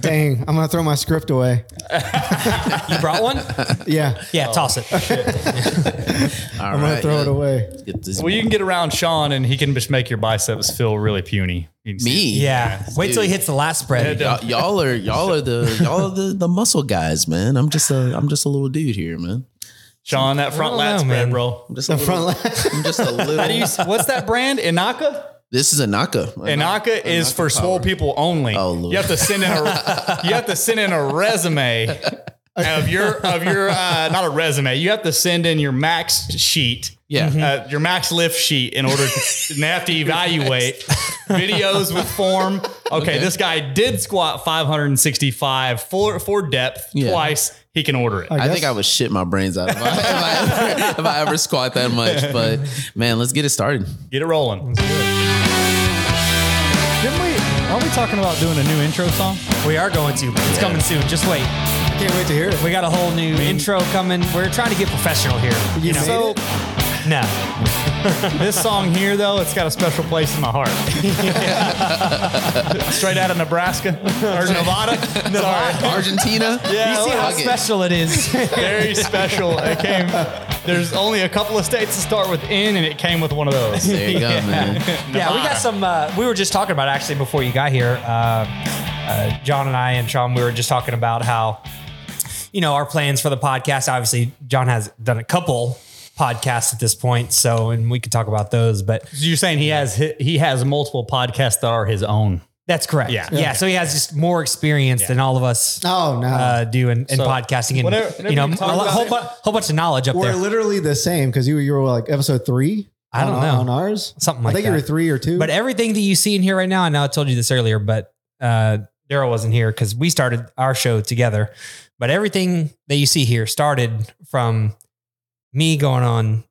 Dang, I'm gonna throw my script away. You brought one? Yeah, Yeah, toss it. All I'm gonna right, throw yeah. it away. Let's get this Well, you can get around Sean, and he can just make your biceps feel really puny. You can see- me. Yeah. Wait till he hits the last spread. Y'all, y'all are y'all are the y'all are the, the muscle guys, man. I'm just a I'm just a little dude here, man. Sean, that front don't lat know, spread, man. bro. I'm just a The little, front line. I'm just a little. How do you? What's that brand? Inaka. this is Anaka. Inaka is for swole people only. Oh, Lord. You have to send in a you have to send in a resume of your of your uh, not a resume. You have to send in your max sheet. Yeah. Uh, your max lift sheet in order to, and they have to evaluate videos with form. Okay, this guy did squat 565 for for depth Yeah. twice. He can order it. I I guess. think I would shit my brains out if I, if, I ever, if I ever squat that much. But man, let's get it started. Get it rolling. Didn't we? Are we talking about doing a new intro song? We are going to. It's coming soon. Just wait. I can't wait to hear it. We got a whole new intro coming. We're trying to get professional here. You, know. So no. this song here though, it's got a special place in my heart. Straight out of Nebraska or Nevada. Sorry. Argentina. Yeah, You see how Fuck it. special Uh, it is. very special. It came. There's only a couple of states that start with N, and it came with one of those. There you go, man. yeah, we got some. Uh, we were just talking about actually before you got here. Uh, uh, John and I and Sean, we were just talking about how, you know, our plans for the podcast. Obviously, John has done a couple podcasts at this point, so and we could talk about those. But So you're saying he has he has multiple podcasts that are his own. that's correct. Yeah. yeah. So he has just more experience than all of us. Oh no, Uh, do in, in So, podcasting and whatever- whatever you know you a talk lo- about whole, it. bu- whole bunch of knowledge up we're there. literally the same because you you were like episode three. I don't on, know. on ours. Something I like think that. you were three or two. But everything that you see in here right now, I know I told you this earlier, but uh, Daryl wasn't here because we started our show together. But everything that you see here started from me going on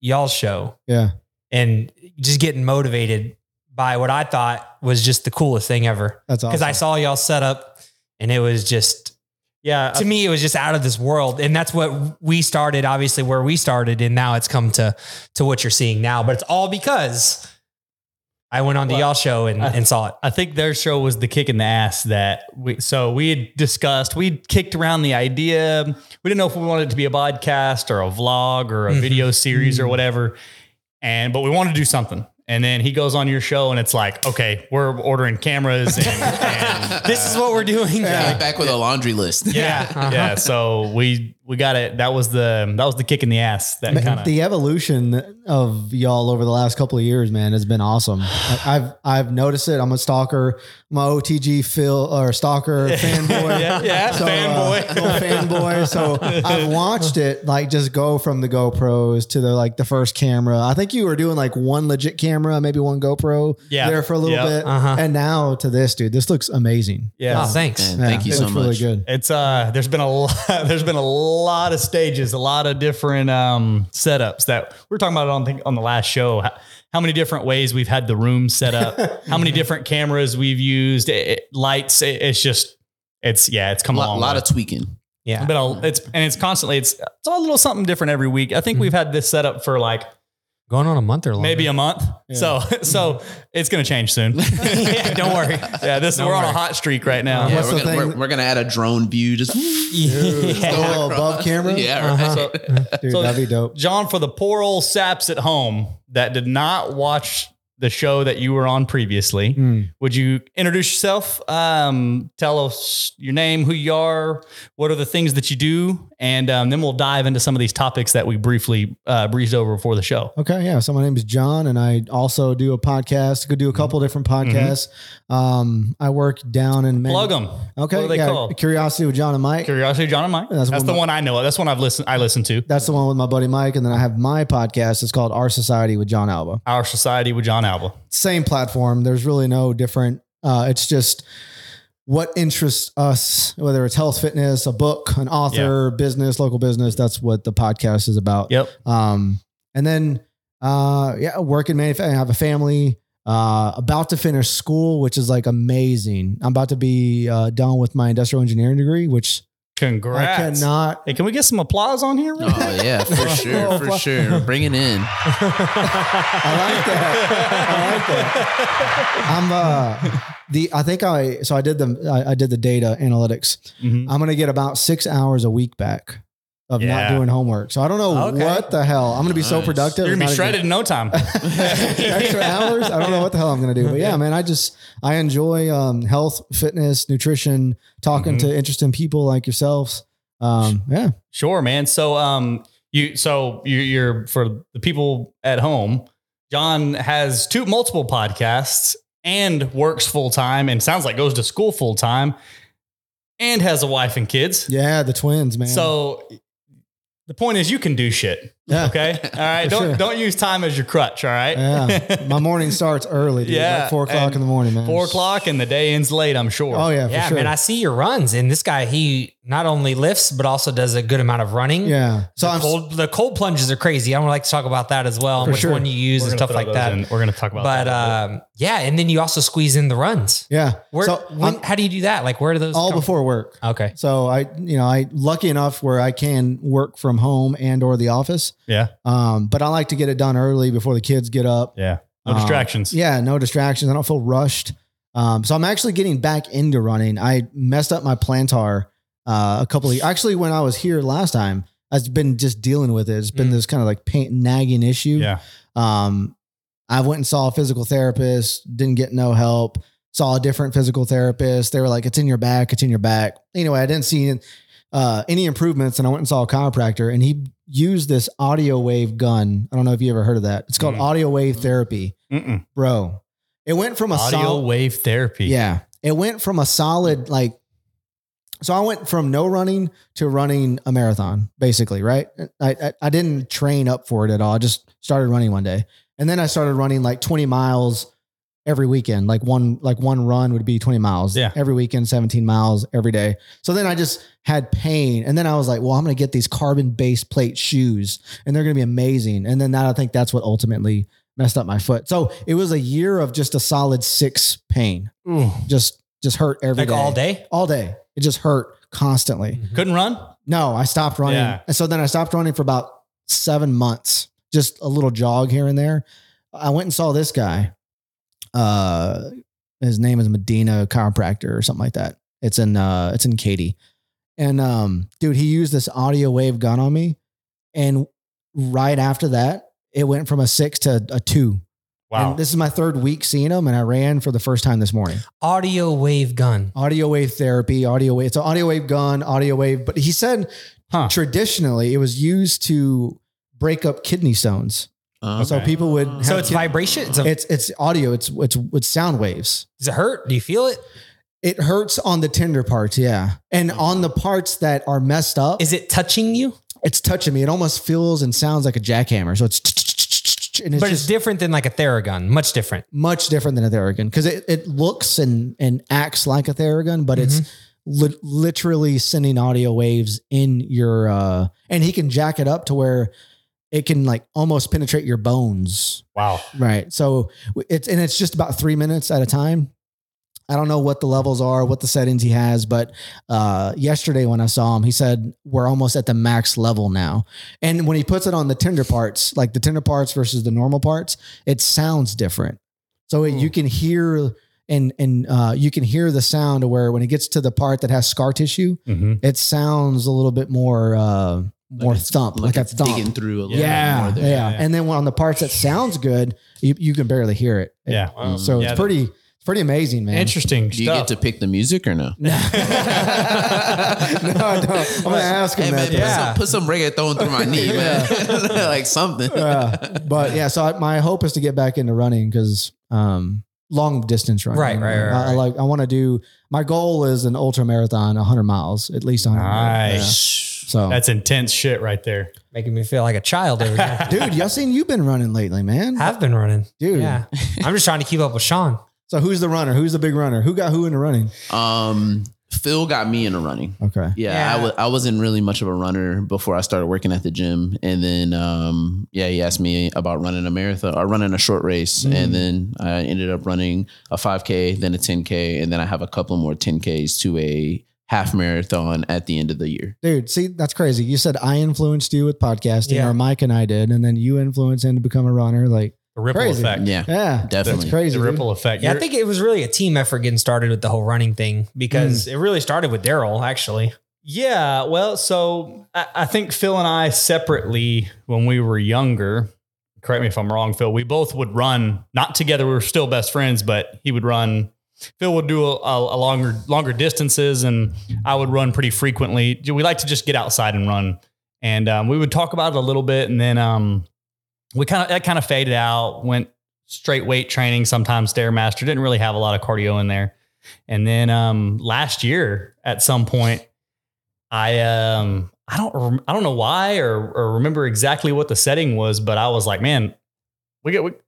y'all's show yeah, and just getting motivated by what I thought was just the coolest thing ever. that's awesome. Because I saw y'all set up and it was just, Yeah, to me, it was just out of this world. And that's what we started, obviously, where we started. And now it's come to, to what you're seeing now. But it's all because I went on to Well, y'all show and, I- and saw it. I think their show was the kick in the ass that we so we had discussed, we kicked around the idea. We didn't know if we wanted it to be a podcast or a vlog or a Mhm. video series or whatever. And but we wanted to do something. And then he goes on your show and it's like, okay, we're ordering cameras and, and this is what we're doing. Came back with a laundry list. yeah. Yeah. Yeah. So we we got it. That was the that was the kick in the ass that Man, kind of the evolution of y'all over the last couple of years, man, has been awesome. I- I've I've noticed it. I'm a stalker. I'm a OTG Phil or stalker fanboy. Yeah, yeah, uh, fanboy. little fanboy. So I've watched it like just go from the GoPros to the like the first camera. I think you were doing like one legit camera, maybe one GoPro Yeah. there for a little Yep. bit. Uh-huh. And now to this, dude. This looks amazing. Oh, yeah. thanks. Man, thank you it so looks much. Really good. It's uh there's been a lot, there's been a lot of stages, a lot of different um setups that we were talking about on the, on the last show. How, how many different ways we've had the room set up, how many different cameras we've used, it, it- lights, it- it's just it's yeah, it's come a A lot, long lot way. of tweaking. Yeah. but I'll, it's and it's constantly it's it's all a little something different every week. I think Hmm. we've had this set up for like Going on a month or longer. maybe a month. So Hmm. so it's going to change soon. yeah, don't worry. yeah, this Don't we're on a worry. hot streak right now. Yeah, What's we're the gonna, thing- we're, we're gonna add a drone view. Just The Yeah. little above camera. Uh-huh. yeah, right. Dude, So- that'd be dope. John, for the poor old saps at home that did not watch the show that you were on previously, Hmm. would you introduce yourself? Um, tell us your name, who you are, what are the things that you do, and um, then we'll dive into some of these topics that we briefly uh, breezed over before the show. Okay, yeah. So my name is John, and I also do a podcast. Could do a couple Mm-hmm. different podcasts. Um, I work down in Man- Plug them. Okay, What are they yeah. called? Curiosity with John and Mike. Curiosity, John and Mike. That's, That's one the of my- one I know. of. That's one I've listened. I listened to. That's the one with my buddy Mike, and then I have my podcast. It's called Our Society with John Alba. Our Society with John Alba. Same platform. There's really no different. Uh, it's just what interests us, whether it's health, fitness, a book, an author, business, local business. That's what the podcast is about. Yep. Um, and then, uh, yeah, work in manufacturing. I have a family. Uh, about to finish school, which is like amazing. I'm about to be uh, done with my industrial engineering degree, which Congrats. I cannot. Hey, can we get some applause on here? real quick? Oh yeah, for sure, for sure. Bring it in. I like that. I like that. I'm uh the I think I so I did the I, I did the data analytics. Mhm. I'm gonna get about six hours a week back of Yeah. not doing homework. So I don't know Okay. what the hell. I'm gonna be so Nice. productive. You're and gonna be not even- shredded in no time. extra hours. I don't know what the hell I'm gonna do, but yeah, man, I just I enjoy um, health, fitness, nutrition, talking to interesting people like yourselves. Um, yeah, Sure, man. So, um, you so you, you're for the people at home. John has two multiple podcasts and works full time, and sounds like goes to school full time, and has a wife and kids. yeah, the twins, man. So, the point is, you can do shit. yeah, Okay, all right. For don't sure. don't use time as your crutch. All right. yeah, my morning starts early, dude. Yeah, like four o'clock and in the morning, man. Four o'clock and the day ends late. I'm sure. Oh yeah, for Yeah, sure. man, I see your runs, and this guy he not only lifts but also does a good amount of running. yeah, so the I'm cold, the cold plunges are crazy. I would like to talk about that as well, For which sure. one you use We're and gonna stuff throw like those that. in. We're gonna talk about But that. um, yeah, and then you also squeeze in the runs. yeah. Where, so when, I'm how do you do that? Like, where do those all come- before work. Okay, So I, you know, I lucky enough where I can work from home and or the office. yeah, Um, but I like to get it done early before the kids get up. yeah. No Um, distractions. Yeah, no distractions. I don't feel rushed. Um, so I'm actually getting back into running. I messed up my plantar uh, a couple of actually when I was here last time. I've been just dealing with it. It's been Mm. this kind of like pain nagging issue. Yeah. Um, I went and saw a physical therapist. Didn't get no help. Saw a different physical therapist. They were like, "It's in your back. It's in your back." Anyway, I didn't see uh, any improvements, and I went and saw a chiropractor, and he used this audio wave gun. I don't know if you ever heard of that. It's called Mm. audio wave therapy Mm-mm. bro. It went from a audio solid, wave therapy. yeah. It went from a solid like. So I went from no running to running a marathon, basically, right? I, I I didn't train up for it at all. I just started running one day, and then I started running like twenty miles every weekend. Like one like one run would be twenty miles. Yeah. every weekend, seventeen miles every day. So then I just had pain, and then I was like, well, I'm gonna get these carbon base plate shoes, and they're gonna be amazing. And then that I think that's what ultimately messed up my foot. So it was a year of just a solid six pain, just just hurt every like day, all day. all day. It just hurt constantly. Couldn't run? No, I stopped running, Yeah. and so then I stopped running for about seven months, just a little jog here and there. I went and saw this guy. Uh, his name is Medina chiropractor or something like that. It's in uh, it's in Katy, and um, dude, he used this audio wave gun on me, and right after that, it went from a six to a two. Wow. And this is my third week seeing him, and I ran for the first time this morning. Audio wave gun. Audio wave therapy, audio wave. It's an audio wave gun, audio wave. But he said Huh. traditionally it was used to break up kidney stones. Um, So people would. So have it's kid- vibration. It's a, It's it's audio. It's it's it's sound waves. does it hurt? Do you feel it? It hurts on the tender parts, yeah, and on the parts that are messed up. Is it touching you? it's touching me. It almost feels and sounds like a jackhammer. So it's and it's but just it's different than like a Theragun. Much different. much different than a Theragun because it, it looks and and acts like a Theragun, but it's li- literally sending audio waves in your uh and he can jack it up to where it can like almost penetrate your bones. wow. Right. So w- it's and it's just about three minutes at a time. I don't know what the levels are, what the settings he has, but uh, yesterday when I saw him, he said we're almost at the max level now. And when he puts it on the tender parts, like the tender parts versus the normal parts, it sounds different. So it, you can hear and and uh, you can hear the sound where when it gets to the part that has scar tissue, Mm-hmm. it sounds a little bit more uh, more it's- thump, like, like a it's thump. digging through a little Yeah, bit more yeah, there. Yeah. And then when on the parts that sounds good, you, you can barely hear it. Yeah. Wow. So Yeah. it's pretty it's pretty amazing, man. Interesting Do you stuff. get to pick the music or no? no, I don't. I'm gonna ask him Hey that. man, yeah. put, some, put some reggaeton through my knee, man. like something. Yeah. uh, but yeah, so I, my hope is to get back into running because um, long distance running. Right, right, right, I, I right. like. I want to do. My goal is an ultra marathon, 100 miles, at least 100. miles. Nice. Yeah. So, That's intense shit right there. Making me feel like a child every day. dude, y'all seen you've been running lately, man. Have been running. Dude. Yeah. I'm just trying to keep up with Sean. So who's the runner? Who's the big runner? Who got who into running? Um, Phil got me into running. Okay. Yeah, Yeah. I w- I wasn't really much of a runner before I started working at the gym, and then um, yeah, he asked me about running a marathon or running a short race, Mm-hmm. and then I ended up running a 5K, then a 10K, and then I have a couple more 10Ks to a half marathon at the end of the year. Dude, see, that's crazy. You said I influenced you with podcasting, Yeah. or Mike and I did, and then you influenced him to become a runner. Like, The ripple Crazy. effect. Yeah, yeah, definitely. that's crazy. The dude. ripple effect. Yeah, I You're- think it was really a team effort getting started with the whole running thing because Mm. it really started with Daryl, actually. Yeah, well, so I, I think Phil and I separately, when we were younger, correct me if I'm wrong, Phil, we both would run not together. We were still best friends, but he would run. Phil would do a, a, a longer longer distances, and I would run pretty frequently. We like to just get outside and run, and um, we would talk about it a little bit, and then um, we kind of that kind of faded out. Went straight weight training, sometimes stairmaster. Didn't really have a lot of cardio in there, and then um, last year at some point. I um I don't rem- I don't know why or or remember exactly what the setting was, but I was like, man, we get we, we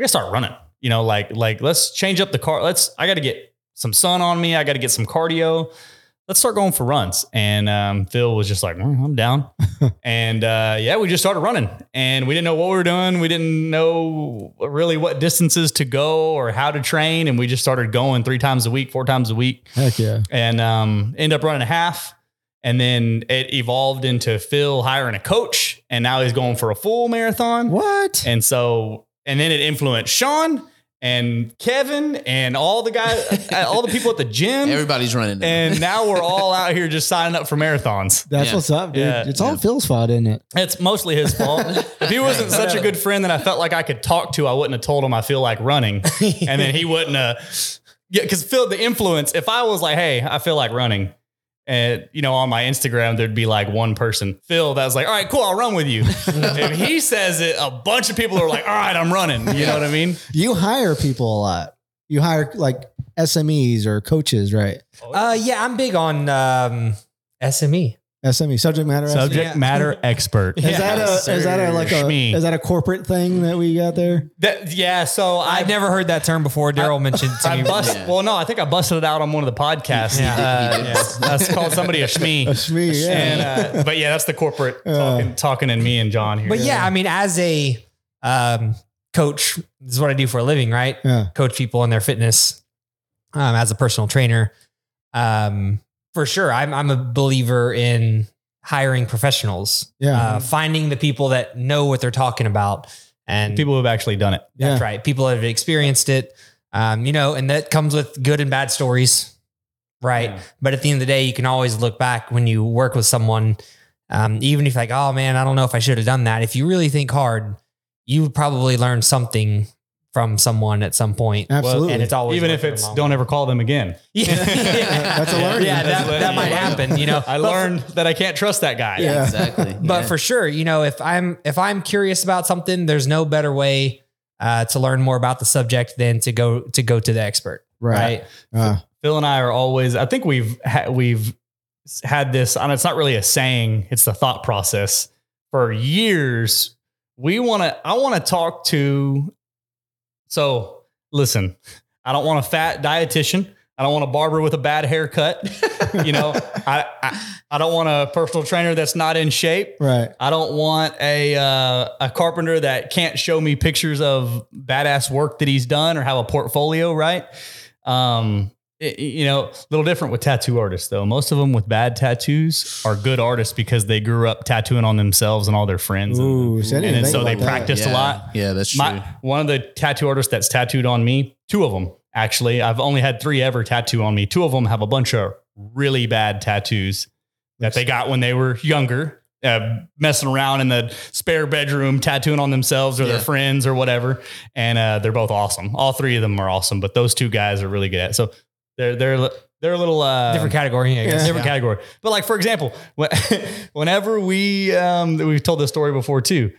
gotta start running. You know, like like let's change up the car. Let's I gotta get some sun on me. I gotta get some cardio. Let's start going for runs. And um, Phil was just like, "Mm, I'm down. and uh, yeah, we just started running, and we didn't know what we were doing. We didn't know really what distances to go or how to train, and we just started going three times a week, four times a week Heck yeah. and um, end up running a half. And then it evolved into Phil hiring a coach, and now he's going for a full marathon. What? And so, and then it influenced Sean and Kevin and all the guys, all the people at the gym. everybody's running. now. and now we're all out here just signing up for marathons. That's Yeah. what's up, dude. Yeah. it's all Phil's fault, isn't it? It's mostly his fault. if he wasn't such a good friend that I felt like I could talk to, I wouldn't have told him I feel like running. and then he wouldn't uh yeah, because Phil the influence, if I was like, hey, I feel like running. And you know, on my Instagram, there'd be like one person, Phil, that was like, all right, cool, I'll run with you. if he says it, a bunch of people are like, all right, I'm running. You know what I mean? You hire people a lot. You hire like SMEs or coaches, right? Uh, yeah, I'm big on um, SME. SME, subject matter. SME. Subject matter expert. Is that a is that a like a Shmee. is that a corporate thing that we got there? That- yeah, so I I've never heard that term before. Daryl mentioned it to I me. bust, Yeah. Well, no, I think I busted it out on one of the podcasts. Yeah. Uh, He did. yeah. That's called somebody a shmee. A shmee, yeah. And, uh, but yeah, that's the corporate Uh. talking, talking and me and John here. But yeah, I mean, as a um, coach, this is what I do for a living, right? Yeah. coach people on their fitness um, as a personal trainer. Um, for sure, I'm I'm a believer in hiring professionals, Yeah. uh, finding the people that know what they're talking about, and people who've actually done it. that's yeah. right, people that have experienced it, um, you know, and that comes with good and bad stories, right? Yeah. But at the end of the day, you can always look back when you work with someone, um, even if like, oh man, I don't know if I should have done that. If you really think hard, you would probably learn something from someone at some point. Absolutely. And it's always Even worth if it in the it's long run. don't ever call them again. yeah. That's a learning. Yeah, That's that, learning. that might happen. You know, I But- learned that I can't trust that guy. Yeah. exactly. but Yeah. for sure, you know, if I'm if I'm curious about something, there's no better way uh, to learn more about the subject than to go to go to the expert, Right. right? Uh, Phil and I are always. I think we've ha- we've had this. And it's not really a saying. It's the thought process for years. We want to. I want to talk to. So listen, I don't want a fat dietitian. I don't want a barber with a bad haircut. you know, I, I I don't want a personal trainer that's not in shape. right. I don't want a uh, a carpenter that can't show me pictures of badass work that he's done or have a portfolio, right? Um, it- you know, a little different with tattoo artists though. Most of them with bad tattoos are good artists because they grew up tattooing on themselves and all their friends. and- Ooh, see, I and didn't then think so they about that. practiced a Yeah. lot. Yeah, that's true. My, one of the tattoo artists that's tattooed on me, two of them actually. I've only had three ever tattoo on me. Two of them have a bunch of really bad tattoos that they got when they were younger, uh, messing around in the spare bedroom, tattooing on themselves or their Yeah. friends or whatever. And uh, they're both awesome. All three of them are awesome, but those two guys are really good at. It. So they're they're they're a little uh, Different category, I guess. Yeah. different category. But like for example, when, whenever we um, we've told this story before too.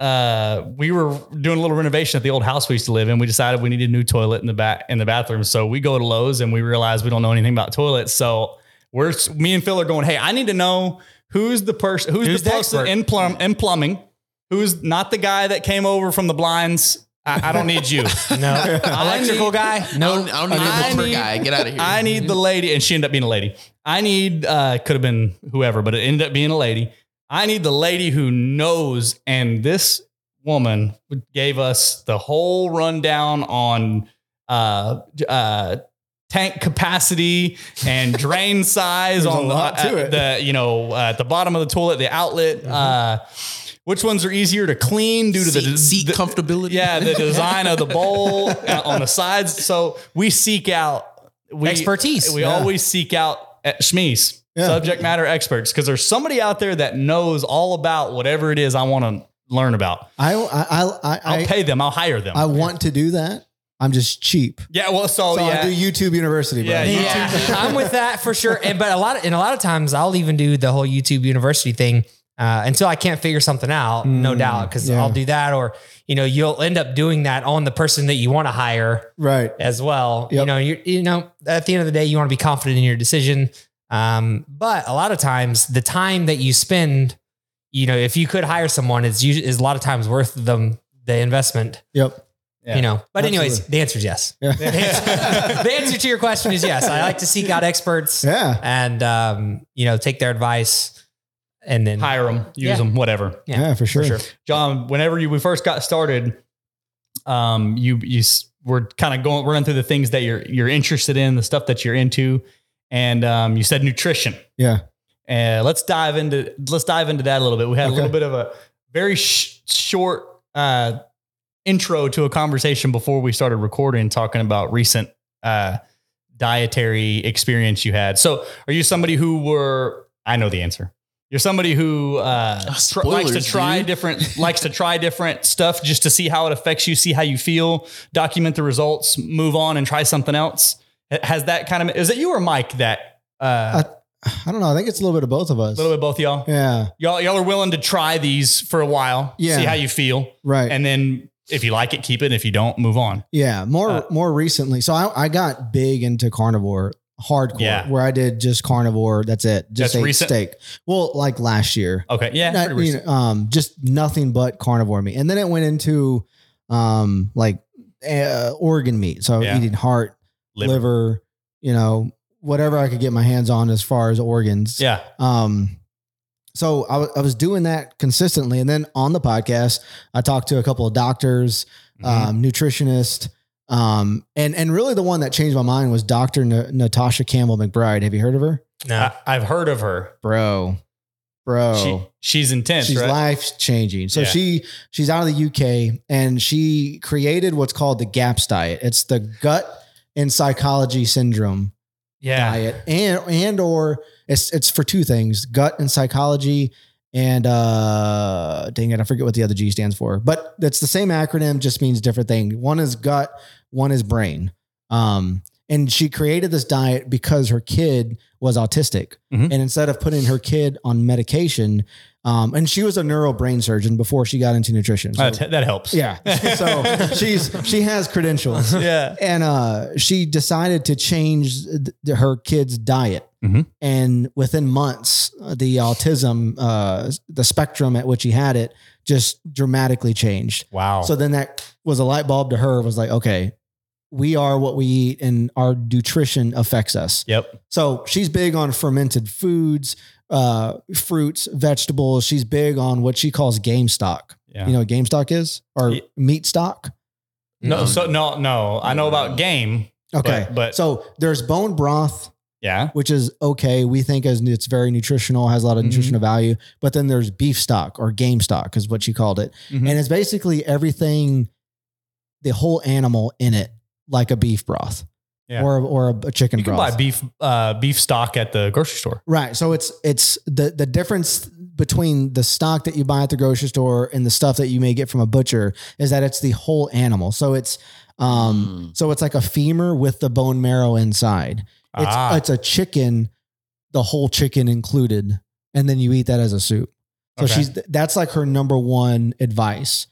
Uh, we were doing a little renovation at the old house we used to live in. We decided we needed a new toilet in the back in the bathroom. So we go to Lowe's and we realize we don't know anything about toilets. So we're me and Phil are going, hey, I need to know who's the person who's, Who's the the person expert? in plum in plumbing, who's not the guy that came over from the blinds. I, I don't need you. No, electrical need- guy. I No, don't, I don't need I a paper need- guy. Get out of here. I need the lady, and she ended up being a lady. I need uh could have been whoever, but it ended up being a lady. I need the lady who knows, and this woman gave us the whole rundown on uh uh tank capacity and drain size There's a on the, lot to at it. Mm-hmm. the you know uh, at the bottom of the toilet, the outlet. Uh, which ones are easier to clean due to the Seat- seat the- comfortability. Yeah, the design of the bowl uh, on the sides. So we seek out we, Expertise. We Yeah. always seek out uh, schmees, Yeah. subject matter experts, because there's somebody out there that knows all about whatever it is I want to learn about. I I I I, I'll I, pay them. I'll hire them. I want to do that. I'm just cheap. yeah. Well, so, So Oh, yeah. I do YouTube University, bro. Yeah, you- Yeah, I'm with that for sure. And but a lot of, and a lot of times I'll even do the whole YouTube University thing uh, until I can't figure something out, no Mm, doubt, because yeah. I'll do that or you know you'll end up doing that on the person that you want to hire Right. as well. You Yep. know, you you know at the end of the day you want to be confident in your decision. Um, but a lot of times the time that you spend, you know, if you could hire someone, it's usually is a lot of times worth them the investment. Yep. Yeah. You know, but anyways, Absolutely. the answer is yes. Yeah. the answer to your question is yes. I like to seek out experts Yeah. and um, you know take their advice, and then hire them, use Yeah. them, whatever. Yeah. Yeah, for sure. For sure. John, whenever you we first got started, um, you you s- were kind of going running through the things that you're you're interested in, the stuff that you're into, and um, you said nutrition. Yeah. Uh, let's dive into let's dive into that a little bit. We had a Okay. little bit of a very sh- short uh, intro to a conversation before we started recording, talking about recent uh, dietary experience you had. So, are you somebody who were? I know the answer. You're somebody who uh, Ah, tr- likes to spoilers, try dude. different likes to try different stuff just to see how it affects you, see how you feel, document the results, move on, and try something else. H- Has that kind of is it you or Mike that? Uh, I don't know. I think it's a little bit of both of us. a little bit both y'all Yeah. y'all y'all are willing to try these for a while, Yeah. see how you feel, Right. and then if you like it, keep it. If you don't, move on. yeah. More Uh, more recently. So I, I got big into carnivore hardcore Yeah. where I did just carnivore. That's it. Just That's ate recent? steak. Well, like last year. Okay, yeah, Not- pretty you recent. know, um, just nothing but carnivore meat. And then it went into um, like uh, organ meat. So I was Yeah. eating heart, Liver. liver. you know, whatever I could get my hands on as far as organs. yeah, Um, so I wa- I was doing that consistently. And then on the podcast, I talked to a couple of doctors, Mhm. um, nutritionist, um, and, and really the one that changed my mind was Dr. Na- Natasha Campbell McBride. Have you heard of her? no, I, have heard of her. Bro, bro She she's intense, oh. she's right? life changing. So Yeah. she she's out of the UK and she created what's called the GAPS diet. It's the gut and psychology syndrome yeah, diet, and and or it's it's for two things: gut and psychology. And uh, dang it, I forget what the other G stands for, but that's the same acronym, just means different thing. One is gut, one is brain. Um, and she created this diet because her kid was autistic. Mhm. And instead of putting her kid on medication, um, and she was a neuro brain surgeon before she got into nutrition. So- that, that helps. yeah. So she's she has credentials yeah, and uh, she decided to change th- her kid's diet. Mhm. And within months, uh, the autism, uh, the spectrum at which he had it, just dramatically changed. wow. So then that was a light bulb to her. Was like, okay, we are what we eat, and our nutrition affects us. yep, So she's big on fermented foods, uh, fruits, vegetables. She's big on what she calls game stock. yeah. You know what game stock is, or Ye- meat stock. Mm-hmm. no, so no, no. I know about game. Okay, but- so there's bone broth, Yeah, which is okay. We think as it's very nutritional, has a lot of Mhm. nutritional value. But then there's beef stock or game stock is what she called it, Mhm. and it's basically everything, the whole animal in it, like a beef broth Yeah. or or a, a chicken you can broth. buy beef uh, beef stock at the grocery store. Right. So it's it's the the difference between the stock that you buy at the grocery store and the stuff that you may get from a butcher is that it's the whole animal. So it's um Mm. so it's like a femur with the bone marrow inside. It's Ah. it's a chicken, the whole chicken included, and then you eat that as a soup. So Okay. she's that's like her number one advice.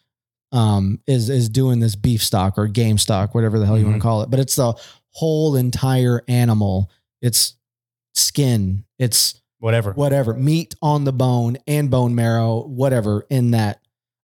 Um, is is doing this beef stock or game stock, whatever the hell you want Mhm. to call it, but it's the whole entire animal. It's skin, it's Whatever. whatever, meat on the bone and bone marrow, whatever in that.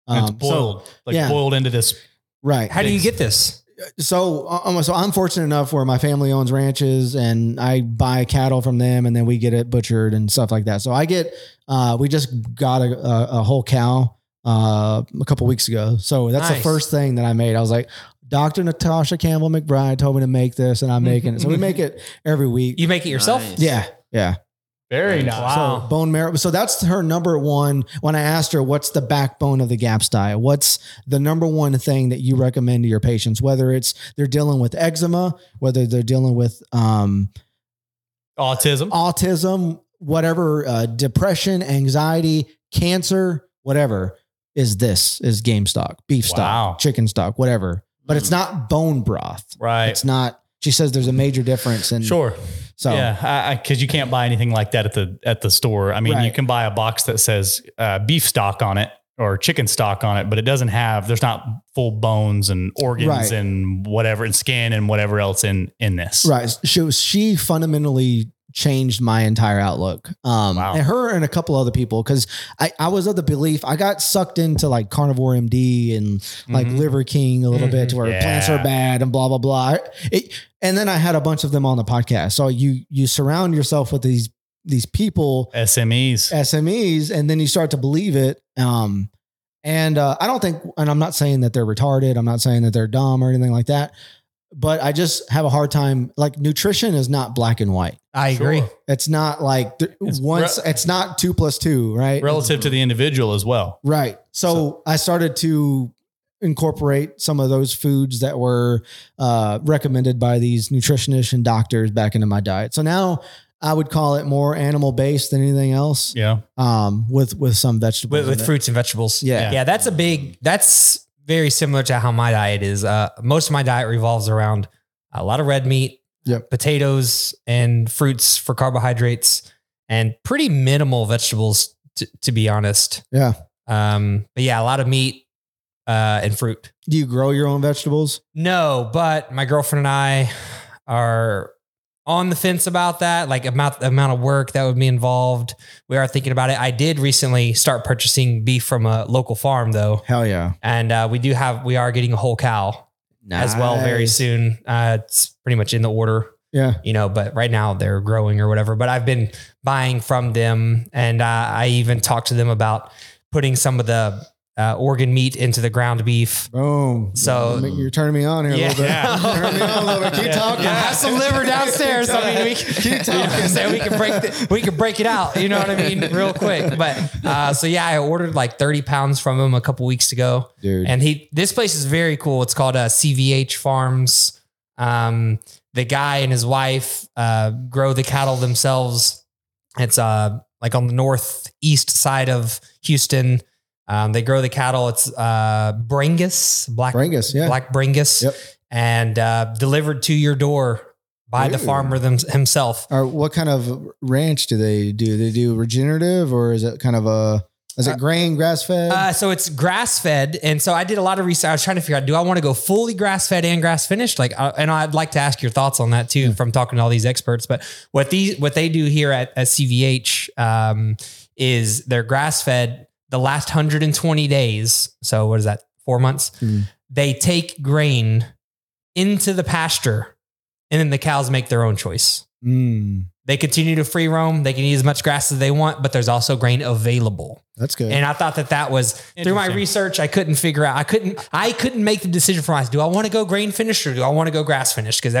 And it's Um, so- boiled, like yeah. boiled into this. right. how do you get this? So, um, so I'm fortunate enough where my family owns ranches and I buy cattle from them and then we get it butchered and stuff like that. So I get, uh, we just got a, a, a whole cow, uh, a couple weeks ago. So that's Nice. the first thing that I made. I was like, Dr. Natasha Campbell McBride told me to make this and I'm making it. So we make it every week. You make it yourself? Nice. Yeah. Yeah. Very nice. Wow. So bone marrow. So that's her number one. When I asked her, what's the backbone of the GAPS diet? What's the number one thing that you recommend to your patients? Whether it's they're dealing with eczema, whether they're dealing with um, Autism. autism, whatever, uh, depression, anxiety, cancer, whatever, is this is game stock, beef stock, Wow. Mm. chicken stock, whatever. But it's not bone broth. Right. It's not. She says there's a major difference, and Sure. so Yeah, I- I, because you can't buy anything like that at the at the store. I mean, you Right. can buy a box that says uh, beef stock on it or chicken stock on it, but it doesn't have. There's not full bones and organs Right. and whatever and skin and whatever else in in this. Right. She she fundamentally changed my entire outlook. Um Wow. and her and a couple other people cuz I I was of the belief I got sucked into like carnivore MD and like Mhm. Liver King a little bit to where plants Mm-hmm. Yeah. are bad and blah blah blah. It, and then I had a bunch of them on the podcast. So you you surround yourself with these these people SMEs. SMEs, and then you start to believe it. Um, and uh, I don't think, and I'm not saying that they're retarded. I'm not saying that they're dumb or anything like that. But I just have a hard time. Like nutrition is not black and white. I agree. Sure. It's not like th- It's once. re- it's not two plus two, right? Relative to the individual as well. Right. So, I started to incorporate some of those foods that were uh, recommended by these nutritionists and doctors back into my diet. So now I would call it more animal based than anything else Yeah. um, with with some vegetables, With, in with it. fruits and vegetables. Yeah. Yeah, that's a big, that's very similar to how my diet is. Uh, most of my diet revolves around a lot of red meat, Yep. potatoes, and fruits for carbohydrates, and pretty minimal vegetables, t- to be honest. Yeah. Um, but yeah, a lot of meat uh, and fruit. Do you grow your own vegetables? No, but my girlfriend and I are on the fence about that, like about the amount of work that would be involved. We are thinking about it. I did recently start purchasing beef from a local farm though. Hell yeah! And uh, we do have, we are getting a whole cow as well very soon. Uh, it's pretty much in the order Yeah, you know, but right now they're growing or whatever. But I've been buying from them, and uh, I even talked to them about putting some of the uh, organ meat into the ground beef. boom. So- You're- you're turning me on here a little bit. Yeah. Turn me on a little bit. Keep Yeah. talking. I have some liver downstairs. I mean, we can, Keep you know what I'm talking. saying? we can break the, we can break it out. You know what I mean, real quick. But uh, so yeah, I ordered like 30 pounds from him a couple weeks ago. Dude, And he, this place is very cool. It's called uh, CVH Farms. Um, the guy and his wife uh, grow the cattle themselves. It's uh, like on the northeast side of Houston. Um, they grow the cattle. It's uh, Brangus, black Brangus, yeah. black Brangus, Yep. and uh, delivered to your door by the Ooh. farmer them, himself. Or what kind of ranch do they do? They do regenerative, or is it kind of a is it grain grass fed? Uh, so it's grass fed, and so I did a lot of research. I was trying to figure out: do I want to go fully grass fed and grass finished? Like, uh, and I'd like to ask your thoughts on that too, from talking to all these experts. But what these what they do here at, at CVH um, is they're grass fed the last 120 days. So what is that? Four months. Mm. They take grain into the pasture, and then the cows make their own choice. mm, They continue to free roam. They can eat as much grass as they want, but there's also grain available. that's good. And I thought that that was through my Interesting. research. I couldn't figure out. I couldn't. I couldn't make the decision for myself. Do I want to go grain finish or do I want to go grass finish? Because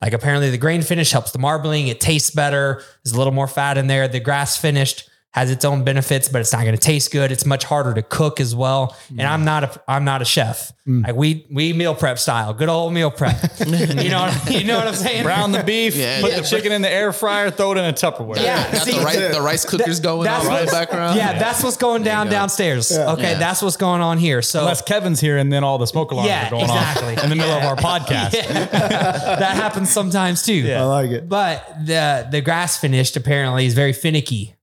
like apparently the grain finish helps the marbling. It tastes better. There's a little more fat in there. The grass finished has its own benefits, but it's not going to taste good. It's much harder to cook as well. And I'm not a. I'm not a chef. Mm. Like we we meal prep style. Good old meal prep. you know. What, you know what I'm saying? Brown the beef, Yeah. put Yeah. the chicken in the air fryer, throw it in a Tupperware. Yeah. Got See, the, rice, the rice cookers going on That's in the what's- background. Yeah, that's what's going down downstairs. Okay, Yeah. that's what's going on here. So Unless Kevin's here and then all the smoke alarms Yeah, are going exactly. off in the middle of our podcast. that happens sometimes too. I like it. But the the grass finished apparently is very finicky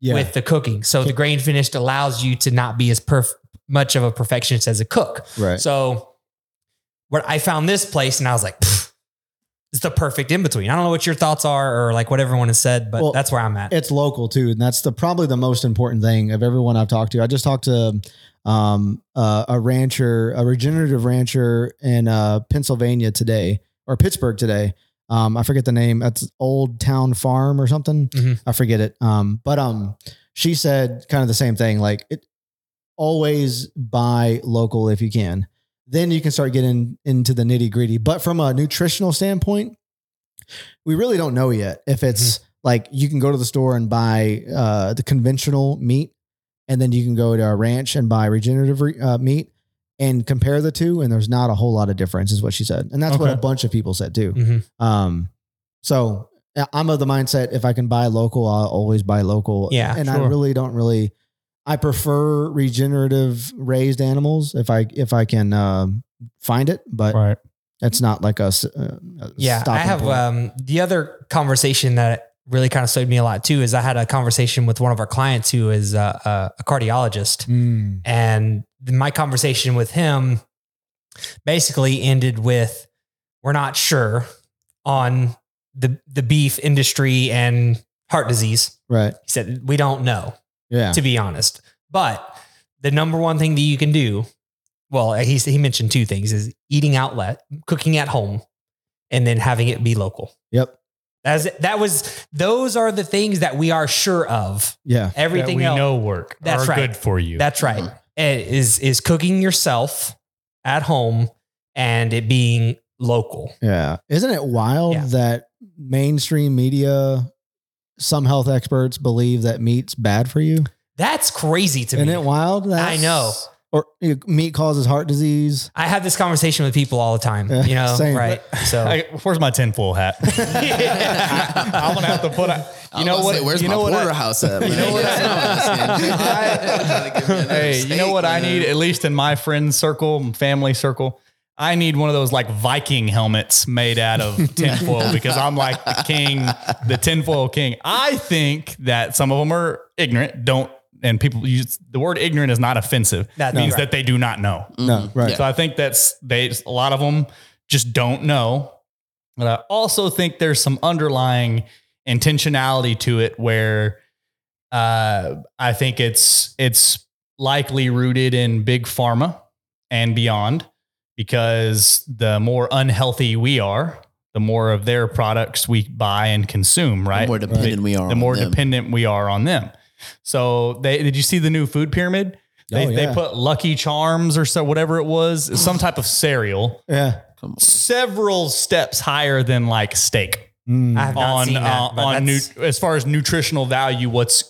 Yeah, with the cooking. So the grain finished allows you to not be as perf- much of a perfectionist as a cook. right. So what I found this place and I was like, "Pfft, it's the perfect in between. I don't know what your thoughts are or like what everyone has said, but Well, that's where I'm at. it's local too, and that's the probably the most important thing of everyone I've talked to. I just talked to um, uh, a rancher, a regenerative rancher in uh, Pennsylvania today or Pittsburgh today. Um, I forget the name. That's Old Town Farm or something. Mhm. I forget it. Um, but um, she said kind of the same thing. Like, it, always buy local if you can. then you can start getting into the nitty gritty. But from a nutritional standpoint, we really don't know yet if Mm-hmm. it's like you can go to the store and buy uh, the conventional meat, and then you can go to a ranch and buy regenerative re- uh, meat and compare the two. And there's not a whole lot of difference, is what she said. And that's what a Okay. Mm-hmm. bunch of people said too. Mhm. Um, so I- I'm of the mindset if I can buy local, I'll always buy local. Yeah, and I sure. really don't really. I prefer regenerative raised animals if I if I can um find it, but Right. that's not like a s- uh, a Yeah, I stopping have point. um, the other conversation that really kind of swayed me a lot too is I had a conversation with one of our clients who is uh, uh, a cardiologist, hmm. Mm. and th- my conversation with him basically ended with, "We're not sure on the the beef industry and heart disease." right. He said, "We don't know." Yeah. to be honest. But the number one thing that you can do, well, he he mentioned two things: is eating outlet, cooking at home, and then having it be local. Yep. As that was, those are the things that we are sure of. Yeah. Everything that we else, know work That's are right. good for you. Mm-hmm. that's right, It is is cooking yourself at home and it being local. Yeah. Isn't it wild Yeah. that mainstream media, some health experts believe that meat's bad for you? That's crazy to Isn't me. it wild? I know. Or you know, meat causes heart disease. I have this conversation with people all the time. Yeah, You know, same. right? So I, where's my tinfoil hat? I'm gonna have to put. A, I you know was gonna what? say, where's you my know what I- porterhouse at? You know what I- hey, you know what I need? At least in my friend circle, family circle, I need one of those like Viking helmets made out of tinfoil because I'm like the king, the tinfoil king. I think that some of them are ignorant. Don't and people use the word ignorant is not offensive. That- That means right. that they do not know. Mm-hmm. No, right. So I think that's they a lot of them just don't know. But I also think there's some underlying intentionality to it where uh, I think it's it's likely rooted in big pharma and beyond because the more unhealthy we are, the more of their products we buy and consume, right? The more dependent we are, the on more them. dependent we are on them. So they did you see the new food pyramid? They, Oh, yeah. they put Lucky Charms or so whatever it was, some type of cereal, Yeah. Come on. several steps higher than like steak I Mm. have not on seen that. uh, but on nu- that's- as far as nutritional value, what's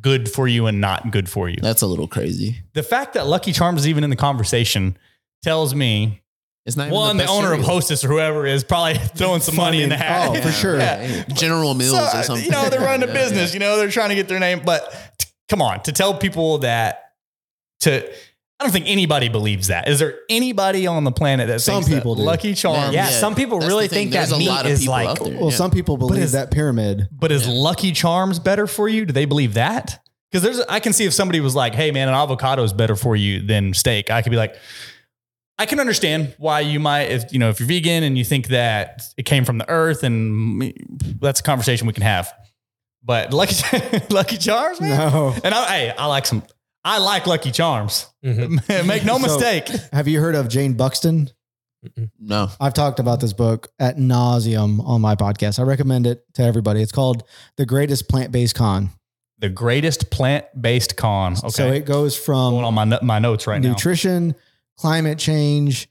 good for you and not good for you. That's a little crazy. The fact that Lucky Charms is even in the conversation tells me It's not even one the, best owner of cereal. Hostess or whoever is probably throwing some money in the hat. Oh, for sure. Yeah. General Mills So, or something. You know, they're running a Yeah, yeah. business. You know, they're trying to get their name. But t- come on, to tell people that to. I don't think anybody believes that. Is there anybody on the planet that Some thinks that people do. Lucky Charms? yeah, Yeah, some people That's the really think thing. There's that a lot meat of is people like out there. Well, Yeah. some people believe is- that pyramid. But is Lucky Charms better for you? Do they believe that? Because there's, I can see if somebody was like, "Hey, man, an avocado is better for you than steak." I could be like, I can understand why you might, if you know, if you're vegan and you think that it came from the earth, and me- that's a conversation we can have. But Lucky Lucky Charms, man. No. And I, hey, I like some. I like Lucky Charms. Mhm. Make no So- mistake. Have you heard of Jane Buxton? No. I've talked about this book at nauseum on my podcast. I recommend it to everybody. It's called The Greatest Plant Based Con. The greatest plant-based con. Okay, So it goes from going on my no- my notes right now. nutrition, climate change.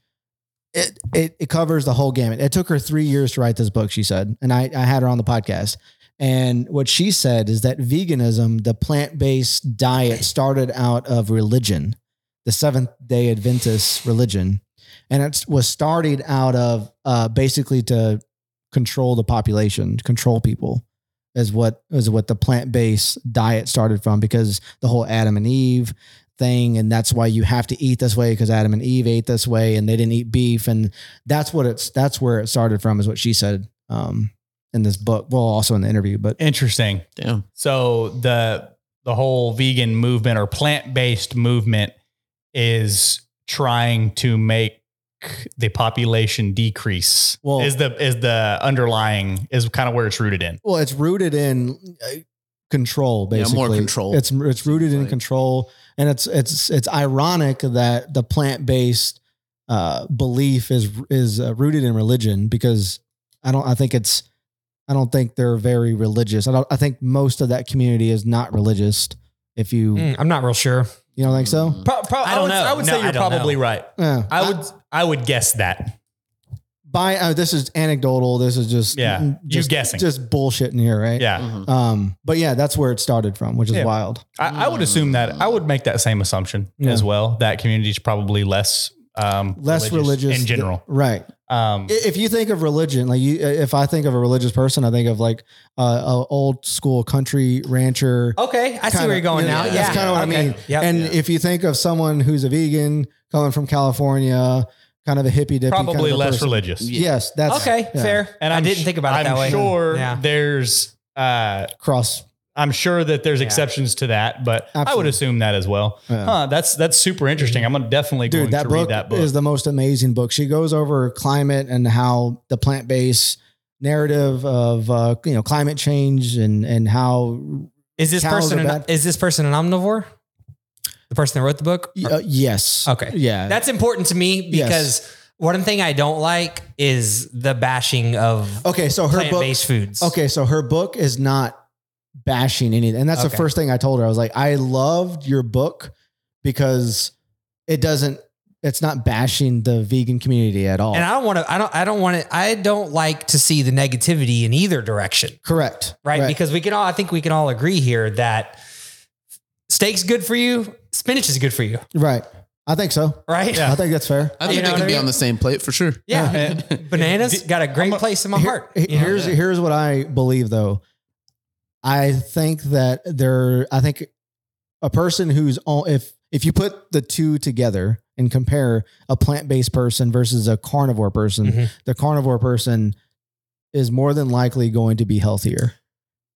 It, it it covers the whole gamut. It took her three years to write this book, she said, and I, I had her on the podcast. And what she said is that veganism, the plant based diet, started out of religion, the Seventh Day Adventist religion, and it was started out of uh, basically to control the population, to control people, is what is what the plant based diet started from because the whole Adam and Eve thing and that's why you have to eat this way because adam and eve ate this way and they didn't eat beef and that's what it's that's where it started from is what she said um in this book well also in the interview but Interesting. Damn. So the the whole vegan movement or plant based movement is trying to make the population decrease. Well- is the is the underlying is kind of where it's rooted in. well it's rooted in uh, control Yeah, basically more control. it's it's rooted in Like- control and it's it's it's ironic that the plant-based uh belief is is uh, rooted in religion because i don't i think it's i don't think they're very religious i don't i think most of that community is not religious if you Hmm. Mm, I'm not real sure. you don't think so Mm. Pro- pro- I don't would, know. I would No, say I you're don't Hmm. probably right. yeah I would I would guess that. By uh, this is anecdotal. This is just Yeah, you just, guessing. just bullshitting here, right? Yeah. Mhm. Um, but yeah, that's where it started from, which is Yeah. wild. I, I would assume that I would make that same assumption Yeah. as well. That community is probably less um, Less religious, in general. right? Um, I- If you think of religion, like you, uh, if I think of a religious person, I think of like a, a old school country rancher. Okay, I see kinda- where you're going you know, now. That's Oh, Yeah, kind of what okay. I mean. Yep. and Yeah. if you think of someone who's a vegan coming from California, kind of a hippie dippy, probably kind of a less person. religious. Yeah. Yes, that's okay, yeah, fair. And I I'm didn't sh- think about it I'm that way. sure Yeah. there's. Uh, Cross. I'm sure that there's Yeah. exceptions to that, but I would Absolutely. assume that as well. Yeah. Huh, that's that's super interesting. I'm definitely going Dude, that to book, read that book. is the most amazing book. She goes over climate and how the plant based narrative of uh, you know climate change and and how Is this Cows person are an, bad. is this person an omnivore? The person that wrote the book? y- uh, yes, Okay. yeah, That's important to me Yes. because one thing I don't like is the bashing of okay. So Oh, her book, plant-based foods. Okay, so her book is not bashing anything. And that's Okay. the first thing I told her. I was like, I loved your book because it doesn't it's not bashing the vegan community at all. And I don't want to I don't I don't want to I don't like to see the negativity in either direction, Correct. right? Because we can all I think we can all agree here that steak's good for you, spinach is good for you, right. I think so. right? I think that's fair. I think You know they what can I be mean? on the same plate for sure. Yeah. Bananas Did- got a great place in my Here- heart. he- you know? here's here's what I believe though. I think that there I think a person who's on if if you put the two together and compare a plant-based person versus a carnivore person, Mhm. the carnivore person is more than likely going to be healthier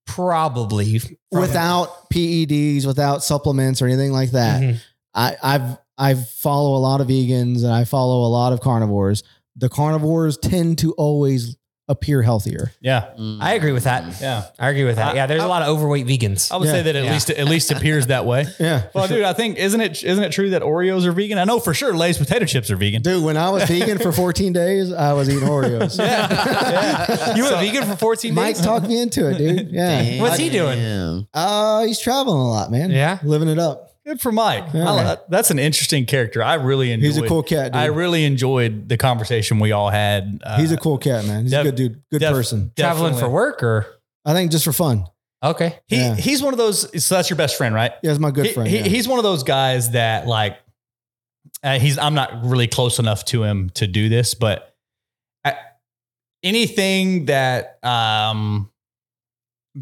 probably from- without PEDs, without supplements or anything like that. Mhm. I, I've I follow a lot of vegans and I follow a lot of carnivores. The carnivores tend to always appear healthier. yeah, I agree with that. yeah. I agree with that. Yeah, there's a lot of overweight vegans. I would Yeah. say that at Yeah. least at least appears that way. Yeah. Well, dude, I think isn't it isn't it true that Oreos are vegan? I know for sure Lay's potato chips are vegan. Dude, when I was vegan for 14 days, I was eating Oreos. you were vegan for 14 Mike days? talked me into it, dude. Yeah. Damn. What's he doing? Uh, he's traveling a lot, man. Yeah. Living it up. Good for Mike. Yeah. I li- that's an interesting character. I really enjoyed. He's a cool cat, dude. I really enjoyed the conversation we all had. Uh, he's a cool cat, man. He's def- a good dude, good def- person. Traveling definitely- for work or? I think just for fun. Okay. He Yeah. he's one of those. So that's your best friend, right? Yeah, he's my good he, friend. he- yeah. He's one of those guys that like uh, he's. I'm not really close enough to him to do this, but I, anything that um,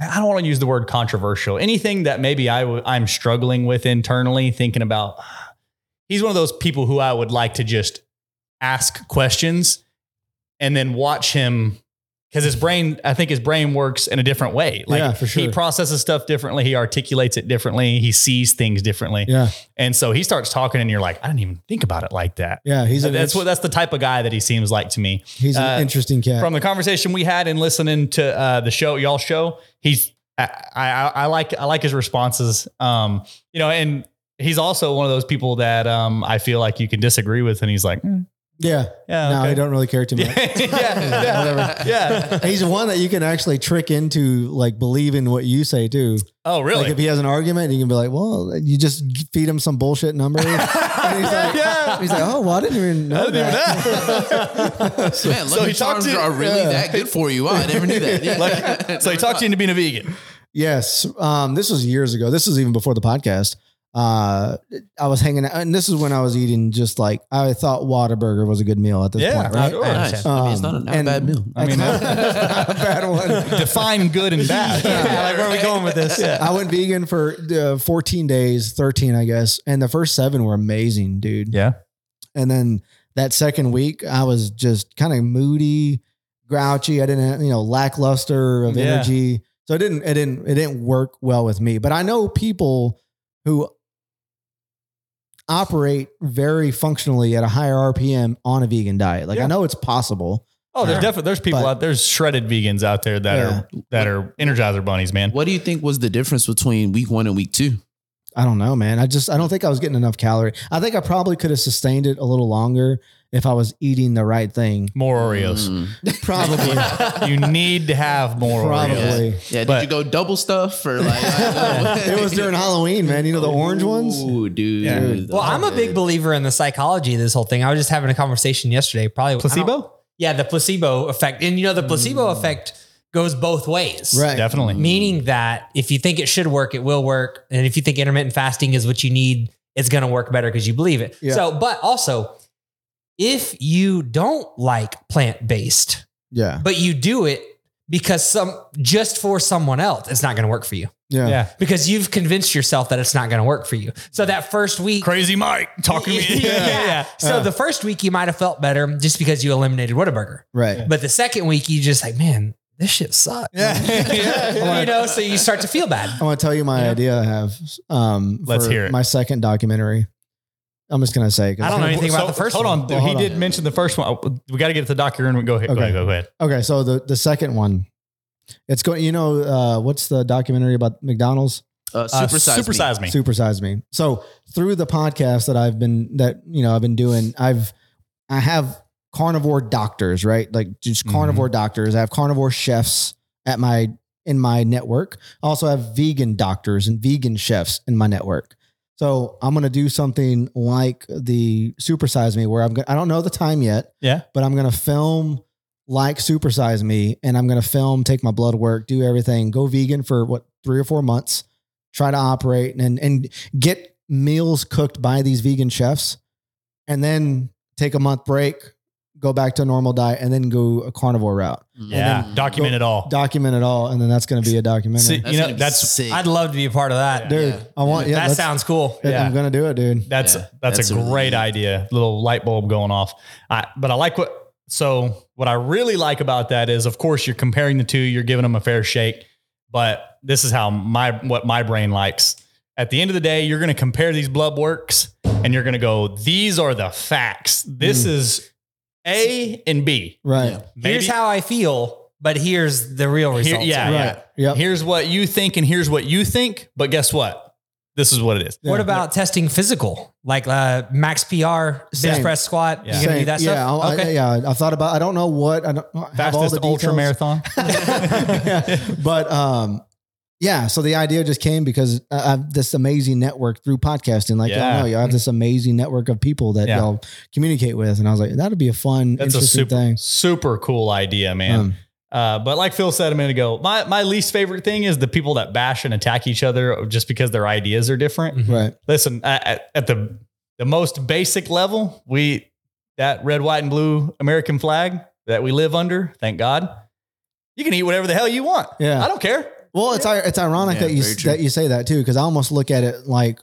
I don't want to use the word controversial. Anything that maybe I w- I'm struggling with internally, thinking about. He's one of those people who I would like to just ask questions and then watch him because his brain, I think his brain works in a different way. Like Yeah, for he sure. processes stuff differently. He articulates it differently. He sees things differently. yeah, And so he starts talking and you're like, I didn't even think about it like that. yeah. He's an, that's what that's the type of guy that he seems like to me. he's an uh, interesting cat. From the conversation we had and listening to uh, the show, y'all show, he's I, I I like I like his responses. Um, you know, and he's also one of those people that um I feel like you can disagree with, and he's like, "Mm, yeah. yeah, No, okay." I don't really care too much. yeah, yeah, Whatever. yeah. He's one that you can actually trick into like believing what you say too. Oh, really? Like if he has an argument, you can be like, "Well, you just feed him some bullshit number." and he's like, Yeah. "He's like, oh, well, I didn't even know I didn't even that." know. Man, So he lemon talked charms to- are really yeah. that good for you. Wow, I never knew that. Yeah. Like, so he Never talked you into being a vegan. yes, um, this was years ago. This was even before the podcast. Uh, I was hanging out, and this is when I was eating just like I thought Whataburger was a good meal at this Yeah, point, right? Oh, sure. thought. Nice. I mean, it's not a, not a Um, bad meal. I mean, That's not a bad one. Define good and bad. Yeah, like where are we going with this? I went vegan for uh, 14 days, 13, I guess. And the first seven were amazing, dude. Yeah. And then that second week, I was just kind of moody, grouchy. I didn't, have, you know, lackluster of Yeah. energy. So it didn't, it didn't, it didn't work well with me. But I know people who operate very functionally at a higher RPM on a vegan diet. Like Yeah. I know it's possible. Oh, there's Yeah. definitely there's people But- out there's shredded vegans out there that Yeah. are that are Energizer bunnies, man. What do you think was the difference between week one and week two? I don't know, man. I just I don't think I was getting enough calorie. I think I probably could have sustained it a little longer if I was eating the right thing. More Oreos. Mm. Probably. Mm. you need to have more Oreos. probably. Yeah, did But- you go double stuff or like? I don't know. it was during Halloween, man. You know the orange ones? Ooh, dude. Yeah. Well, I'm a big believer in the psychology of this whole thing. I was just having a conversation yesterday, probably I don't- Yeah, the placebo effect. And you know, the placebo effect goes both ways. Mm. Right. Definitely. Meaning that if you think it should work, it will work. And if you think intermittent fasting is what you need, it's going to work better because you believe it. Yeah. So, but also, if you don't like plant based, Yeah. but you do it because some just for someone else, it's not going to work for you Yeah. Yeah. because you've convinced yourself that it's not going to work for you. So that first week, Crazy Mike talking to me. yeah. Uh. So the first week you might have felt better just because you eliminated Whataburger. Right. But the second week you just like, man, this shit sucks. you know, so you start to feel bad. I want to tell you my Yeah. idea I have um Let's for hear it. my second documentary. I'm just gonna say 'cause- I don't know anything about the first hold one. On. Well, hold he did on. mention the first one. We got to get to the doctor and go ahead. Go Okay. ahead. Go ahead. Okay, so the the second one. It's going you know, uh what's the documentary about McDonald's? uh, super size. super size me. Supersize me. So through the podcast that I've been that you know I've been doing, I've I have carnivore doctors, right? Like just Mhm. carnivore doctors. I have carnivore chefs at my in my network. I also have vegan doctors and vegan chefs in my network. So I'm gonna do something like the supersize me, where I'm gonna I don't know the time yet. Yeah. But I'm gonna film like supersize me, and I'm gonna film, take my blood work, do everything, go vegan for what three or four months, try to operate and and get meals cooked by these vegan chefs, and then take a month break, go back to a normal diet, and then go a carnivore route. Yeah. then- Document it all. Document it all, and then that's gonna be a documentary. Oh. See, you know, gonna be that's- sick. I'd love to be a part of that. dude, yeah. I want yeah, that that's- sounds cool. I'm yeah. gonna do it, dude. That's Yeah, that's, that's a a really great neat- idea. Little light bulb going off. I, but I like what. So what I really like about that is, of course, you're comparing the two. You're giving them a fair shake. But this is how my what my brain likes. At the end of the day, you're going to compare these blood works, and you're going to go, "These are the facts. This is A and B." Right. Yeah. Here's how I feel, but here's the real Here- result. yeah, Right. yeah. Yep. Here's what you think, and here's what you think. But guess what? This is what it is. What about testing physical, like uh, max PR, bench Same. press, squat? Yeah. You gonna do Same. that yeah, stuff? I, I- yeah. I thought about. I don't know what. I don't I have all Fastest the ultra details. marathon. but um yeah so the idea just came because i have this amazing network through podcasting like Yeah. y'all know y'all have this amazing network of people that Yeah. y'all communicate with and i was like that'd be a fun That's a interesting super thing super cool idea, man. Um, Uh, but like Phil said a minute ago, my my least favorite thing is the people that bash and attack each other just because their ideas are different. Mhm. Um, right Listen, at, at- at the the most basic level, we that red, white, and blue American flag that we live under. Thank God, you can eat whatever the hell you want. Yeah. I don't care. well it's ir- it's ironic Yeah, that you very true. that you say that too because i almost look at it like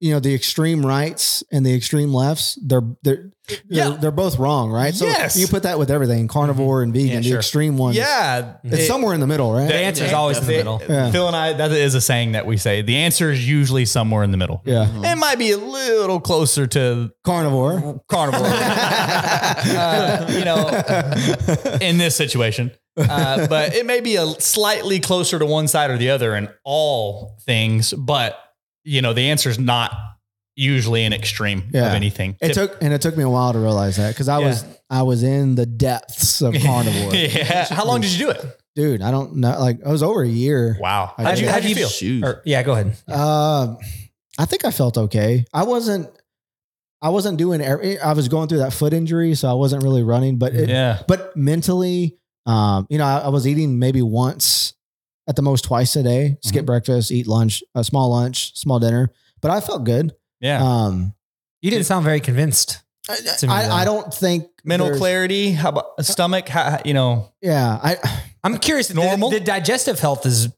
you know the extreme rights and the extreme lefts they're they're they're, Yeah. they're both wrong right so Yes. Mm-hmm. you put that with everything carnivore and vegan Yeah, the sure. extreme ones Yeah, it's it- somewhere in the middle right The answer is always in the They- middle. Yeah. Phil and I, that is a saying that we say. The answer is usually somewhere in the middle. Mm-hmm. yeah It might be a little closer to carnivore carnivore, Uh, you know, in this situation, uh, but it may be a slightly closer to one side or the other in all things. But you know, the answer is not usually an extreme Yeah. of anything. It took and it took me a while to realize that because I Yeah. was I was in the depths of carnivore, yeah. How long did you do it? dude. I don't know, like I was over a year. Wow. I How'd you, did. how'd you feel? Shoot. Or- yeah, go ahead. Um, I think I felt okay. I wasn't, I wasn't doing. Every, I was going through that foot injury, so I wasn't really running. But it, Yeah. but mentally, um, you know, I, I was eating maybe once at the most twice a day. Skip Mm-hmm. breakfast, eat lunch, a small lunch, small dinner. But I felt good. Yeah. Um, You didn't sound very convinced. I, me, I, though. I don't think Mental there's- clarity, how about stomach? How, you know, Yeah, I. I'm curious. the- Normal? The, digestive health is,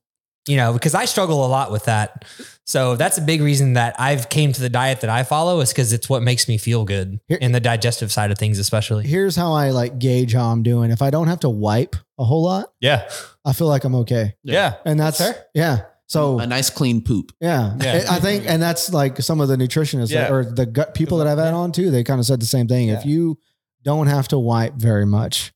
you know, because I struggle a lot with that. So that's a big reason that I've came to the diet that I follow is because it's what makes me feel good Here- in the digestive side of things, especially. here's how I like gauge how I'm doing. If I don't have to wipe a whole lot, yeah, I feel like I'm okay. yeah. And that's yeah. So a nice clean poop. yeah, Yeah. I I think, and that's like some of the nutritionists Yeah. or the gut people that I've had on too. They kind of said the same thing. If you don't have to wipe very much,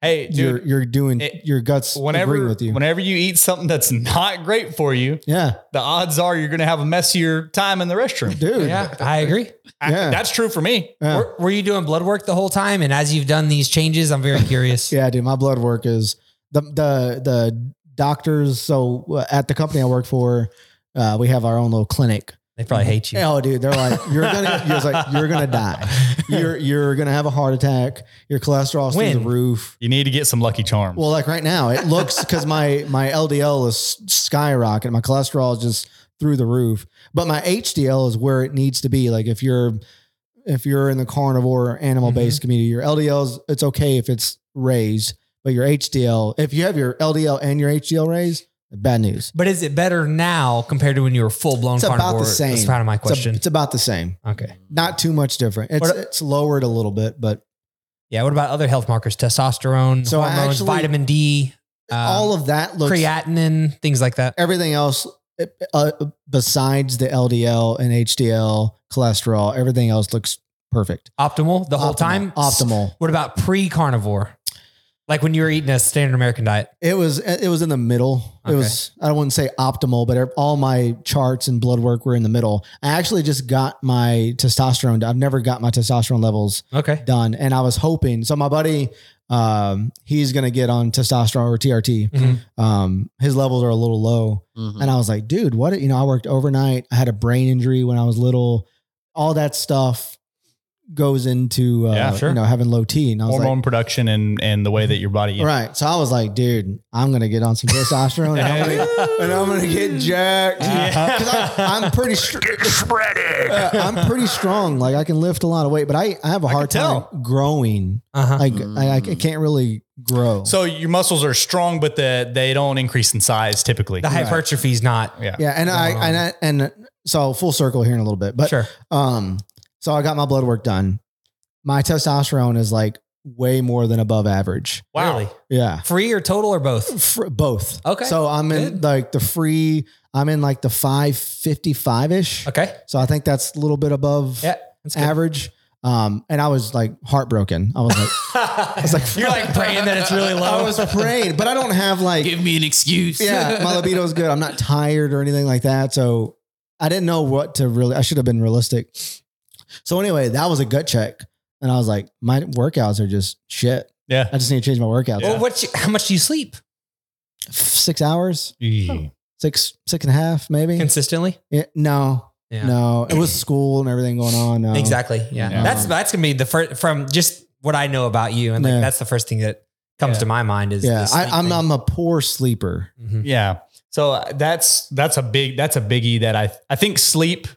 Hey, dude, you're you're doing it- your guts whenever agreeing with you. whenever you eat something that's not great for you, yeah, the odds are you're going to have a messier time in the restroom. dude. Yeah, I agree. I- Yeah. that's true for me. Yeah. Were, were you doing blood work the whole time? And as you've done these changes, I'm very curious. Yeah, dude, my blood work is the the the doctors. So uh, at the company I work for, uh, we have our own little clinic. They probably hate you. Oh, dude, they're like, you're gonna, you're like, you're gonna die. You're you're gonna have a heart attack. Your cholesterol's through When? the roof. You need to get some Lucky Charms. Well, like right now, it looks because my my LDL is skyrocketing. My cholesterol is just through the roof, but my HDL is where it needs to be. Like if you're if you're in the carnivore animal Mm-hmm. based community, your LDL's it's okay if it's raised, but your HDL, if you have your LDL and your HDL raised, bad news. But is it better now compared to when you were full blown It's about carnivore? the same. That's kind of my It's a- question. It's, about the same, okay. not too much different. It's What- it's lowered a little bit, but Yeah. What about other health markers? Testosterone, So I hormones, actually- vitamin D, uh, all of that looks creatinine, things like that. everything else uh, besides the LDL and HDL cholesterol, everything else looks perfect Optimal the whole Optimal. time. Optimal. What about pre carnivore? Like when you were eating a standard American diet. It was eh, it was in the middle. It was I wouldn't say optimal, but all my charts and blood work were in the middle. I actually just got my testosterone. done. I've never got my testosterone levels Okay. done, and I was hoping. So my buddy, um, he's gonna get on testosterone or TRT. Mhm. Um, his levels are a little low. Mhm. And I was like, dude, what? You know, I worked overnight. I had a brain injury when I was little. All that stuff goes into, uh, Yeah, sure. you know, having low T. And I was Hormone production and and the way that your body like, right. So I was like, dude, I'm going to get on some testosterone and I'm going to. And I'm gonna get jacked Yeah. 'Cause I, am pretty str- Uh, I'm pretty strong. Like I can lift a lot of weight, but I, I have a hard time tell. growing. Uh huh. Like I, I can't really grow. So your muscles are strong, but the, they don't increase in size typically. The hypertrophy is not. yeah. yeah, and I, and I and so full circle here in a little bit, but sure. Um, so I got my blood work done. My testosterone is like way more than above average. Wow. Really? Yeah. Free or total or both? For both. Okay. So I'm in Good. like the free, I'm in like the 555 ish. Okay. So I think that's a little bit above Yeah. That's good. average. Um, and I was like heartbroken. I was like, like- You're like praying that it's really low. I was praying, but I don't have like, Give me an excuse. yeah, my libido is good. I'm not tired or anything like that. So I didn't know what to really. I should have been realistic. So anyway, that was a gut check, and I was like, my workouts are just shit. Yeah. I just need to change my workouts. Yeah. Well, what? You, how much do you sleep Six hours, Yeah. six, six and a half, maybe. consistently? Yeah, no, Yeah. no, it was school and everything going on. No. Exactly. Yeah. Yeah. That's that's gonna be the first from just what I know about you, and like Yeah. that's the first thing that comes Yeah. to my mind is Yeah, the I, sleep I'm thing. I'm a poor sleeper. Mhm. Yeah. So uh, that's that's a big that's a biggie that I I think sleep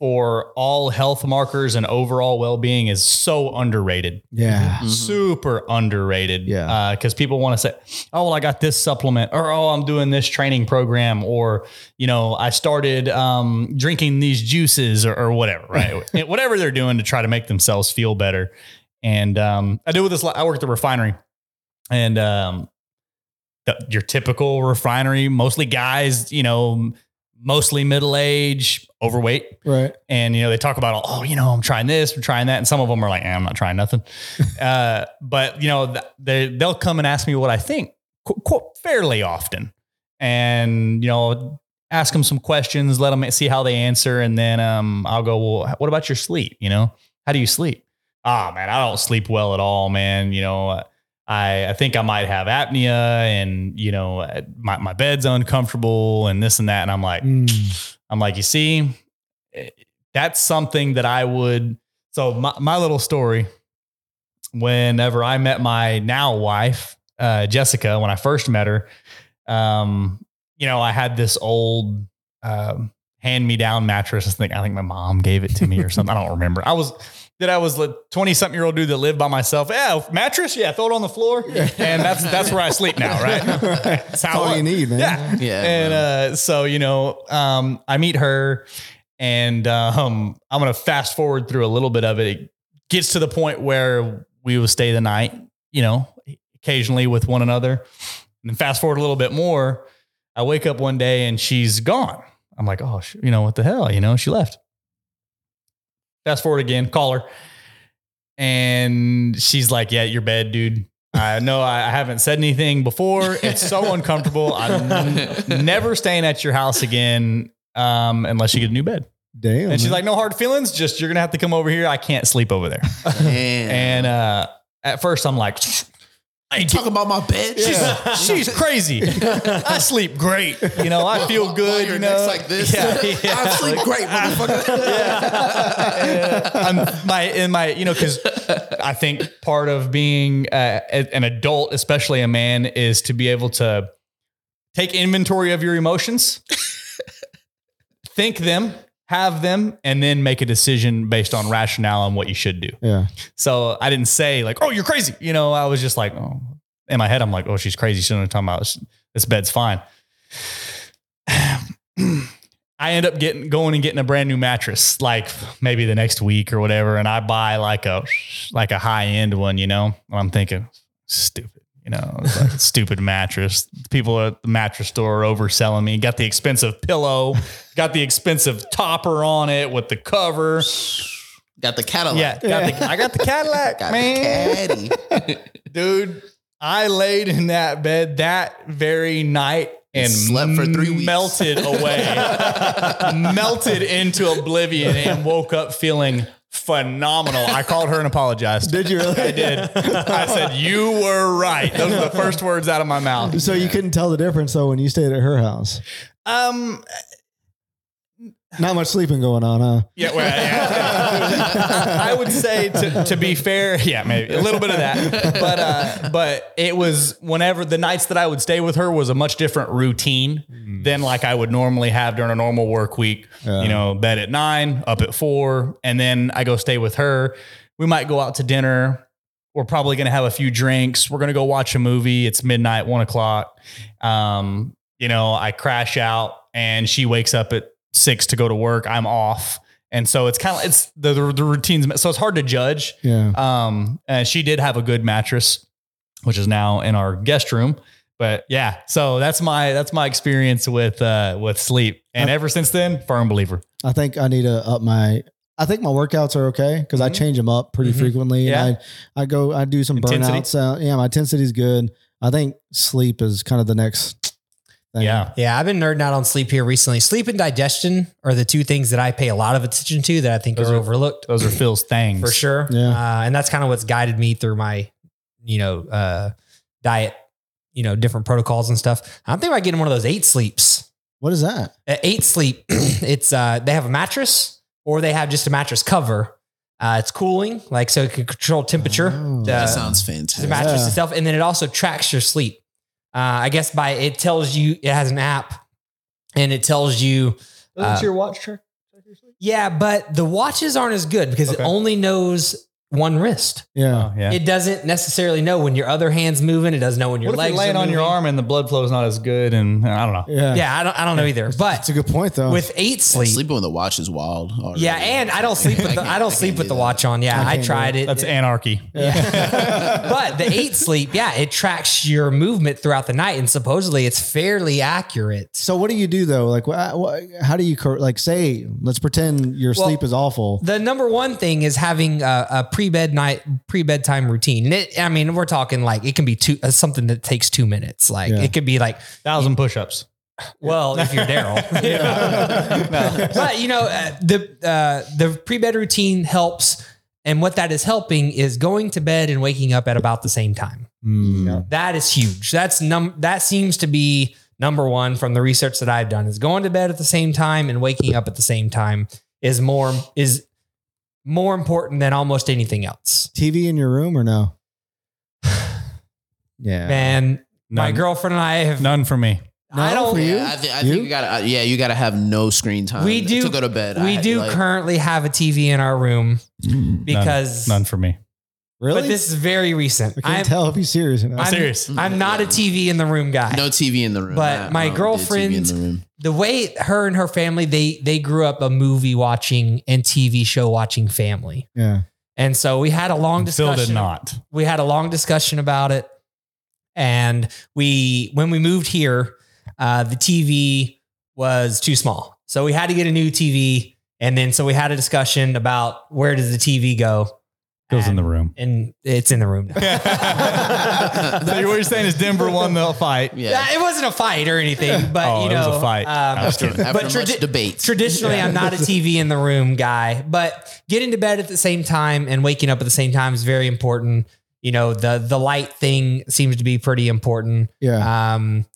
for all health markers and overall well being is so underrated. Yeah, Mhm. Super underrated. Yeah. Because people want to say, oh, well, I got this supplement, or oh, I'm doing this training program, or, you know, I started um, drinking these juices or, or whatever, right? whatever they're doing to try to make themselves feel better. And um, I do with this, I work at the refinery and um, the- your typical refinery, mostly guys, you know, mostly middle age, overweight, right. and you know they talk about oh you know i'm trying this i'm trying that and some of them are like eh, i'm not trying nothing uh, but you know th- they, they'll come and ask me what i think qu- qu- fairly often and you know ask them some questions let them see how they answer and then um, i'll go well what about your sleep you know how do you sleep ah man i don't sleep well at all man you know uh, I, I think I might have apnea and, you know, uh, my, my bed's uncomfortable and this and that. And I'm like, Mm. I'm like, you see, eh, that's something that I would. So my, my little story, whenever I met my now wife, uh, Jessica, when I first met her, um, you know, I had this old, um, hand me down mattress. I think, I think my mom gave it to me or something. I don't remember. I was, that I was a 20 something year old dude that lived by myself. Yeah. Mattress. Yeah. Throw it on the floor. And that's, that's where I sleep now. Right. That's That's all you need, man. Yeah Yeah. and man. uh, so you know, um, I meet her, and um, I'm gonna fast forward through a little bit of it. It gets to the point where we will stay the night, you know, occasionally with one another. And then fast forward a little bit more, I wake up one day and she's gone. I'm like, oh, sh- you know what the hell, you know, she left. Fast forward again, call her, and she's like, yeah, your bed, dude. I know I I haven't said anything before. It's so uncomfortable. I'm n- never staying at your house again um, unless you get a new bed. Damn. And she's man. like, no hard feelings. Just you're gonna have to come over here. I can't sleep over there. and And uh, at first, I'm like, I ain't talk about my bed. She's, Yeah. she's crazy. I sleep great. You know, I feel Why good. your you neck's know, like this. Yeah, yeah. I sleep great, motherfucker. I'm my in my you know because I think part of being uh, a- an adult, especially a man, is to be able to take inventory of your emotions, think them, have them, and then make a decision based on rationale on what you should do. yeah. So I didn't say like, "Oh, you're crazy." You know, I was just like, "Oh." In my head, I'm like, "Oh, she's crazy." She's not talking about this- this bed's fine. I end up getting going and getting a brand new mattress, like maybe the next week or whatever, and I buy like a like a high end one. You know, and I'm thinking stupid. You know, it's like, stupid mattress. People at the mattress store are overselling me. Got the expensive pillow, got the expensive topper on it with the cover. Got the Cadillac. Yeah, got the, I got the Cadillac, Got man the caddy. dude. I laid in that bed that very night and Slept for three weeks. melted away, melted into oblivion, and woke up feeling phenomenal. I called her and apologized. Did you really? I did. I said you were right. Those are the first words out of my mouth. So you couldn't tell the difference though when you stayed at her house. Um, Not much sleeping going on, huh? Yeah, well, yeah. I would say to, to be fair, yeah, maybe a little bit of that, but uh, but it was whenever the nights that I would stay with her was a much different routine Mm. than like I would normally have during a normal work week. Uh-huh. You know, bed at nine, up at four, and then I go stay with her. We might go out to dinner. We're probably gonna have a few drinks. We're gonna go watch a movie. It's midnight, one o'clock. Um, you know, I crash out, and she wakes up at six to go to work. I'm off. And so it's kind of it's the, the the routines. So it's hard to judge. Yeah. Um, and she did have a good mattress, which is now in our guest room. But yeah, so that's my that's my experience with uh with sleep. And ever since then, firm believer. I think I need to up my. I think my workouts are okay because I Mm-hmm. Mhm. change them up pretty Mhm. frequently. Yeah. And I, I go, I do some Intensity? burnouts. Uh, yeah, my intensity is good. I think sleep is kind of the next thing. Yeah. Yeah, I've been nerding out on sleep here recently. Sleep and digestion are the two things that I pay a lot of attention to that I think Those are are- overlooked Those are Phil's things. for sure. Yeah. Uh, and that's kind of what's guided me through my, you know, uh, diet, you know, different protocols and stuff. I'm thinking about getting one of those eight sleeps. What is that? Uh, eight sleep, it's uh, they have a mattress or they have just a mattress cover. Uh, it's cooling, like so it can control temperature. Oh. Uh, that sounds the fantastic. mattress Yeah. itself, and then it also tracks your sleep. Uh, I guess by it tells you it has an app, and it tells you. Doesn't your watch track? Yeah, but the watches aren't as good because Okay. it only knows one wrist. Yeah. Oh, yeah. It doesn't necessarily know when your other hand's moving. It doesn't know when your what if legs you're laying are on your moving. arm and the blood flow is not as good? And I don't know. Yeah. Yeah, I don't. I don't know either. That's But a good point though. with eight sleep, Sleeping with a watch is wild. Oh, already. yeah, and I don't sleep. With the, can't- I don't can't sleep with do the that. watch on. Yeah, I I, can't do tried it. That's anarchy. but the eight sleep, yeah, it tracks your movement throughout the night, and supposedly it's fairly accurate. so what do you do though? Like, wha wha how do you cor- like say? Let's pretend your Well, sleep is awful. The number one thing is having a, a pre bed night, pre bedtime routine. And it, I mean, we're talking like it can be two, uh, something that takes two minutes. Like Yeah. it could be like, Thousand push-ups. well, if you're Daryl, but you know, uh, the uh, the pre bed routine helps, and what that is helping is going to bed and waking up at about the same time. Hmm. That is huge. That's num that seems to be number one from the research that I've done is going to bed at the same time and waking up at the same time is more is more important than almost anything else. TV in your room or no? yeah. Man, my None- girlfriend and I have None for me. I No, don't for you? Yeah, I, thi- I You? think you gotta. uh, yeah, you gotta have no screen time. We do- to go to bed. we I- do like- currently have a TV in our room because None for me. really? but this is very recent. I can't I'm, tell if you're serious. Or not. I'm- Serious. I'm not a TV in the room guy. no TV in the room. But I- I my don't do TV in the girlfriend- room. the way her and her family they they grew up a movie watching and TV show watching family. yeah. And so we had a long Phil discussion. did not. We had a long discussion about it. And we when we moved here, uh, the TV was too small. So we had to get a new TV. And then so we had a discussion about where does the TV go? Goes in the room. and it's in the room. Now. so what you're saying is Denver won the fight. Yeah. It wasn't a fight or anything, but Oh, you it was know, a fight. um, After, after But much tradi- debate. Traditionally, I'm not a TV in the room guy, but getting to bed at the same time and waking up at the same time is very important. You know, the the light thing seems to be pretty important. Yeah. Um,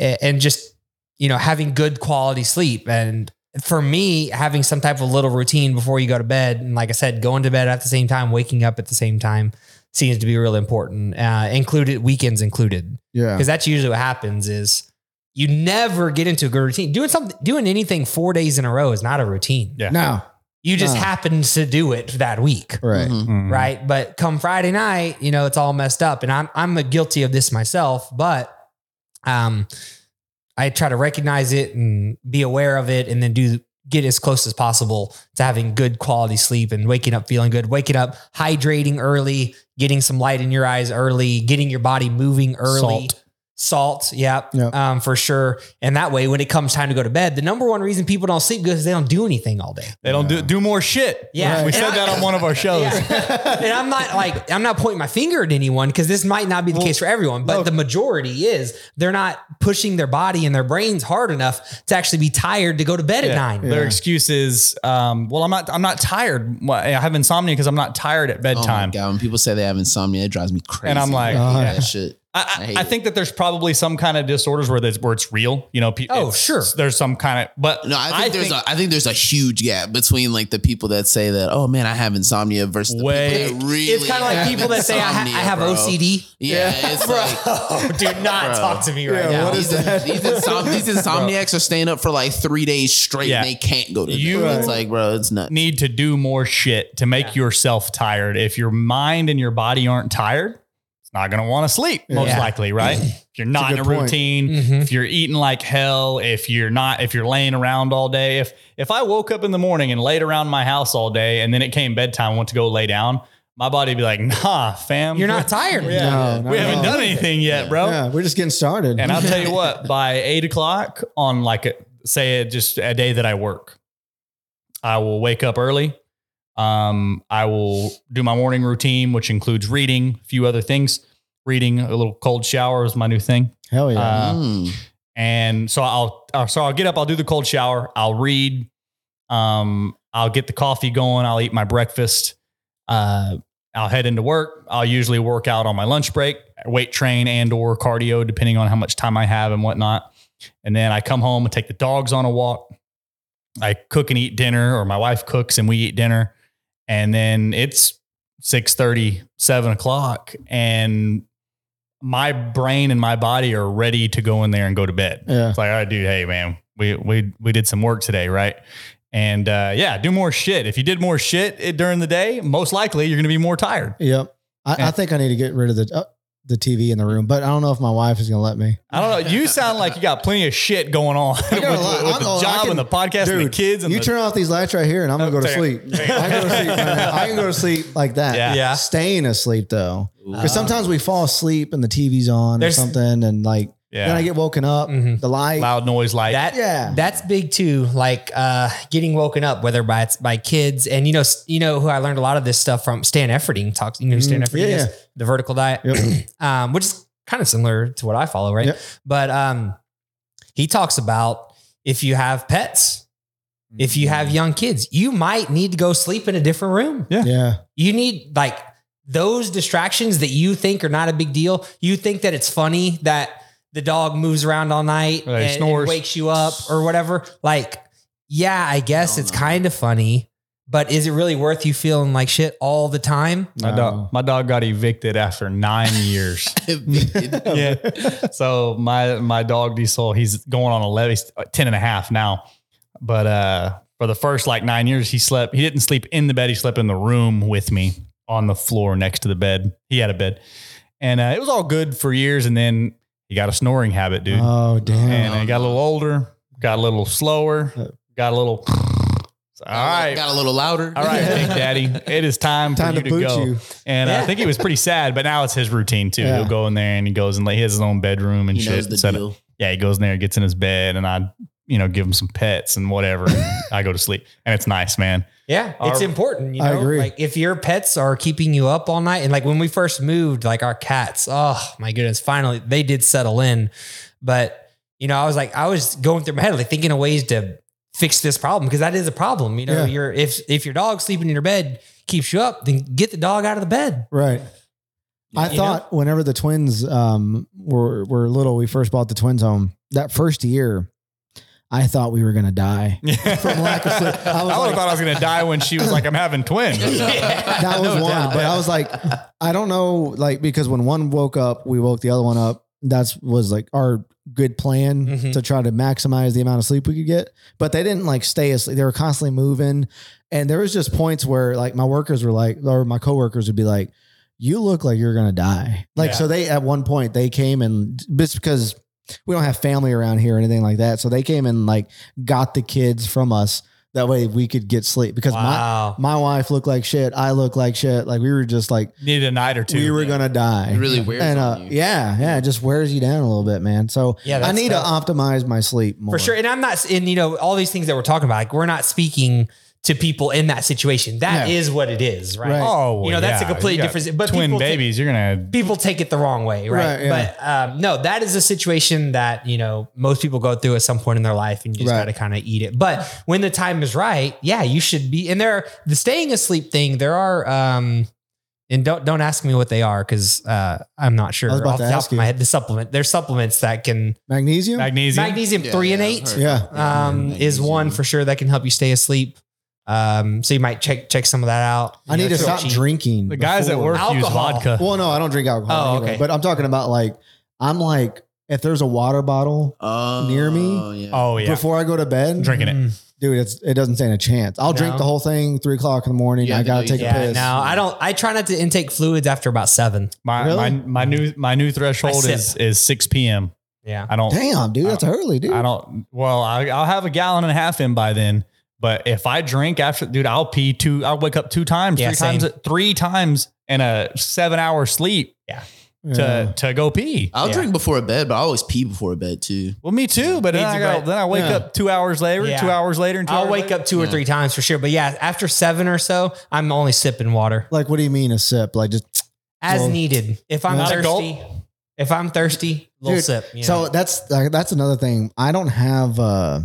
a- and just you know having good quality sleep and for me having some type of little routine before you go to bed and like I said, going to bed at the same time, waking up at the same time seems to be real important. Uh, included weekends included Yeah. because that's usually what happens is you never get into a good routine doing something doing anything four days in a row is not a routine Yeah. Now, you just No. happen to do it that week right. Mhm. Mm-hmm. right but come friday night you know it's all messed up and i'm i'm guilty of this myself but um i try to recognize it and be aware of it and then do get as close as possible to having good quality sleep and waking up feeling good waking up hydrating early getting some light in your eyes early getting your body moving early Salt. Salt, yeah, Yep. um, for sure. And that way, when it comes time to go to bed, the number one reason people don't sleep is because they don't do anything all day. They don't do do more shit. Yeah. we Right. said that on one of our shows. Yeah. and I'm not like I'm not pointing my finger at anyone because this might not be the case for everyone, but no. the majority is they're not pushing their body and their brains hard enough to actually be tired to go to bed at Yeah. nine. Their excuse is, um, well, I'm not, I'm not tired. Well, I have insomnia because I'm not tired at Oh my bedtime. God, when people say they have insomnia, it drives me crazy. And I'm like, I hate God. that shit. I I, hate I, I think that there's probably some kind of disorders where there's, where it's real. You know, pe- Oh, it's- sure. There's some kind of, but No, I think there's a I think there's a huge gap between like the people that say that, oh man, I have insomnia versus the Way- people that really it's kind of like have people that say I, ha- I insomnia, have bro. OCD. Yeah, it's like do not Bro. talk to me right Yeah, now. what is- these, these, insom- these insomniacs are staying up for like three days straight Yeah. and they can't go to You- bed. It's like, bro, it's nuts. need to do more shit to make yourself tired. If your mind and your body aren't tired, it's not going to want to sleep, most Yeah. likely, right? If you're not in good a point. routine, Mhm. if you're eating like hell, if you're not, if you're laying around all day, if if I woke up in the morning and laid around my house all day, and then it came bedtime, and went to go lay down, my body'd be like, Nah, fam, You're not tired. Yeah. No, not we at haven't all. done anything yet, bro. Yeah, we're just getting started. And I'll tell you what, by eight o'clock on like a, say it just a day that I work, I will wake up early. Um, I will do my morning routine, which includes reading, a few other things. Reading a little cold shower is my new thing. Hell yeah. Uh, Mm. and so I'll uh, so I'll get up, I'll do the cold shower, I'll read, um, I'll get the coffee going, I'll eat my breakfast, uh, I'll head into work. I'll usually work out on my lunch break, weight train and or cardio, depending on how much time I have and whatnot. And then I come home and take the dogs on a walk. I cook and eat dinner, or my wife cooks and we eat dinner. And then it's 6 7 o'clock. And my brain and my body are ready to go in there and go to bed. yeah. It's like, all right, dude, hey man, we we we did some work today, right? And uh, yeah, do more shit. If you did more shit it- during the day, most likely you're gonna be more tired. Yep. I, Yeah. I think I need to get rid of the uh, the TV in the room, but I don't know if my wife is going to let me. I don't know. You sound like you got plenty of shit going on with, got a lot. with I'm- the oh, I job can- and the podcast and the Dude, kids. And You the, turn off these lights right here, and I'm gonna No, go to take- sleep. take- I can go to sleep. right now. I can go to sleep like that. Yeah. Uh, Yeah. Staying asleep though, Ooh. because sometimes we fall asleep and the TV's on There's- or something, and like then I yeah, Mm. get woken up. Mhm. The light. loud noise like That Yeah. that's big too. Like uh, getting woken up, whether by it's by kids, and you know, s- you know who I learned a lot of this stuff from. Stan Efferding talks. You know, who Stan Mm, Efferding yeah, is yeah. the vertical diet, Yep. um, which is kind of similar to what I follow, right? Yep. But um, he talks about if you have pets, if you Mm. have young kids, you might need to go sleep in a different room. yeah. You need like those distractions that you think are not a big deal. You think that it's funny that the dog moves around all night Or they and, and snores. wakes you up or whatever. Like, yeah, I guess No, it's no. kind of funny, but is it really worth you feeling like shit all the time? my No. dog. My dog got evicted after nine years. yeah. So my my dog Diesel, he's going on 11, he's 10 and a half now. But uh for the first like 9 years he slept he didn't sleep in the bed, he slept in the room with me on the floor next to the bed. He had a bed. And uh, it was all good for years and then he got a snoring habit, dude. Oh and damn. he got a little older, got a little slower, got a little It's, All right. Got a little louder. All right, Big Daddy. It is time, Time for to you to, boot go. you. And uh, Yeah. I think he was pretty sad, but now it's his routine too. Yeah. He'll go in there and he goes and like, he has his own bedroom and He shit. knows and the set up- deal. yeah, he goes in there, gets in his bed, and I you know, give them some pets and whatever. and I go to sleep and it's nice, man. Yeah, it's Our- important. You know? I agree. Like if your pets are keeping you up all night, and like when we first moved, like our cats, oh my goodness, finally they did settle in. But you know, I was like, I was going through my head, like thinking of ways to fix this problem because that is a problem. You Yeah. know, your if if your dog sleeping in your bed keeps you up, then get the dog out of the bed. Right. I You thought whenever the twins um, were were little, we first bought the twins home. That first year, I thought we were gonna die. From lack of sleep. I I, was would've like- thought I was going to die when she was like, I'm having twins. That was one, but I was like, I don't know, like because when one woke up, we woke the other one up. That's was like our good plan Mhm. to try to maximize the amount of sleep we could get. But they didn't like stay asleep. They were constantly moving, and there was just points where like my workers were like, or my coworkers would be like, "You look like you're gonna die." Like Yeah. so, they at one point they came and just because we don't have family around here or anything like that, so they came and like got the kids from us. That way we could get sleep because my Wow. my wife looked like shit. I look like shit. Like we were just like Need a night or two. we were gonna die. It really wears and uh, on you. yeah, yeah, it just wears you down a little bit, man. So Yeah, I that's need to optimize my sleep more for sure. And I'm not, and you know, all these things that we're talking about, like we're not speaking to people in that situation. That is No. what it is, right? Right. Oh, you know, that's a yeah. completely You got different. But twin people take- babies. you're going to. people take it the wrong way, right? Right, yeah. But um, no, that is a situation that you know most people go through at some point in their life, and you just Right. got to kind of eat it. But when the time is right, yeah, you should be. And there, are, the staying asleep thing, there are. um and don't don't ask me what they are because uh, I'm not sure. I was about Off the to top ask of my you. head, the supplement there's supplements that can magnesium. Magnesium. magnesium Yeah, three yeah, and I've eight heard Yeah. about that. um, Yeah, is one magnesium. for sure that can help you stay asleep. Um, so you might check check some of that out. I need to That's real stop cheap. drinking. The guys at before- work use Alcohol. vodka. Well, no, I don't drink alcohol. Oh, anyway, okay. But I'm talking about like I'm like if there's a water bottle Oh, near me? Yeah. Oh, yeah. before I go to bed, Drinking Mm-hmm. it. Mm. dude. It's it doesn't stand a chance. I'll drink No. the whole thing three o'clock in the morning. You I have to gotta know take you a Yeah, piss. no, I don't. I try not to intake fluids after about seven. My, Really? my my new my new threshold I is sip. is six p.m. Yeah, I don't Damn, dude, that's early, dude. I uh, don't. Well, I, I'll have a gallon and a half in by then. But if I drink after, dude, I'll pee two. I'll wake up two times, Yeah, three same. times, three times, and a seven hour sleep Yeah. to to go pee. I'll Yeah. drink before bed, but I always pee before bed too. Well, me too. But then Easy, I, got, but- then I wake Yeah. up two hours later, Yeah. two hours later, and two I'll hours wake later. up two or Yeah. three times for sure. But yeah, after seven or so, I'm only sipping water Like, what do you mean a sip? Like, just as Well, needed. If I'm yeah. Not a gulp? thirsty, if I'm thirsty, little Dude, sip. you So know. that's like, that's another thing. I don't have. uh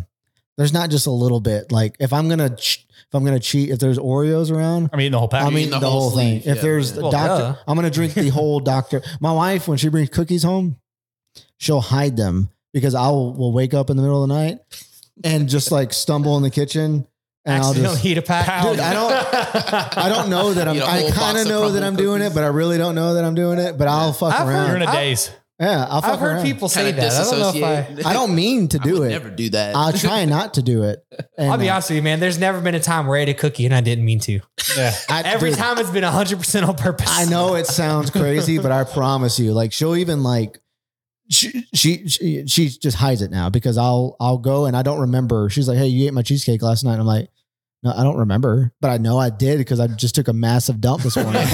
There's not just a little bit. Like if I'm gonna ch- if I'm gonna cheat, if there's Oreos around, I'm eating the whole pack. I I'm mean eating the, whole thing. sleeve. If Yeah, there's yeah. a Well, doctor, duh. I'm gonna drink the whole doctor. My wife, when she brings cookies home, she'll hide them because I will, will wake up in the middle of the night and just like stumble in the kitchen and I'll accidentally just. eat a pack. Dude, I don't. I don't know that I'm. Eat a I whole kind box of of know that crumbled I'm doing it, cookies. but I really don't know that I'm doing it. But I'll fuck I've around. You're in a I- daze. yeah, I'll fuck I've heard around. people say Kinda that. I don't know if I. disassociate. I don't mean to I do would it. Never do that. I'll try not to do it. And, I'll be uh, honest with you, man. There's never been a time where I ate a cookie and I didn't mean to. Yeah. I- Every dude, time it's been 100% on purpose. I know it sounds crazy, but I promise you, like she'll even like she, she she she just hides it now because I'll I'll go and I don't remember. She's like, "Hey, you ate my cheesecake last night." And I'm like, "No, I don't remember, but I know I did because I just took a massive dump this morning."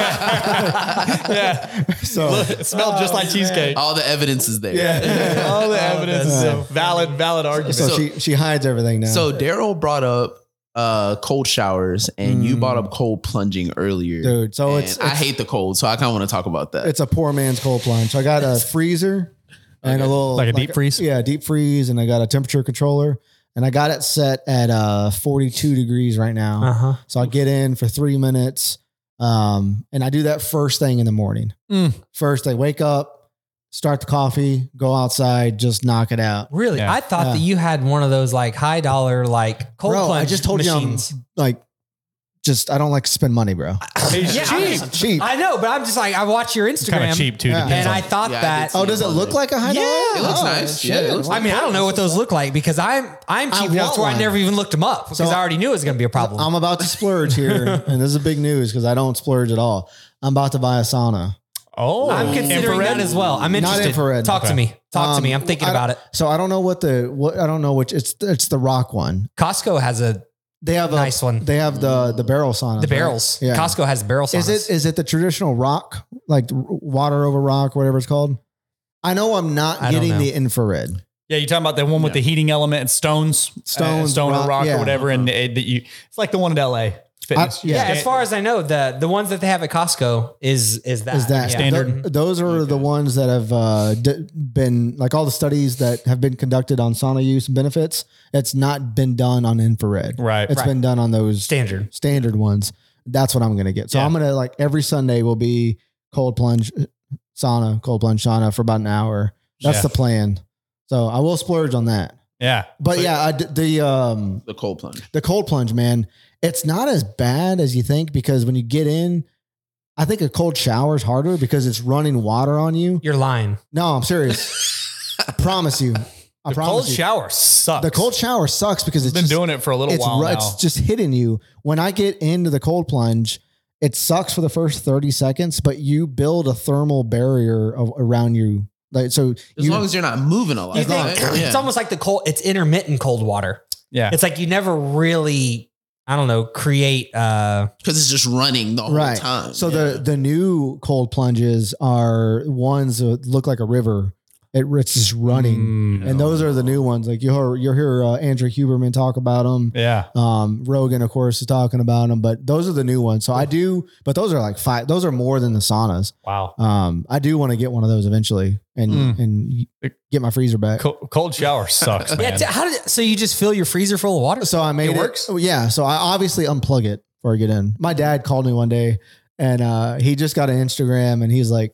yeah. so It smelled just Oh, like man. cheesecake. All the evidence is there. Yeah. All the Oh, evidence that's is so a valid, valid argument. so So- she she hides everything now. So Daryl brought up uh, cold showers, and you Mm. brought up cold plunging earlier. dude, so And it's, I it's hate the cold, so I kind of want to talk about that. it's a poor man's cold plunge. I got a freezer and a Okay. little Like a deep freeze? Yeah, deep freeze, and I got a temperature controller, and I got it set at uh 42 degrees right now. Uh-huh. So I get in for three minutes, um, and I do that first thing in the morning. Mm. First, I wake up, start the coffee, go outside, just knock it out. Really? Yeah. I thought Yeah. that you had one of those like high dollar like cold Bro, I plunge just told you I'm- machines. Like, just I don't like to spend money, bro. He's Yeah, cheap. I'm It's cheap. I know, but I'm just like I watch your It's Instagram kind of cheap too. Yeah. and depends on- I thought Yeah, I that. did oh, does it look like a high Yeah. dollar? It looks Oh, nice. Yeah, it looks I mean, I don't know what those look like because I'm I'm I cheap enough want to where I one. never even looked them up because So- I already knew it was going to be a problem. I'm about to splurge here, and this is big news because I don't splurge at all. I'm about to buy a sauna. oh, I'm considering that infrared? as well. I'm Not interested. infrared. Talk to Okay. me. Talk to Um, me. I'm thinking I don't- about it. So I don't know what the what I don't know which it's it's the rock one. Costco has a They have a, nice one. They have the the barrel sauna. The barrels. Yeah. Costco has barrel saunas. Is it is it the traditional rock like r- water over rock, whatever it's called? I know I'm not I don't getting know. the infrared. Yeah, you're talking about the one with the Yeah. heating element and stones, uh, Stones, stone rock, or rock yeah. or whatever, and it, that you. It's like the one at LA Fitness. I- yeah. Yeah, as far as I know, the the ones that they have at Costco is is that Is that yeah. Standard. Th- those are the ones that have uh, d- been like all the studies that have been conducted on sauna use and benefits. It's not been done on infrared. Right. It's Right. been done on those standard? standard ones. That's what I'm gonna get. So Yeah. I'm gonna like every Sunday will be cold plunge uh, sauna, cold plunge sauna for about an hour. That's Yeah. the plan. So I will splurge on that. yeah. But yeah, I d the um The cold plunge. the cold plunge, man, it's not as bad as you think because when you get in, I think a cold shower is harder because it's running water on you. You're lying. No, I'm serious. I promise you. I The promise cold you. shower sucks. the cold shower sucks because it's been just, doing it for a little it's, while ru- now. it's just hitting you. When I get into the cold plunge, it sucks for the first 30 seconds, but you build a thermal barrier of, around you. Like so As you, long as you're not moving a lot. You think right? it's almost like the cold? It's intermittent cold water. yeah. It's like you never really, I don't know, create. uh because it's just running the whole Right. time. So the the new cold plunges are ones that look like a river. It, it's just running, Mm, and those are the new ones. Like you heard, you hear uh, Andrew Huberman talk about them. yeah. Um, Rogan, of course, is talking about them, but those are the new ones. So I do, but those are like five. Those are more than the saunas. Wow. Um, I do want to get one of those eventually, and Mm. Hmm. and get my freezer back. Cold, cold shower sucks, Yeah. man. t- how did so you just fill your freezer full of water? So I made It it, works? oh, Yeah. So I obviously unplug it before I get in. My dad called me one day and uh, he just got an Instagram and he's like,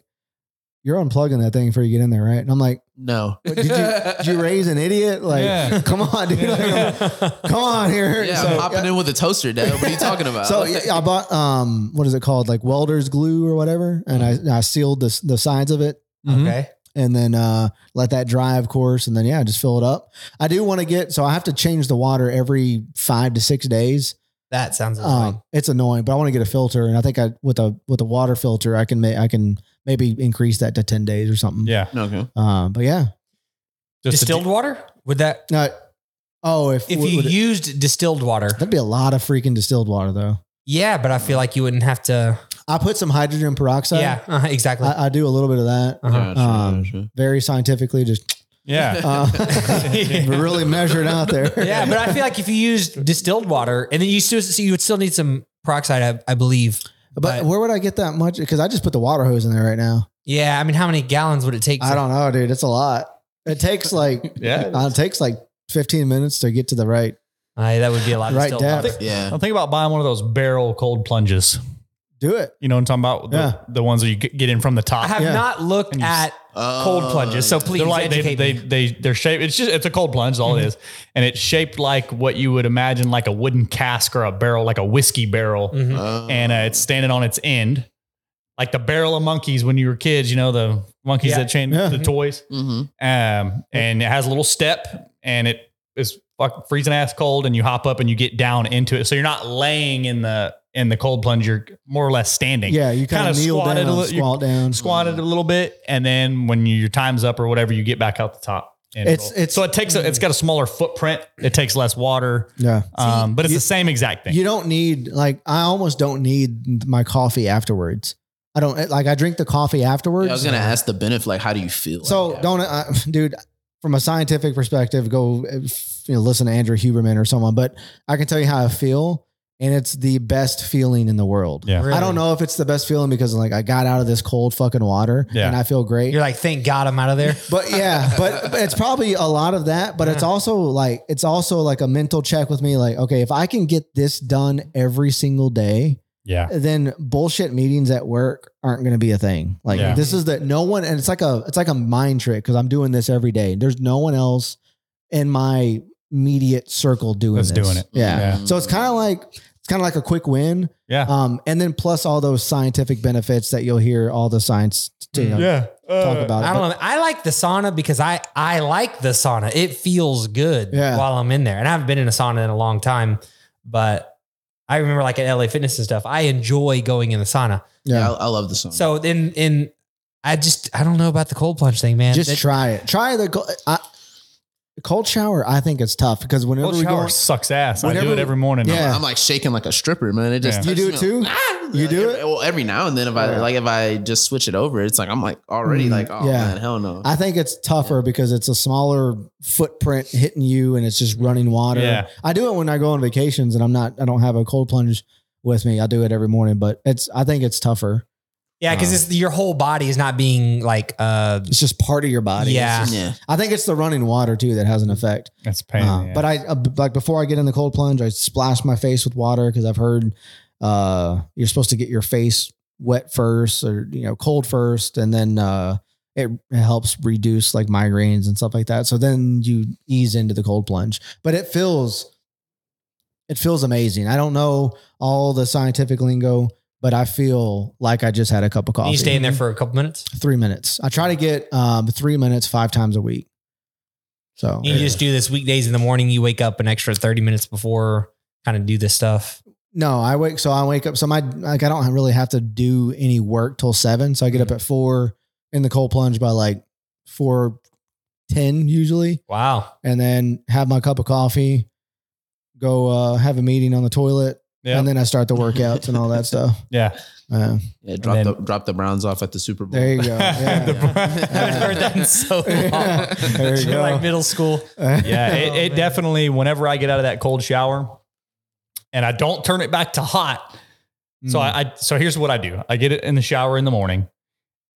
You're unplugging that thing before you get in there, right? And I'm like, no. "What, Did you, did you raise an idiot? Like, Yeah. come on, dude. Like, I'm- come on here. Yeah, so, I'm hopping in with a toaster, Dad. What are you talking about? so yeah, I bought um, what is it called? Like welder's glue or whatever. And I, Hmm. I sealed the, the sides of it Mhm. okay. and then uh, let that dry, of course, and then yeah, just fill it up. I do want to get so I have to change the water every five to six days. That sounds annoying. Um, it's annoying, but I want to get a filter, and I think I with a with a water filter, I can make I can maybe increase that to ten days or something. Yeah. okay. Um, but yeah, Just a distilled water? Would that no. Oh, if, if would- you would it- used distilled water? that'd be a lot of freaking distilled water though. Yeah, but I feel like you wouldn't have to. I put some hydrogen peroxide. yeah, uh, exactly. I, I do a little bit of that. Uh-huh. Gotcha, Um, gotcha. Very scientifically, just yeah. uh, really measured out there. yeah, but I feel like if you used distilled water and then you still so you would still need some peroxide, I, I believe. But But- where would I get that much? Because I just put the water hose in there right now. Yeah, I mean, how many gallons would it take? I to- don't know, dude. It's a lot. It takes like Yeah. uh, it takes like 15 minutes to get to the right Aye, that would be a lot. of right distilled depth. water. Yeah. I'm thinking about buying one of those barrel cold plunges. Do it. You know what I'm talking about? The, Yeah. the ones that you g- get in from the top. I have Yeah. not looked And you s- at cold Uh, plunges, so please they're like they, educate they me. Mm-hmm. they they're shaped. It's just it's a cold plunge, is all it is, and it's shaped like what you would imagine, like a wooden cask or a barrel, like a whiskey barrel, Mhm. and uh, it's standing on its end, like the barrel of monkeys when you were kids. You know the monkeys Yeah. Mm-hmm. that chain Yeah. the toys. hmm Um, and it has a little step, and it is fuck freezing ass cold, and you hop up and you get down into it. So you're not laying in the in the cold plunge. You're more or less standing. Yeah, you kind of Kinda kneel down, squatted a little- you- squat down. squatted a little bit, and then when you, your time's up or whatever, you get back out the top. And It's- roll. it's- so it takes a, it's got a smaller footprint. It takes less water, Yeah. um, but it's you- the same exact thing. You don't need like I almost don't need my coffee afterwards. I don't eh, like I drink the coffee afterwards. I was gonna ask the benefit, like, how do you feel? So like, don't, uh, dude. From a scientific perspective, go uh, f- you know, listen to Andrew Huberman or someone. But I can tell you how I feel, and it's the best feeling in the world. Yeah. I don't know if it's the best feeling because like I got out of this cold fucking water Yeah. and I feel great. You're like, thank God I'm out of there. But yeah, but, but it's probably a lot of that. But it's Yeah. also like it's also like a mental check with me. Like, okay, if I can get this done every single day, yeah, then bullshit meetings at work aren't going to be a thing. Like Yeah. this is the no one, and it's like a it's like a mind trick because I'm doing this every day. There's no one else in my immediate circle doing That's this. doing it. Yeah. Mm-hmm. Yeah. So it's kind of like it's kind of like a quick win. Yeah. Um, and then plus all those scientific benefits that you'll hear all the science you know, Mm-hmm. yeah. talk about. I it. don't know. I like the sauna because I I like the sauna. It feels good Yeah. while I'm in there, and I haven't been in a sauna in a long time. But I remember like at LA Fitness and stuff. I enjoy going in the sauna. yeah. I, I love the song. So in in I just I don't know about the cold plunge thing, man. Just That- try it. Try the. go- I, cold shower, I think it's tough because whenever Cold we shower go, sucks ass. I do Whenever it we- every morning. Yeah. I'm like shaking like a stripper, man. It just Ah, Yeah. you do it too. You Like, do every- it. well every now and then. If I Yeah. like, if I just switch it over, it's like I'm like already Mm, like, oh yeah. Ah. man, hell no. I think it's tougher because it's a smaller footprint hitting you, and it's just running water. Yeah. I do it when I go on vacations, and I'm not. I don't have a cold plunge with me. I do it every morning, but it's. I think it's tougher. Yeah, because Uh, it's your whole body is not being like uh It's just part of your body. It's Yeah. just- yeah, I think it's the running water too that has an effect. That's a pain. Uh, But I uh, b- like before I get in the cold plunge, I splash my face with water because I've heard uh, you're supposed to get your face wet first or you know cold first, and then uh, it helps reduce like migraines and stuff like that. So then you ease into the cold plunge, but it feels it feels amazing. I don't know all the scientific lingo, but I feel like I just had a cup of coffee. you stay in there for a couple minutes. three minutes. I try to get um, three minutes five times a week. So You just do this weekdays in the morning. You wake up an extra thirty minutes before, kind of do this stuff. No, I wake. So I wake up. So my like I don't really have to do any work till seven. So I Mm. get up at four in the cold plunge by like four ten usually, Wow. and then have my cup of coffee, go uh, have a meeting on the toilet, yeah. and then I start the workouts and all that stuff. yeah. Uh, yeah. Drop then- the drop the Browns off at the Super Bowl. there you go. The Yeah. br- I haven't heard that in so long. There you go. like middle school. yeah, Oh, it, it man. definitely. Whenever I get out of that cold shower, and I don't turn it back to hot, so Mm. I, I so here's what I do: I get it in the shower in the morning.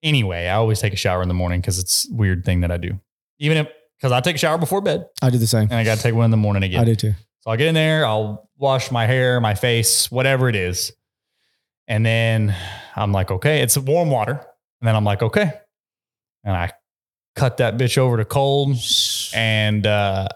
Anyway, I always take a shower in the morning because it's a weird thing that I do. Even if because I take a shower before bed I do the same. and I got to take one in the morning again. I do too. So I'll get in there, I'll wash my hair, my face, whatever it is. And then I'm like, okay, it's warm water. And then I'm like, okay. And I cut that bitch over to cold. And uh,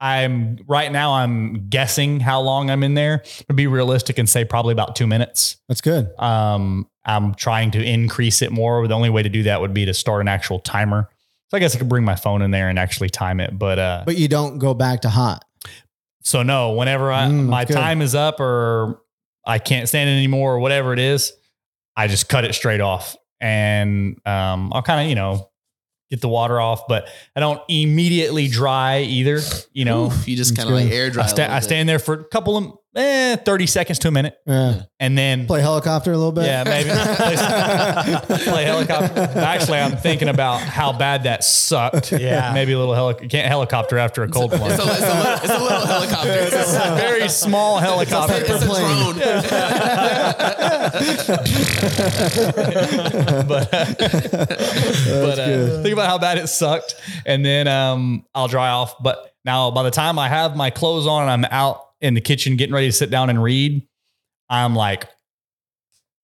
I'm right now, I'm guessing how long I'm in there. To be realistic and say probably about two minutes. That's good. Um, I'm trying to increase it more. The only way to do that would be to start an actual timer. So I guess I could bring my phone in there and actually time it. But uh, But you don't go back to hot. so no, whenever I, Mm, my good. time is up or I can't stand it anymore or whatever it is, I just cut it straight off and um, I'll kind of you know get the water off, but I don't immediately dry either. You know, Oof, you just That's kind of like good. air dry. I, a sta- little I bit. stand there for a couple of eh, thirty seconds to a minute, Yeah. and then Uh, Play helicopter a little bit. yeah, maybe play helicopter. Actually, I'm thinking about how bad that sucked. Yeah. maybe a little helic- can't helicopter after a cold one. It's a, it's, a little, it's a little helicopter. It's a, It's a very small helicopter. it's a paper plane. drone. but uh, but uh, good. think about how bad it sucked, and then um, I'll dry off. But now, by the time I have my clothes on and I'm out in the kitchen getting ready to sit down and read, I'm like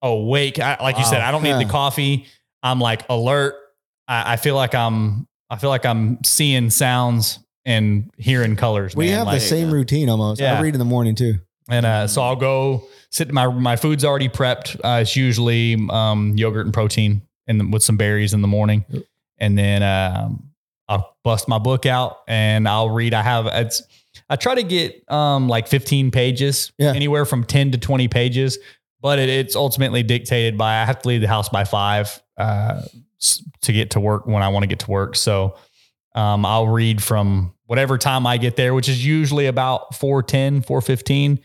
awake. I, like you Wow. said, I don't need Yeah. the coffee. I'm like alert. I, I feel like I'm. I feel like I'm seeing sounds and hearing colors. We man. have like, the same routine almost. Yeah. I read in the morning too. And uh, so I'll go sit. My my food's already prepped. Uh, it's usually um, yogurt and protein, and then with some berries in the morning. And then um, I'll bust my book out and I'll read. I have it's. I try to get um, like 15 pages, Yeah. anywhere from 10 to 20 pages, but it, it's ultimately dictated by I have to leave the house by five uh, s- to get to work when I want to get to work. So um, I'll read from whatever time I get there, which is usually about 410, 415.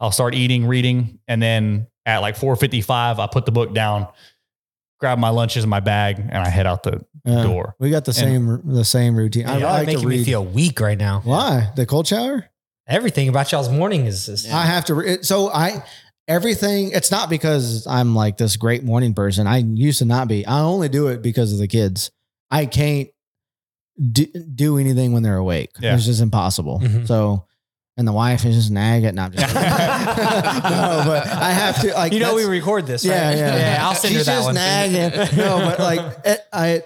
I'll start eating, reading, and then at like 455, I put the book down, grab my lunches in my bag, and I head out the Yeah. door. We got the same the same routine. I Y'all are like to making read. me feel weak right now. Why the cold shower? Everything about y'all's morning is just Yeah. I have to. Re- it- so I everything. It's not because I'm like this great morning person. I used to not be. I only do it because of the kids. I can't do, do anything when they're awake. Yeah. It's just impossible. Mhm. So. And the wife is just nagging. No, I'm just no, but I have to. Like you know that's- we record this. Yeah, right? yeah, yeah. I'll send She's her that just one. nagging. No, but like it, I,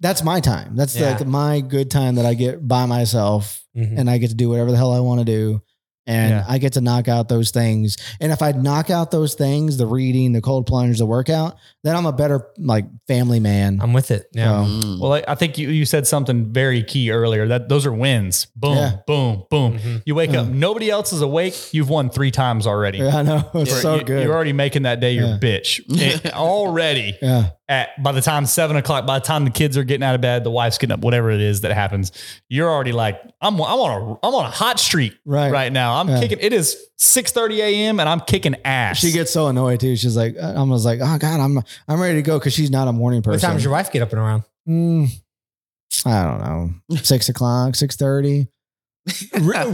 that's my time. That's Yeah. like my good time that I get by myself, Mhm. and I get to do whatever the hell I want to do, and Hmm. Yeah. I get to knock out those things. And if I knock out those things, the reading, the cold plunge, the workout, then I'm a better like family man. I'm with it. Yeah. So, Mm. Well, I, I think you, you said something very key earlier that those are wins. Boom, Yeah. boom, boom. Mhm. You wake up, Yeah. nobody else is awake. You've won three times already. yeah, I know it's Yeah. so you, good. are already making that day your Yeah. bitch It- already. yeah, at by the time seven o'clock, by the time the kids are getting out of bed, the wife's getting up, whatever it is that happens, you're already like, I'm I'm on a I'm on a hot streak Right. right, now. I'm Yeah. kicking. It is six thirty a.m. and I'm kicking ass. She gets so annoyed too. She's like, I was like, oh god, I'm I'm ready to go because she's not a morning person. What time does your wife get up and around? Mm, I don't know, six o'clock, six thirty.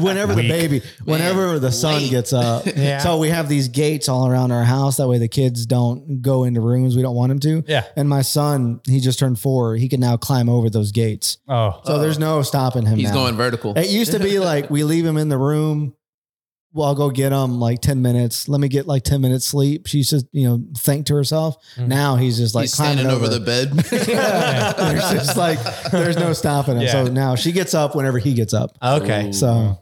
whenever the Weak. baby, whenever the sun late. gets up. Yeah. So we have these gates all around our house. That way the kids don't go into rooms we don't want them to. yeah. And my son, he just turned four. He can now climb over those gates. Oh, So there's no stopping him. He's now. going vertical. It used to be like we leave him in the room. Well, I'll go get him like 10 minutes. Let me get like 10 minutes sleep. She says, you know, think to herself. Mhm. Now he's just like He's climbing standing over the bed. Yeah. there's just like there's no stopping him. So Yeah. now she gets up whenever he gets up. Okay. Ooh. So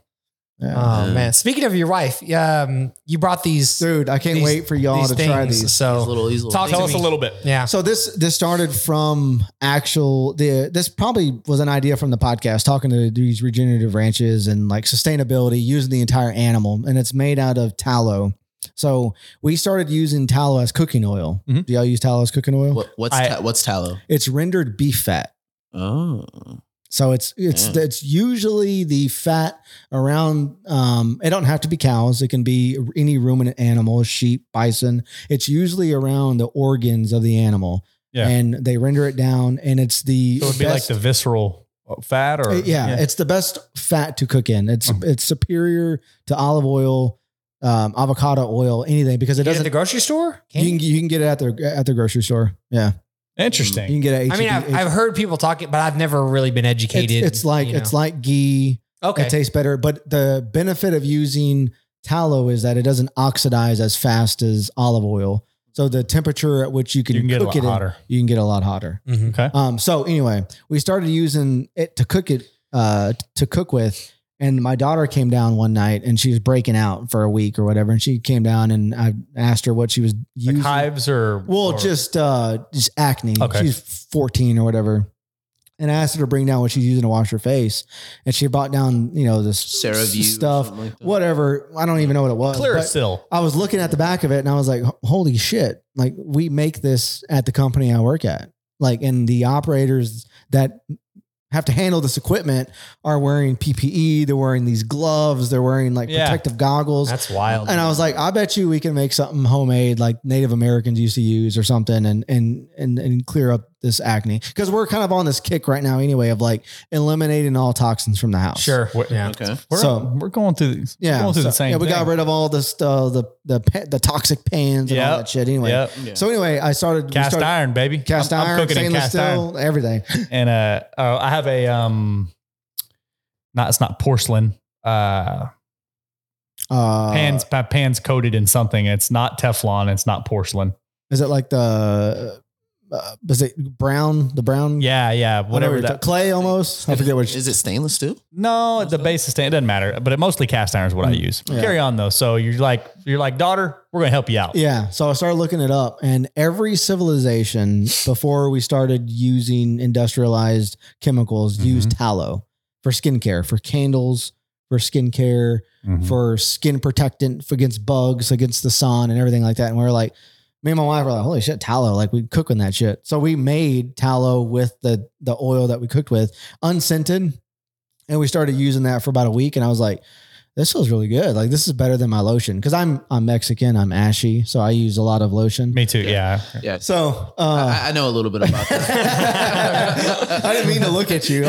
yeah. Oh man. Speaking of your wife, um, you brought these dude, I can't these- wait for y'all to these try things, these. These So little, these little Talk things. tell us a little bit. yeah. So this this started from actual the this probably was an idea from the podcast talking to these regenerative ranches and like sustainability using the entire animal and it's made out of tallow. So we started using tallow as cooking oil. Mhm. Do y'all use tallow as cooking oil? What, what's I- ta- what's tallow? It's rendered beef fat. Oh, So it's it's Mm. it's usually the fat around. Um, it don't have to be cows. It can be any ruminant animal, sheep, bison. It's usually around the organs of the animal, Yeah. and they render it down, and it's the So it would be like best- Uh, the visceral fat, or yeah, it's the best fat to cook in. It's Mhm. it's superior to olive oil, um, avocado oil, anything because it Get at doesn't. the grocery store? you can you can get it at the at the grocery store. Yeah, you interesting. can get it. At I mean, I've, H-E-B. I've heard people talk it, but I've never really been it's, educated. it's like you know. it's like ghee. okay. It tastes better. But the benefit of using tallow is that it doesn't oxidize as fast as olive oil. So the temperature at which you can, You can get a cook lot it in- hotter. you can get a lot hotter. Mhm. Okay. Um, so anyway, we started using it to cook it uh, to cook with. And my daughter came down one night and she was breaking out for a week or whatever. And she came down and I asked her what she was Like using. hives or Well, or- just uh just acne. Okay. She's 14 or whatever. And I asked her to bring down what she's using to wash her face. And she brought down, you know, this Sarah s- View stuff. whatever. I don't even know what it was. clear uh, but still. I was looking at the back of it and I was like, holy shit. Like we make this at the company I work at. Like and the operators that have to handle this equipment are wearing PPE, they're wearing these gloves, they're wearing like Yeah. protective goggles. That's wild. And I was like, I bet you we can make something homemade like Native Americans used to use or something and and and, and clear up this acne. Because we're kind of on this kick right now anyway of like eliminating all toxins from the house. Sure. What- Yeah. Okay. We're, So- we're going through these. Yeah. we're going through so- the same. yeah, we got thing. rid of all this uh, the the pa- the toxic pans and all Yep. that shit anyway. Yep. So anyway, I started we Cast started- iron, baby. Cast I'm, iron, I'm cooking in stainless cast iron. steel, everything. And uh, oh, I have a um, not it's not porcelain. Uh, Uh, pans my pans coated in something. It's not Teflon. It's not porcelain. Is it like the uh, is it brown? The brown? Yeah, yeah, I know what whatever you're that. ta- clay almost. I forget which. Is it stainless steel? No, the base is it doesn't matter, but it mostly cast iron is what I use. Mm. Yeah. Carry on though. So you're like you're like daughter, we're gonna help you out. Yeah. So I started looking it up, and every civilization before we started using industrialized chemicals used tallow for skincare, for candles, for skincare, for skin protectant for against bugs, against the sun, and everything like that. And we were like, me and my wife were like, holy shit, tallow! Like we cook with that shit. So we made tallow with the the oil that we cooked with, unscented, and we started using that for about a week. And I was like, this feels really good. Like this is better than my lotion because I'm I'm Mexican, I'm ashy, so I use a lot of lotion. Me too. Yeah. Yes. So uh, I, I know a little bit about I, that. didn't mean to look at you.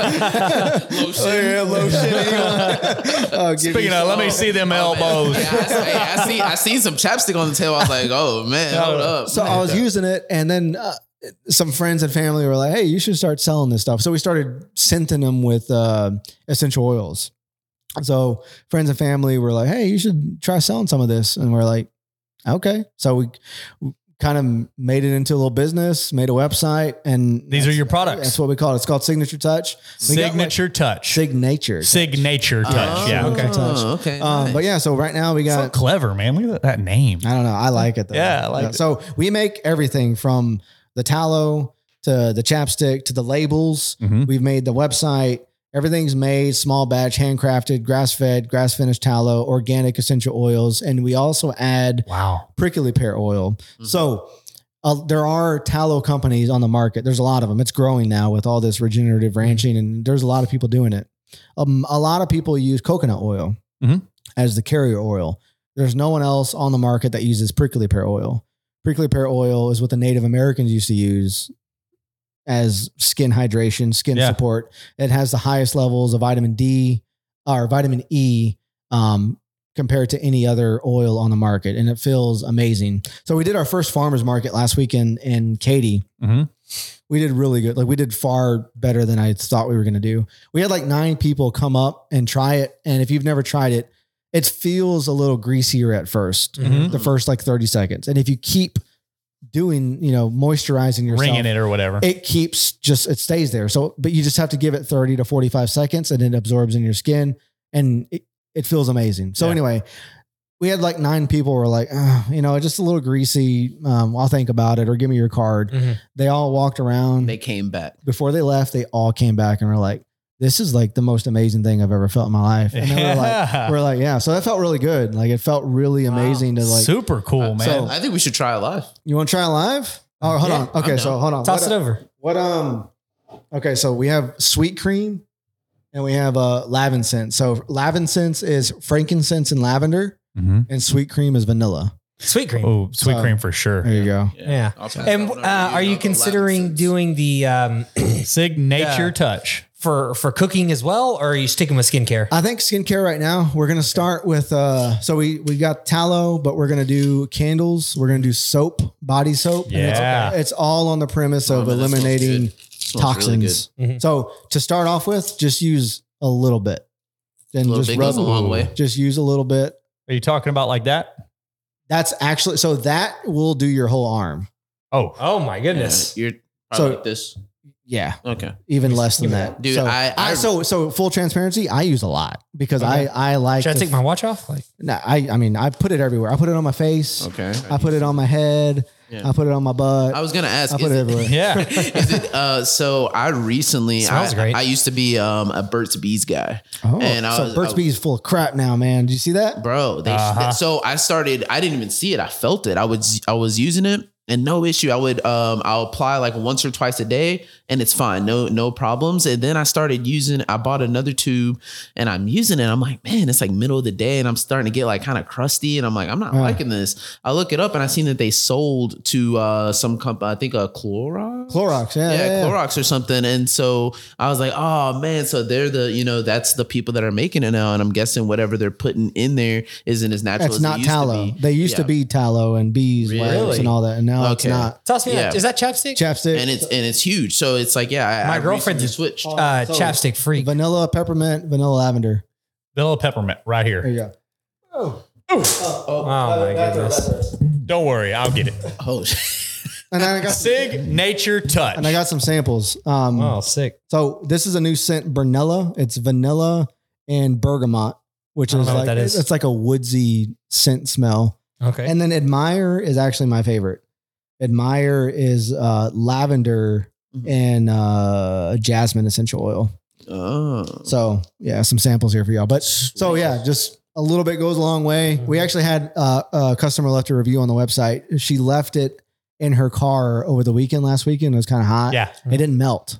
Like, Lotion. Oh, yeah, lotion. Oh, give Speaking you- of, let me see them elbows. Oh, Yeah, I, hey, I see. I seen some chapstick on the table. I was like, "Oh man, hold up." So I was using it, and then uh, some friends and family were like, "Hey, you should start selling this stuff." So we started scenting them with uh, essential oils. So friends and family were like, "Hey, you should try selling some of this," and we're like, "Okay." So we, we kind of made it into a little business, made a website, and These are your that's products. what we call it. It's called Signature Touch. We got, like, Signature touch. Signature. Signature touch. Oh, Yeah. Okay. Oh, okay. Um, but yeah, so right now we So got clever, man. Look at that name. I don't know. I like it though. Yeah, I like it. So we make everything from the tallow to the chapstick to the labels. Mhm. We've made the website. Everything's made small batch, handcrafted, grass fed, grass finished tallow, organic essential oils, and we also add Wow. prickly pear oil. Mhm. So uh, there are tallow companies on the market. There's a lot of them. It's growing now with all this regenerative ranching, and there's a lot of people doing it. Um, a lot of people use coconut oil Mhm. as the carrier oil. There's no one else on the market that uses prickly pear oil. Prickly pear oil is what the Native Americans used to use as skin hydration, skin Yeah. support. It has the highest levels of vitamin D or vitamin E um, compared to any other oil on the market, and it feels amazing. So we did our first farmers market last week in in Katy. Mhm. Mm-hmm. We did really good. Like we did far better than I thought we were going to do. We had like nine people come up and try it, and if you've never tried it, it feels a little greasier at 1st mm-hmm. Mhm. the first like thirty seconds, and if you keep doing, you know, moisturizing yourself, ringing it or whatever. it keeps just it stays there. So, but you just have to give it 30 to 45 seconds and it absorbs in your skin and it, it feels amazing. So Yeah. anyway, we had like nine people were like, "Ah, you know, just a little greasy. Um, I'll think about it or give me your card. Mhm. They all walked around Mm-hmm. They came back. before they left. They all came back and were like, this is like the most amazing thing I've ever felt in my life. And they were like, Yeah. we're like, yeah. So that felt really good. Like it felt really Wow. amazing to like, Super cool, man. Uh, so- I think we should try it live. you want to try it live? Oh, hold Yeah, on. Okay. I'm So down. hold on. Toss What- it over. what um okay, so we have sweet cream and we have uh lavensense. So lavensense is frankincense and lavender, Mhm. and sweet cream is vanilla. Sweet cream. Oh, sweet So- cream for sure. There you go. Yeah. I'll try And that. uh, are you considering doing the um, Signature Yeah. touch. for for cooking as well, or are you sticking with skincare? I think skincare right now. We're gonna start with uh so we we got tallow, but we're gonna do candles, we're gonna do soap, body soap. and it's- Yeah. it's, all on the premise Oh, of man, that smells eliminating good. Smells really toxins. good. Mhm. So to start off with, just use a little bit. Then Little just bit rub goes a long way. Just use a little bit. Are you talking about like that? That's actually so that will do your whole arm. Oh, Oh my goodness. Yeah, you're So- probably like this. Yeah, Okay. even less than Give me that, Dude, So, I- I- so so full transparency. I use a lot because Okay. I I like. Should I the- take my watch off? Like, Nah, I I mean I put it everywhere. I put it on my face. Okay. I put it on my head. Yeah. I put it on my butt. I was gonna ask. I put is it it- everywhere. yeah. is it uh so I recently Smells I, great. I used to be um a Burt's Bees guy. Oh, And I so was- Burt's I- Bees is full of crap now, man. Do you see that? Bro, they, Uh-huh. so I started I didn't even see it. I felt it. I was I was using it and no issue. I would um I'll apply like once or twice a day and it's fine. No no problems. And then I started using I bought another tube and I'm using it. I'm like, man, it's like middle of the day and I'm starting to get like kind of crusty and I'm like, I'm not Yeah. liking this. I look it up and I seen that they sold to uh some company, I think a Clorox. Clorox. Yeah, yeah, yeah, yeah. Clorox or something. And so I was like, oh man, so they're the, you know, that's the people that are making it now. And I'm guessing whatever they're putting in there isn't as natural That's as it not used tallow. to be. They used to Yeah. be tallow and bees Really? and all that, and now it's Okay. not. toss me Yeah. that. Is that chapstick? Chapstick. And it's and it's huge. So it's like, yeah, I, My I girlfriend's recently switched. uh, So- chapstick free. vanilla peppermint, vanilla lavender. Vanilla peppermint right There here. you go. Oh, Oh my goodness. Don't worry, I'll get it. Oh, And I got Signature touch. and I got some samples. Um, Oh, sick. So this is a new scent, Bernella. It's vanilla and bergamot, which I don't is know what like that is. it's like a woodsy scent smell. Okay. And then Admire is actually my favorite. Admire is uh, lavender Mm-hmm. Mhm. and uh, jasmine essential oil. oh. So yeah, some samples here for y'all. But so yeah, just a little bit goes a long way. Mm-hmm. We actually had uh, a customer left a review on the website. She left it in her car over the weekend last weekend. It was kind of hot. yeah. It didn't melt.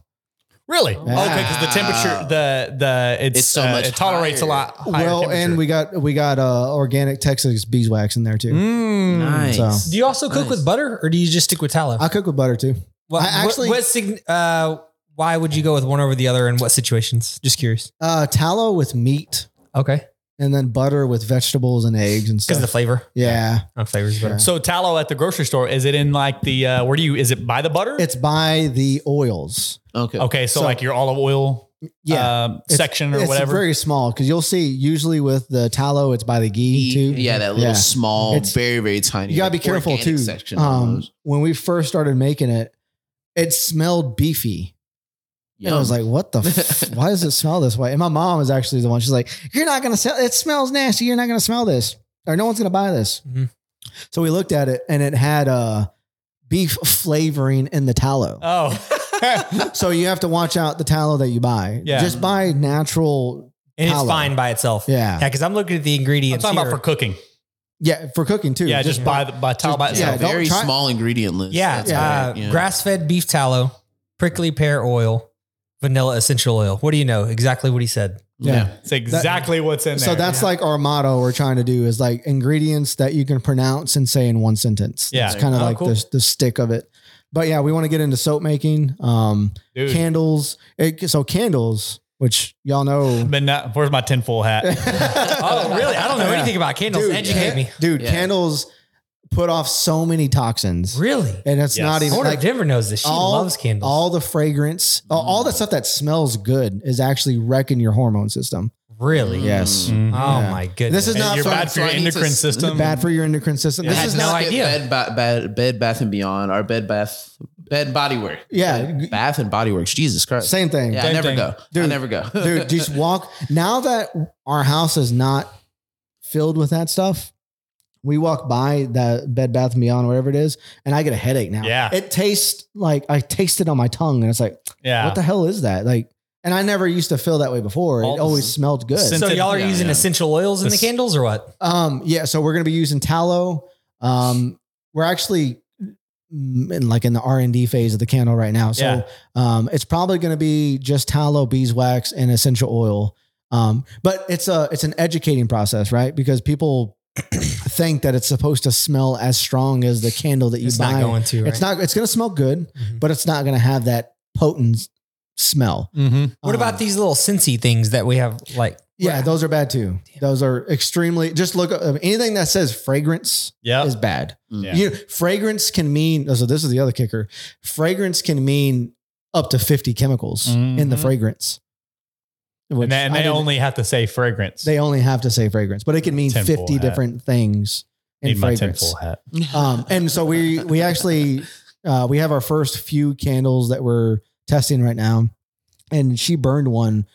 Really? Yeah. Okay, because the temperature, the the it's, It's so uh, much it tolerates a lot. Higher Well, and we got we got uh, organic Texas beeswax in there too. Mm. Nice. hmm, So- do you also cook Nice. with butter or do you just stick with tallow? I cook with butter too. Well, I actually- what, what sign- uh, why would you go with one over the other in what situations? Just curious. Uh, tallow with meat, Okay. and then butter with vegetables and eggs and Because stuff. of the flavor. yeah, Oh, flavors better. So tallow at the grocery store is it in like the uh, where do you is it by the butter? it's by the oils. Okay. okay, so, so- like your olive oil Yeah, um, It's- section or it's whatever. very small because you'll see usually with the tallow, it's by the ghee too. Yeah, that little Yeah. small, It's- very, very tiny. You gotta be like, careful organic too. Section Um, when we first started making it, it smelled beefy. And I was like, what the, f- why does it smell this way? And my mom is actually the one, she's like, you're not going to sell, it smells nasty. You're not going to smell this or no one's going to buy this. Mm-hmm. Mhm. So we looked at it and it had uh, beef flavoring in the tallow. Uh. oh, so you have to watch out the tallow that you buy. Yeah. Just buy natural. and it's tallow. fine by itself. Yeah. Yeah, because I'm looking at the I'm ingredients. talking about here. for cooking. Yeah, for cooking too. Yeah, just buy the buy towel by Yeah, Yeah, itself. don't very try- small ingredient list. Yeah, That's uh, right, yeah. grass-fed beef tallow, prickly pear oil, vanilla essential oil. What do you know? Exactly what he said. Yeah. It's exactly what's in there. So that's like our motto we're trying to do is like ingredients that you can pronounce and say in one sentence. Yeah. It's kind of Oh, like cool. the, the stick of it. But yeah, we want to get into soap making, um, Dude. candles. It, so candles, which y'all know. But not, where's my tinfoil hat? Mm-hmm. Oh, really? I don't know anything about candles. Educate can- me. Dude, eh? Yeah. candles put off so many toxins. Really? And it's Yes. not I even wonder like if Denver knows this. She all- loves candles. all the fragrance, all, all the stuff that smells good is actually wrecking your hormone system. really? Yes. Mm-hmm. Oh Yeah. my goodness. This is not You're for- bad for your so I need to endocrine s- system. bad for your endocrine system. Yeah. This I is had not no no idea. idea. Bed, ba- bed, bed, bath and beyond, or bed, bath, bed, body work. Yeah. Bed, bath and body works. Jesus Christ. same thing. yeah, I Same never thing. go. I Dude. never go. Dude, just walk. Now that our house is not filled with that stuff, we walk by that Bed Bath and Beyond, whatever it is, and I get a headache now. Yeah. It tastes like I taste it on my tongue, and it's like, Yeah. what the hell is that? Like, and I never used to feel that way before. All It the always smelled good. scent- so y'all are Yeah, using yeah. essential oils in the This- candles or what? Um, yeah, so we're gonna be using tallow. Um, we're actually mm, in like in the R and D phase of the candle right now. So Yeah. um it's probably gonna be just tallow, beeswax, and essential oil. Um, but it's a it's an educating process, right? Because people think that it's supposed to smell as strong as the candle that you It's buy. not going to. Right? It's not it's gonna smell good, Mhm. but it's not gonna have that potent smell. Mm-hmm. Um, What about these little scentsy things that we have? Like, yeah, those are bad too. Those are extremely. Just look up anything that says fragrance Yep. is bad. Yeah. You fragrance can mean oh, so this is the other kicker. Fragrance can mean up to 50 chemicals in the Mhm. fragrance. which and they, and I they didn't- only have to say fragrance. they only have to say fragrance, but it can mean Tinfoil 50 hat. different things in Need my fragrance. tinfoil hat. Um, and so we we actually uh, we have our first few candles that we're testing right now, and she burned one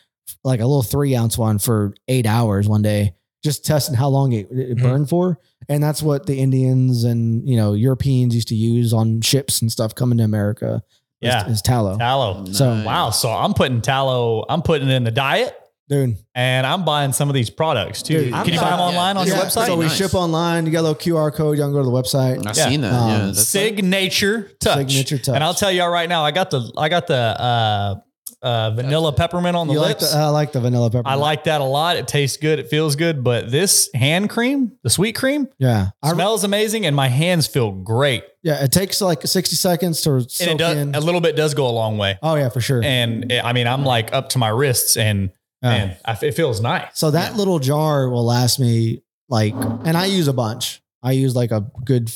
like a little three ounce one for eight hours one day, just testing how long it, it Mm-hmm. Mhm. burned for. And that's what the Indians and you know Europeans used to use on ships and stuff coming to America. is- Yeah. is, tallow, Tallow. So- Nice. Wow. So I'm putting tallow. I'm putting it in the diet, dude. and I'm buying some of these products too. Dude, Can I'm you buy buying- them online on yeah. your Yeah. website? So we Nice. ship online. You got a little QR code. You can go to the website. I've Yeah. seen that. Um, yeah, that's Signature touch. Signature touch. And I'll tell y'all right now, I got the I got the uh, uh, vanilla peppermint on the You like lips. the, uh, I like the vanilla pepper. I like that a lot. It tastes good. It feels good. But this hand cream, the sweet cream, Yeah, I, smells amazing, and my hands feel great. yeah. It takes like sixty seconds to soak And it does in. a little bit does go a long way. Oh yeah, for sure. Uh. And it- I mean, I'm like up to my wrists, and man, I f it feels nice. So that little jar will last me like, and I use a bunch. I use like a good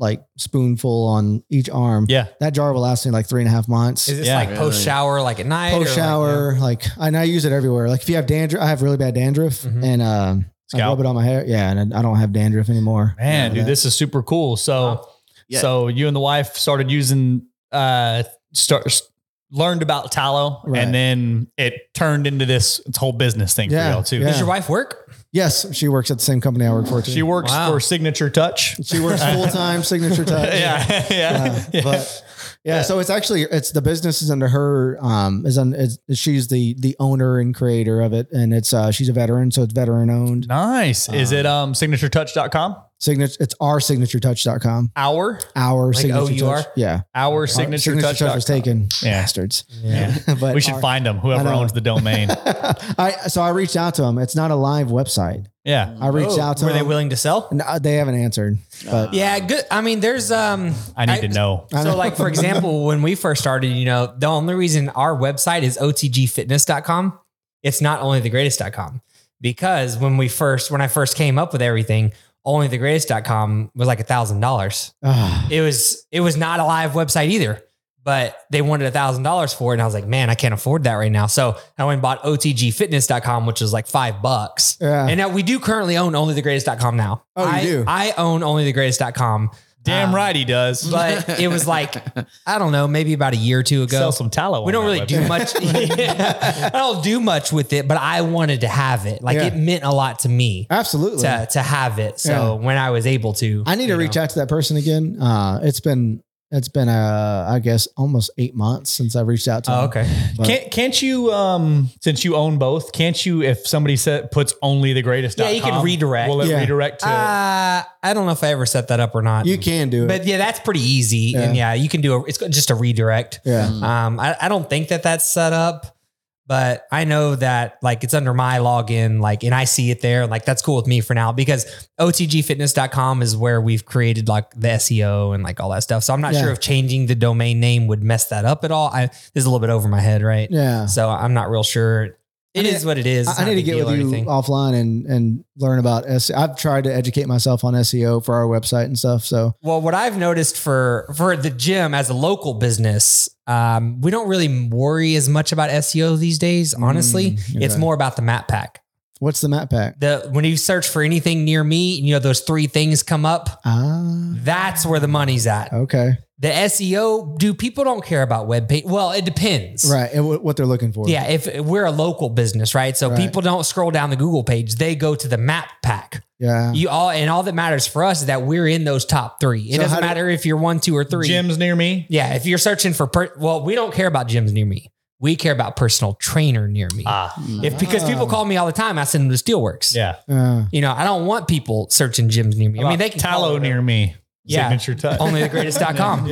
like spoonful on each arm. Yeah. That jar will last me like three and a half months. is this Yeah. like Really? post shower, like at night? or Post shower, like, and I use it everywhere. Like if you have dandruff, I have really bad dandruff, Mhm. and um, I Mm-hmm. Scalp. rub it on my hair. Yeah, and I don't have dandruff anymore. Yeah, Man, dude, that- this is super cool. So, Wow. Yeah. so you and the wife started using, uh, start s- learned about tallow, Right. and then it turned into this whole business thing Yeah, for y'all too. yeah. Does your wife work? Yes, she works at the same company I work for. Too. She works Wow. for Signature Touch. she works full time signature touch. yeah, Uh, yeah, yeah. but yeah, so it's actually it's the business is under her um is on is, she's the the owner and creator of it and it's uh she's a veteran so it's veteran owned Nice. Is Um, it um signaturetouch.com? signature it's our signaturetouch.com Our our Like signature OUR? touch yeah our Our signature, touch was taken Yeah. bastards Yeah. but we should our- find them. Whoever know. owns the domain. I so I reached out to them it's not a live website yeah. I reached Oh, out to Were they them willing to sell? No, they haven't answered but Yeah, good. I mean, there's um. I need to know. I So, know. like for example, when we first started, you know, the only reason our website is otgfitness.com, it's not only the greatest.com because when we first, when I first came up with everything, only the greatest.com was like a thousand dollars. Ah, It was, it was not a live website either, but they wanted a thousand dollars for it. And I was like, man, I can't afford that right now. So I went and bought otgfitness.com, which was like five bucks. yeah And now we do currently own only the greatest.com now. Oh, you I, do? I own only the greatest.com. Damn Um, right he does. But it was like, I don't know, maybe about a year or two ago. Sell some tallow. we on don't that really website. do much. I don't do much with it, but I wanted to have it. Like Yeah. it meant a lot to me absolutely to, to have it. So when I was able to, I need to you reach know. out to that person again. Uh, it's been It's been uh, I guess almost eight months since I've reached out to. Oh, him. okay. But- Can't can't you um since you own both, can't you if somebody set, puts only the greatest Yeah, you can redirect. Will it Yeah. redirect to Uh, I don't know if I ever set that up or not. You can do it. But yeah, that's pretty easy. And yeah, you can do a, it's just a redirect. yeah. Um, I, I don't think that that's set up, but I know that like it's under my login, like, and I see it there. Like, that's cool with me for now because otgfitness.com is where we've created like the SEO and like all that stuff. So I'm not Yeah. sure if changing the domain name would mess that up at all. I, this is a little bit over my head, right? Yeah. So I'm not real sure. It is I mean, what it is. It's I, I not a need to big get deal with or you uh, anything. offline and and learn about SEO. I've tried to educate myself on SEO for our website and stuff. So Well, what I've noticed for for the gym as a local business, um, we don't really worry as much about SEO these days. Honestly, Mm, you're it's right. more about the map pack. what's the map pack? The when you search for anything near me, you know those three things come up. Ah, That's where the money's at. okay, The SEO, do people don't care about web page? Well, it depends. right. And wh- what they're looking for? Yeah, if if we're a local business, right? So Right. people don't scroll down the Google page; they go to the map pack. yeah. You all and all that matters for us is that we're in those top three. It So how doesn't do- matter if you're one, two, or three. gyms near me? Yeah, if you're searching for per- well, we don't care about gyms near me. We care about personal trainer near me. Ah. if because people call me all the time, I send them to Steelworks. Yeah. Uh, You know, I don't want people searching gyms near me. I mean, they can call tallow it near me. Yeah. Signature touch. only the greatest.com.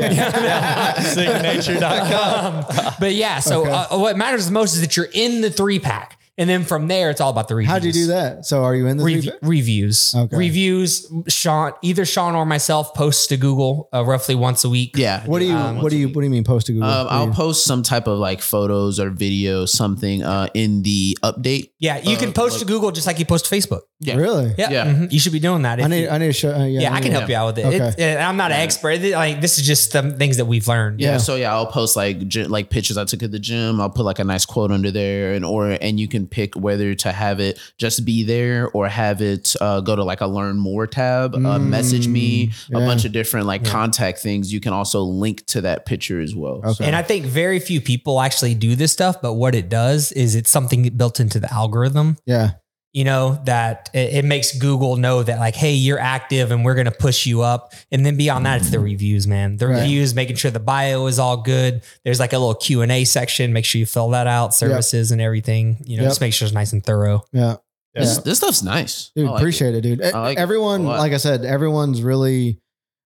Signature.com. Um, But yeah, so Okay. uh, what matters the most is that you're in the three pack. And then from there, it's all about the reviews. how do you do that? So are you in the Rev- three- reviews. Okay. Reviews. Sean, either Sean or myself posts to Google uh, roughly once a week. Yeah. What do you? Um, Uh, what do you? What do you mean? Post to Google? Um, What do I'll you- post some type of like photos or video, something uh, in the update. Yeah, you can Uh, post like- to Google just like you post to Facebook. Yeah. Really? Yeah, Yeah. mhm. you should be doing that. I if need. you- I need to show. Uh, yeah, yeah, I can help yeah. you out with it. Okay. It- and I'm not an expert. It- Like this is just the things that we've learned. Yeah. Yeah. So yeah, I'll post like gy- like pictures I took at the gym. I'll put like a nice quote under there, and or and you can pick whether to have it just be there or have it uh, go to like a learn more tab. uh, message me Mm, a yeah. bunch of different like contact things. You can also link to that picture as well. Okay. And I think very few people actually do this stuff, but what it does is it's something built into the algorithm, Yeah. you know, that it, it makes Google know that like, hey, you're active and we're going to push you up. And then beyond that, it's the reviews, man. The Mm-hmm. Right. reviews, making sure the bio is all good. There's like a little Q and A section. Make sure you fill that out, services and everything, you know, Yep. just make sure it's nice and thorough. Yeah. This Yeah. this stuff's nice. Dude, I like it. appreciate it, dude. E, I like it everyone, a lot. like I said, everyone's really,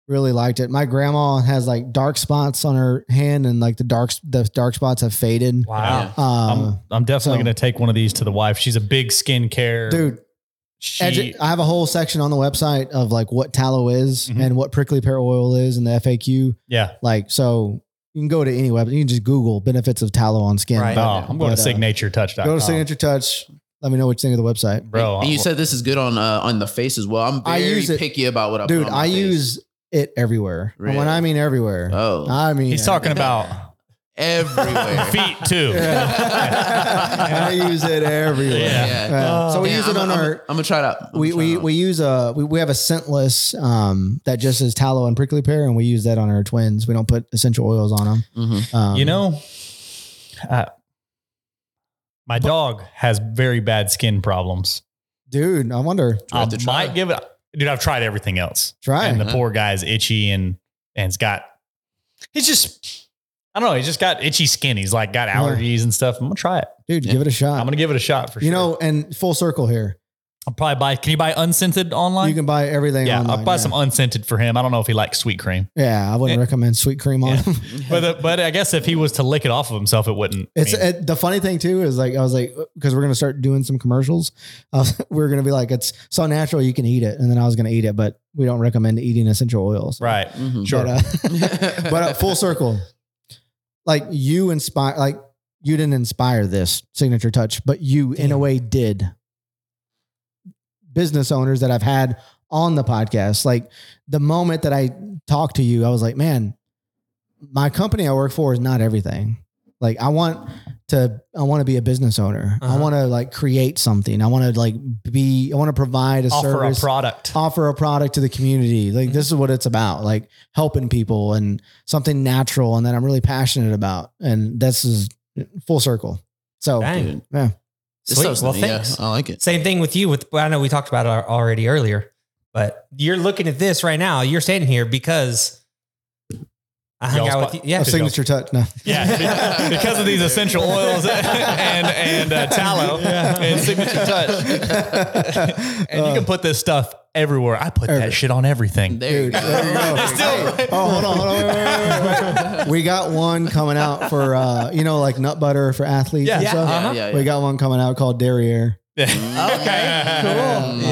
really liked it. My grandma has like dark spots on her hand, and like the dark, the dark spots have faded. Wow. Um, I'm, I'm definitely so- going to take one of these to the wife. She's a big skincare. dude, she, edu- I have a whole section on the website of like what tallow is Mhm. and what prickly pear oil is, and the FAQ. yeah. Like, so you can go to any web, you can just Google benefits of tallow on skin. Right. No, I'm going But, to uh, signaturetouch.com. Go to Signature Touch. Let me know what you think of the website. Bro, And you said this is good on uh, on the face as well. I'm I very use it- picky about what I Dude, Put on my I face. use it everywhere. And when Really? I mean everywhere, oh I mean he's talking about everywhere. feet too. Yeah. I use it everywhere. Yeah. Oh, Yeah. So we Yeah, use it I'm on a- I'm a- our. I'm gonna try it out. I'm We, gonna try it we, out. we use a we, we have a scentless um that just says tallow and prickly pear and we use that on our twins. We don't put essential oils on them. Mhm. Um, You know, Uh-huh. uh, my dog has very bad skin problems. dude. I wonder. I have to try might it. give it, dude. I've tried everything else, Try. and the Huh? poor guy's itchy and and it's got. He's just, I don't know. He's just got itchy skin. He's like got allergies and stuff. I'm gonna try it. dude, Yeah. give it a shot. I'm gonna give it a shot for Uh, you sure. know, and full circle here. I'll probably buy. Can you buy unscented online? You can buy everything. yeah, online, I'll buy yeah. some unscented for him. I don't know if he likes sweet cream, Yeah, I wouldn't Eh. recommend sweet cream on Yeah. them. but uh, but I guess if he was to lick it off of himself, it wouldn't. I It's mean, it, the funny thing too is like I was like because we're gonna start doing some commercials. I was, we're gonna be like it's so natural you can eat it, and then I was gonna eat it, but we don't recommend eating essential oils. right. Mhm. Sure. But, uh, but uh, full circle, like you inspire, like you didn't inspire this signature touch, but you in a way did. Business owners that I've had on the podcast, like the moment that I talked to you, I was like, man, my company I work for is not everything. Like I want to, I want to be a business owner. I Uh-huh. want to like create something. I want to like be, I want to provide a Offer a service product. offer a product to the community. Like this is what it's about, like helping people and something natural and that I'm really passionate about. And this is full circle. So Dang. Yeah. This Sweet. stuff's Well, nice. Yeah, thanks. I like it. Same thing with you. With I know we talked about it already earlier, but you're looking at this right now. You're standing here because I hung Y'all's out po- with you. Yeah. a signature touch. No. Yeah, be- because of these essential oils and and uh, tallow and signature touch. and you can put this stuff everywhere. I put that shit on everything. There you Dude, go. there you go. Hey, oh, hold on, hold on. wait, wait, wait, wait, wait. We got one coming out for uh, you know, like nut butter for athletes Yeah. and Yeah, stuff. Yeah, Uh-huh. yeah, We yeah. got one coming out called Derriere. Okay. Cool.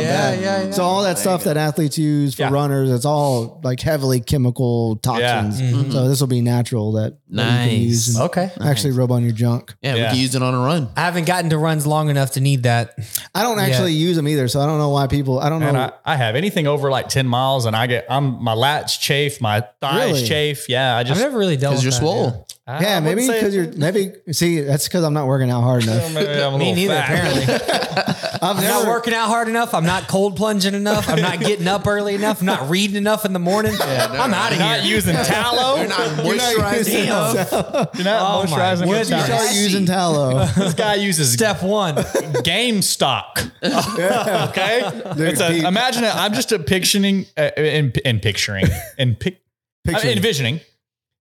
Yeah, yeah, So all that stuff that athletes use for Yeah. runners, it's all like heavily chemical toxins. So this will be natural that, that you can use Nice. and Okay. actually rub on your junk. Yeah, we Yeah. can use it on a run. I haven't gotten to runs long enough to need that. I don't actually use them either, so I don't know why people. I don't And know. I, I have anything over like 10 miles and I get, I'm, my lats chafe, my thighs Really? chafe. Yeah. I I've just, never really dealt with Because you're that, swole. I yeah, wouldn't maybe say- because you're maybe see that's because I'm not working out hard enough. Maybe I'm a Me little neither, fat. apparently. I've I'm not never working out hard enough. I'm not cold plunging enough. I'm not getting up early enough. I'm not reading enough in the morning. I'm out of Not here. using tallow. You're not moisturizing Damn. enough. You're not Oh my moisturizing. goodness. with you tallow. start using tallow. This guy uses Step one. game stock. Okay. It's a, deep. imagine it. I'm just a picturing uh, in, in picturing and pic, I'm Picture. envisioning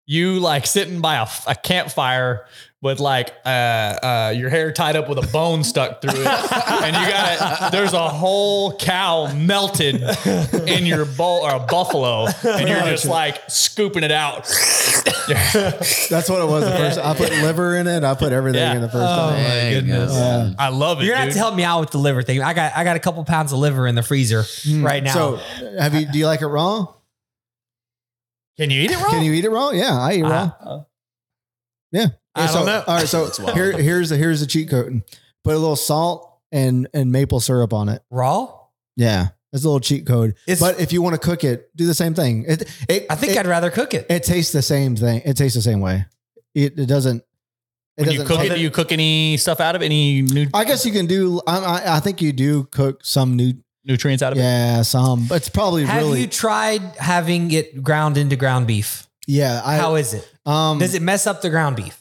you like sitting by a, f- a campfire with like uh, uh, your hair tied up with a bone stuck through it, and you got it. There's a whole cow melted in your bowl or a buffalo, and you're just like scooping it out. That's what it was. The first I put liver in it. I put everything Yeah. in the first Oh, time. There you go. Yeah. I love it. You're gonna have dude. to help me out with the liver thing. I got I got a couple pounds of liver in the freezer right now. So, have you? Do you like it raw? Can you eat it raw? Can you eat it raw? Yeah, I Uh, eat raw. yeah. I so, don't know. All right. So here, here's the here's the cheat code. Put a little salt and and maple syrup on it. Raw? Yeah, that's a little cheat code. It's- but if you want to cook it, do the same thing. It, it I think it, I'd rather cook it. it tastes the same thing. It tastes the same way. It, it doesn't. It When you doesn't cook it, taste- do you cook any stuff out of it? Any nu- I guess you can do. I, I, I think you do cook some new. nutrients out of it? Yeah, some. But it's probably have really. you tried having it ground into ground beef? yeah, I. How is it? um, Does it mess up the ground beef?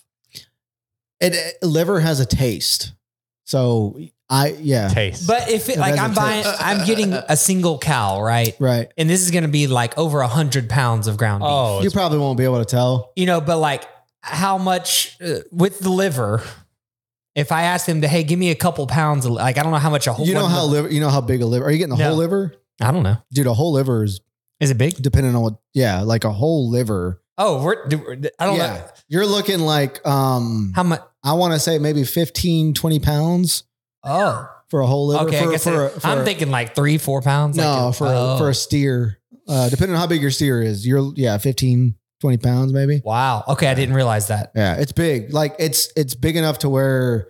It, it- liver has a taste, so I yeah Taste. But if it, It like has a I'm buying, taste. I'm getting a single cow, right? right. And this is going to be like over a hundred pounds of ground beef. oh, You probably won't be able to tell. You know, but like how much uh, with the liver? If I ask them to, hey, give me a couple pounds of, like I don't know how much a whole. You know one- how liver. You know how big a liver. Are you getting a No. whole liver, I don't know. dude? A whole liver is Is it big? depending on what. Yeah, like a whole liver. Oh, we're, do- we're- I don't yeah, know you're looking like um. how much. I want to say maybe 15, 20 pounds Oh, for a whole liver. okay. for, I guess for, it- for- I'm thinking like three, four pounds. no like, for oh. for a steer. Uh, depending on how big your steer is, you're yeah 15, 20 pounds maybe. Wow. Okay, I didn't realize that. Yeah, it's big. Like it's it's big enough to where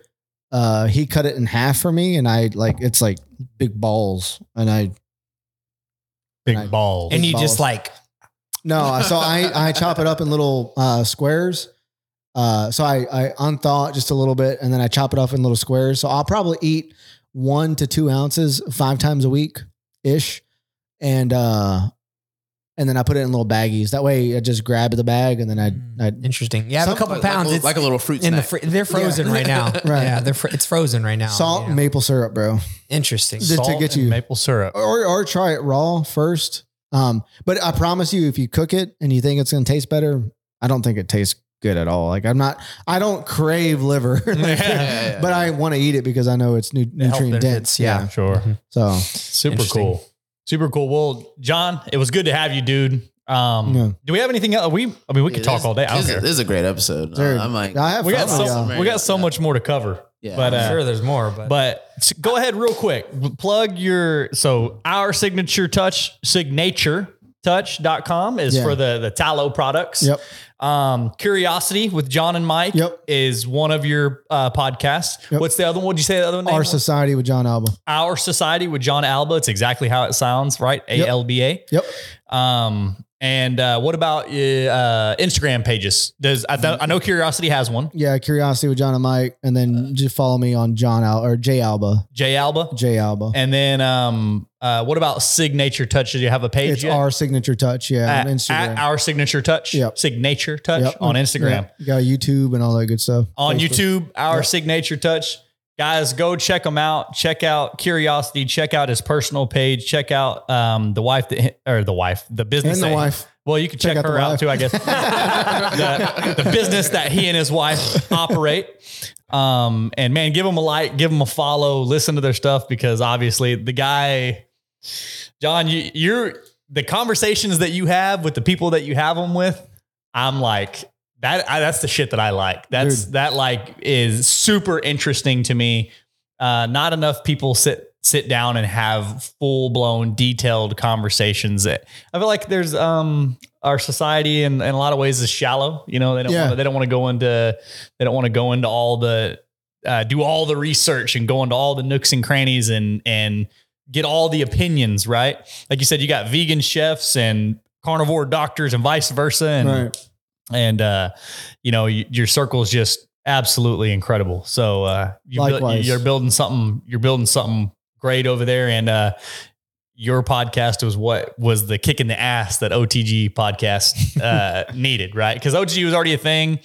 uh he cut it in half for me and I like it's like big balls and I big balls. And you balls. just like no, so I I chop it up in little uh squares. Uh so I I unthaw it just a little bit and then I chop it up in little squares. So I'll probably eat 1 to 2 ounces 5 times a week ish and uh and then I put it in little baggies. That way I just grab the bag and then I Mm. I Hmm, interesting. You have a Some- couple Like- pounds. Like, a- it's like a little fruit in the snack. fr- they're frozen right now. Right. Yeah, they're fr- it's frozen right now. salt Yeah. and maple syrup, bro. Interesting. Just to get and you maple syrup. or or try it raw first. Um, but I promise you, if you cook it and you think it's going to taste better, I don't think it tastes good at all. Like I'm not, I don't crave liver, Like, Yeah, yeah, but I want to eat it because I know it's nu- nutrient dense. Yeah. sure. So Super Interesting. cool. Super cool. Well, John, it was good to have you, dude. Um, Yeah. Do we have anything else? We, I mean, we could Yeah, talk this- all day. I don't this, care. Is, this is a great episode. dude, I'm like, I have we fun got with y'all. so, y'all. we got so much more to cover. Yeah. but I'm uh, sure there's more, but, but s- go ahead real quick. Plug your so our signature touch signature touch.com is Yeah. for the the tallow products. Yep. Um Curiosity with John and Mike Yep. is one of your uh podcasts. Yep. What's the other one? What'd you say the other one? Our name was? society with John Alba. Our Society with John Alba. It's exactly how it sounds, right? A L B A. Yep. Um, and uh, what about uh, uh, Instagram pages? Does I, th- I know Curiosity has one? Yeah. Curiosity with John and Mike, and Uh, then just follow me on John Al or J Alba. J Alba. J Alba. And then um, uh, what about Signature Touch? Do you have a page? It's yet? our signature touch. Yeah. at, on Instagram. at our Signature Touch. Yep. Signature Touch Yep. on Instagram. Yeah. You got YouTube and all that good stuff. On Facebook. YouTube, our Signature Touch. Guys, go check him out. Check out Curiosity. Check out his personal page. Check out um, the wife that or the wife, the business and the that- wife. Well, you can check, out the her out wife. too, I guess. the, the business that he and his wife operate. Um, and man, give him a like, give him a follow, listen to their stuff because obviously the guy, John, you, you're the conversations that you have with the people that you have them with. I'm like that. I, that's the shit that I like. That's that like is super interesting to me. Uh, not enough people sit sit down and have full blown detailed conversations. That I feel like there's um our society in, in a lot of ways is shallow. You know they don't Yeah. wanna, they don't want to go into they don't want to go into all the uh, do all the research and go into all the nooks and crannies and and get all the opinions right. Like you said, you got vegan chefs and carnivore doctors and vice versa and right. and uh, you know y- your circle is just absolutely incredible. So uh, you buil- Likewise. you're building something. You're building something great over there, and uh, your podcast was what was the kick in the ass that OTG podcast uh, needed, right? Because OTG was already a thing.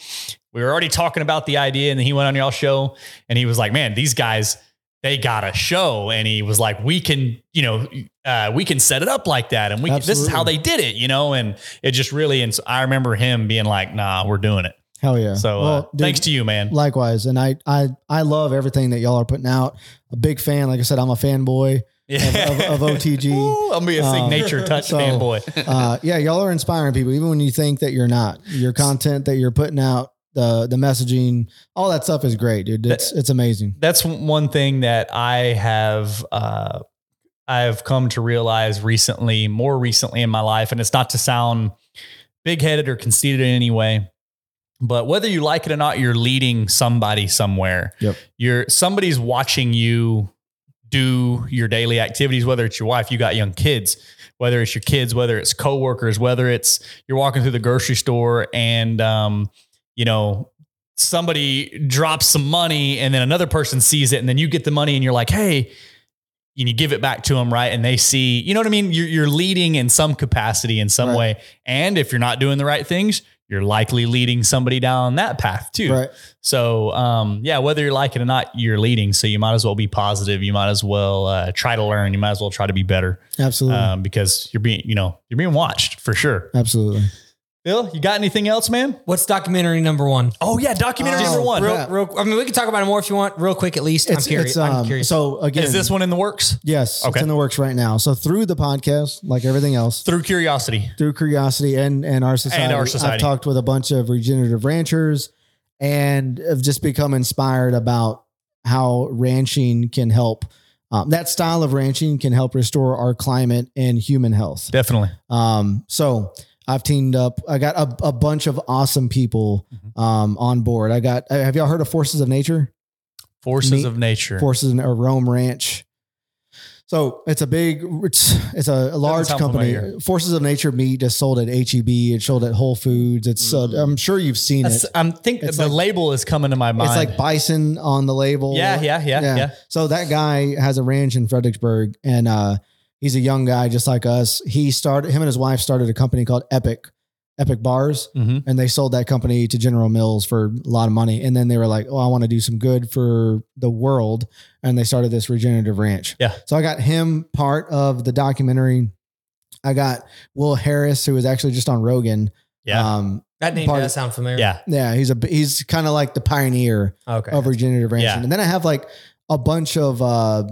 We were already talking about the idea, and then he went on y'all show, and he was like, "Man, these guys." They got a show, and he was like, "We can, you know, uh, we can set it up like that, and we can, this is how Absolutely. they did it, you know." And it just really and I remember him being like, "Nah, we're doing it." Hell yeah. So uh, Well, dude, thanks to you, man. Likewise, and I I I love everything that y'all are putting out. A big fan, like I said, I'm a fanboy of, of, of OTG. Ooh, I'm being a Um, signature touch so- fanboy. Uh, yeah, y'all are inspiring people, even when you think that you're not. Your content that you're putting out, the the messaging, all that stuff is great, dude. It's it's amazing. That's one thing that I have uh, I've come to realize recently, more recently in my life, and it's not to sound big headed or conceited in any way. But whether you like it or not, you're leading somebody somewhere. Yep. You're somebody's watching you do your daily activities, whether it's your wife, you got young kids, whether it's your kids, whether it's coworkers, whether it's you're walking through the grocery store and um, you know, somebody drops some money and then another person sees it and then you get the money and you're like, hey, and you give it back to them, right? And they see, you know what I mean? You're, you're leading in some capacity in some Right. way. And if you're not doing the right things, you're likely leading somebody down that path too. Right. So, um, yeah, whether you like it or not, you're leading. So you might as well be positive. You might as well uh, try to learn. You might as well try to be better Absolutely. um, because you're being, you know, you're being watched for sure. Absolutely. Bill, you got anything else, man? What's documentary number one? Oh yeah, documentary Oh, number one. bro. Real, real, I mean, we can talk about it more if you want, real quick at least. I'm curious. I'm um, curious. So again, Is this one in the works? Yes, Okay. it's in the works right now. So through the podcast, like everything else, Through curiosity. through curiosity and and our society, our society. I've talked with a bunch of regenerative ranchers and have just become inspired about how ranching can help. Um, that style of ranching can help restore our climate and human health. Definitely. Um, so I've teamed up. I got a, a bunch of awesome people um, on board. I got. Have y'all heard of Forces of Nature? Forces Me- of nature. forces in a Rome ranch. So it's a big, it's, it's a, large sound company. familiar. Forces of Nature meat is sold at HEB. It's sold at Whole Foods. It's, uh, I'm sure you've seen Mm. That's- it. I'm thinking It's the like- label is coming to my mind. It's like bison on the label. yeah, yeah, yeah, yeah, So that guy has a ranch in Fredericksburg and, uh, he's a young guy just like us. He started, him and his wife started a company called Epic, Epic Bars. Mhm. And they sold that company to General Mills for a lot of money. And then they were like, oh, I want to do some good for the world. And they started this regenerative ranch. Yeah. So I got him part of the documentary. I got Will Harris, who was actually just on Rogan. Yeah. Um, that name part does of- sound familiar. Oh, Yeah. yeah. He's a, he's kind of like the pioneer Okay. of regenerative ranching. Yeah. And then I have like a bunch of uh,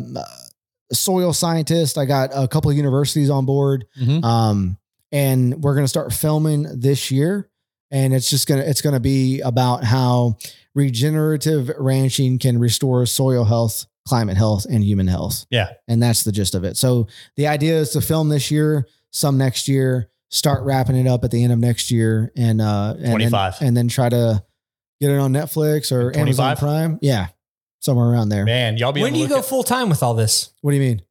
soil scientists. I got a couple of universities on board, Mhm. um, and we're gonna start filming this year. And it's just gonna it's gonna be about how regenerative ranching can restore soil health, climate health, and human health. Yeah. and that's the gist of it. So the idea is to film this year, some next year. Start wrapping it up at the end of next year, and uh, and then- 25. and then try to get it on Netflix or Amazon 25? Prime. Yeah, somewhere around there. Man, y'all be when on do the you go lookout- full time with all this? What do you mean?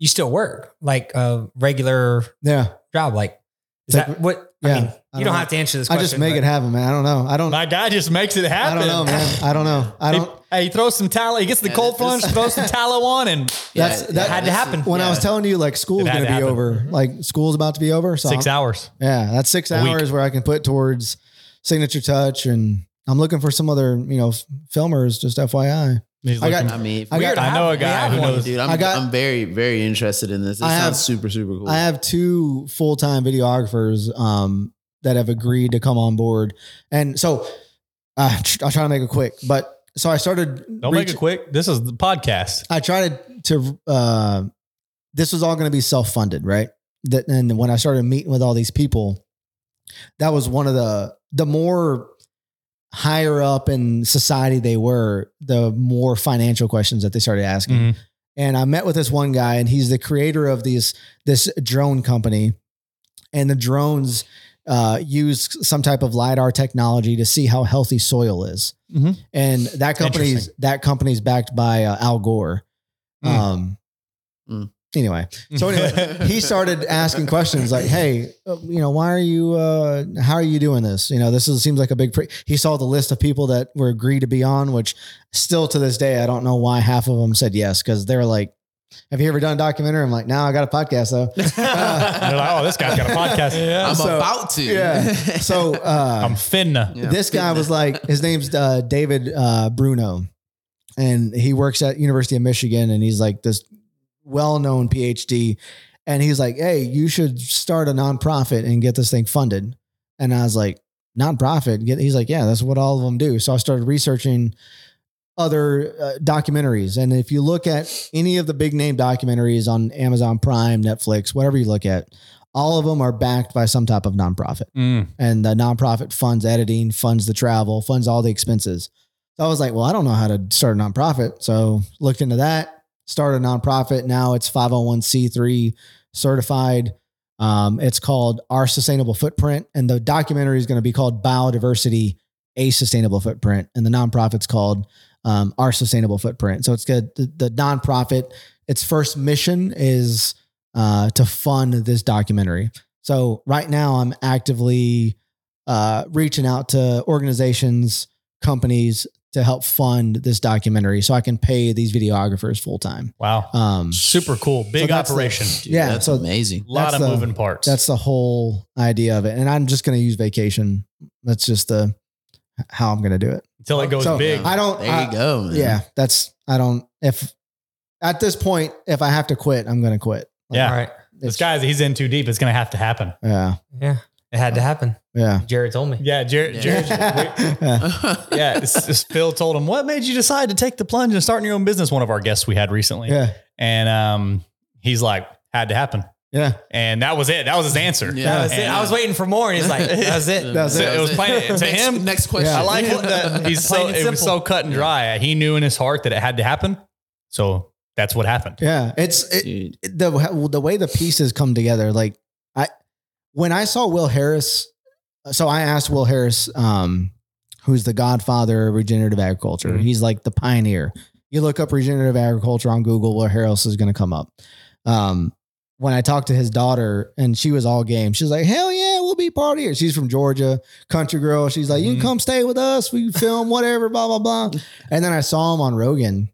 You still work like a regular Yeah, job? Like, is Like, that what? yeah, I mean, I you don't don't know. have to answer this I question. just make it happen, man. I don't know. I don't. My guy just makes it I happen. don't know, man. I don't know. I don't. Hey, hey, he throws some tallow. He gets the Yeah, cold this- plunge, throws some tallow on, and That's- that had to this is- happen. When I was telling you, like school's It had gonna be to happen. over, like school's about to be over. So six I'm- hours. yeah, that's six A week. hours where I can put towards signature touch, and I'm looking for some other, you know, f- filmers. Just FYI, He's I got- looking- I mean, I got- weird. I know a We guy have who one, knows. dude, I'm, I got- I'm very, very interested in this. It I sounds have- super, super cool. I have two full time videographers um, that have agreed to come on board, and so uh, tr- I'll try to make it quick. But so I started. Don't make reach- it quick. This is the podcast. I tried to. to uh, this was all going to be self funded, right? That and when I started meeting with all these people, that was one of the the more higher up in society they were, the more financial questions that they started asking. Mhm. And I met with this one guy, and he's the creator of these this drone company, and the drones uh, use some type of lidar technology to see how healthy soil is. Mhm. And that company's that company's backed by uh, Al Gore. Mm. Um. Mm. Anyway, so anyway, he started asking questions like, "Hey, uh, you know, why are you? Uh, how are you doing this? You know, this is, seems like a big." Pre-. He saw the list of people that were agreed to be on, which still to this day, I don't know why half of them said yes because they were like, "Have you ever done a documentary?" I'm like, "No, I got a podcast though." And they're like, oh, this guy's got a podcast. I'm so- about to. yeah. So uh, I'm Finna. Yeah. this guy was like, his name's uh, David uh, Bruno, and he works at University of Michigan, and he's like this well-known PhD, and he's like, "Hey, you should start a nonprofit and get this thing funded." And I was like, "Nonprofit?" Get, he's like, "Yeah, that's what all of them do." So I started researching other uh, documentaries, and if you look at any of the big name documentaries on Amazon Prime, Netflix, whatever you look at, all of them are backed by some type of nonprofit Mm. and the nonprofit funds editing, funds the travel, funds all the expenses. So I was like, well, I don't know how to start a nonprofit. So looked into that, started a nonprofit. Now it's 501c3 certified. Um, it's called Our Sustainable Footprint. And the documentary is going to be called Biodiversity, A Sustainable Footprint. And the nonprofit's called um, Our Sustainable Footprint. So it's good. The, the nonprofit, its first mission is uh, to fund this documentary. So right now I'm actively uh, reaching out to organizations, companies to help fund this documentary so I can pay these videographers full time. Wow. Um, Super cool. Big that's the- operation. Dude, Yeah, That's so- amazing. A lot that's of the- moving parts. that's the whole idea of it. And I'm just going to use vacation. That's just the, how I'm going to do it. until it goes so- big. I don't, There you I- go, man. yeah, that's, I don't, if at this point, if I have to quit, I'm going to quit. Yeah. All right. this guy's he's in too deep. It's gonna have to happen. Yeah. Yeah. It had to happen. Yeah. Jared told me. Yeah, Jared. Yeah. Jared yeah, it's, it's Phil told him, "What made you decide to take the plunge and start your own business?" One of our guests we had recently, yeah. and um, he's like, "Had to happen," Yeah. and that was it. That was his answer. Yeah. That was it. I was waiting for more, and he's like, "That's it." That's So it. was plain to next, him. Next question. Yeah. I like it that he's so Plain and it was simple. so cut and dry. He knew in his heart that it had to happen, so that's what happened. Yeah. It's, it, Dude, the the way the pieces come together like i when i saw will harris so i asked will harris um who's the godfather of regenerative agriculture Mhm. he's like the pioneer you look up regenerative agriculture on google will harris is going to come up um when i talked to his daughter and she was all game she's like hell yeah we'll be part of here she's from georgia country girl she's like you can Mhm. come stay with us we film whatever blah blah blah and then i saw him on rogan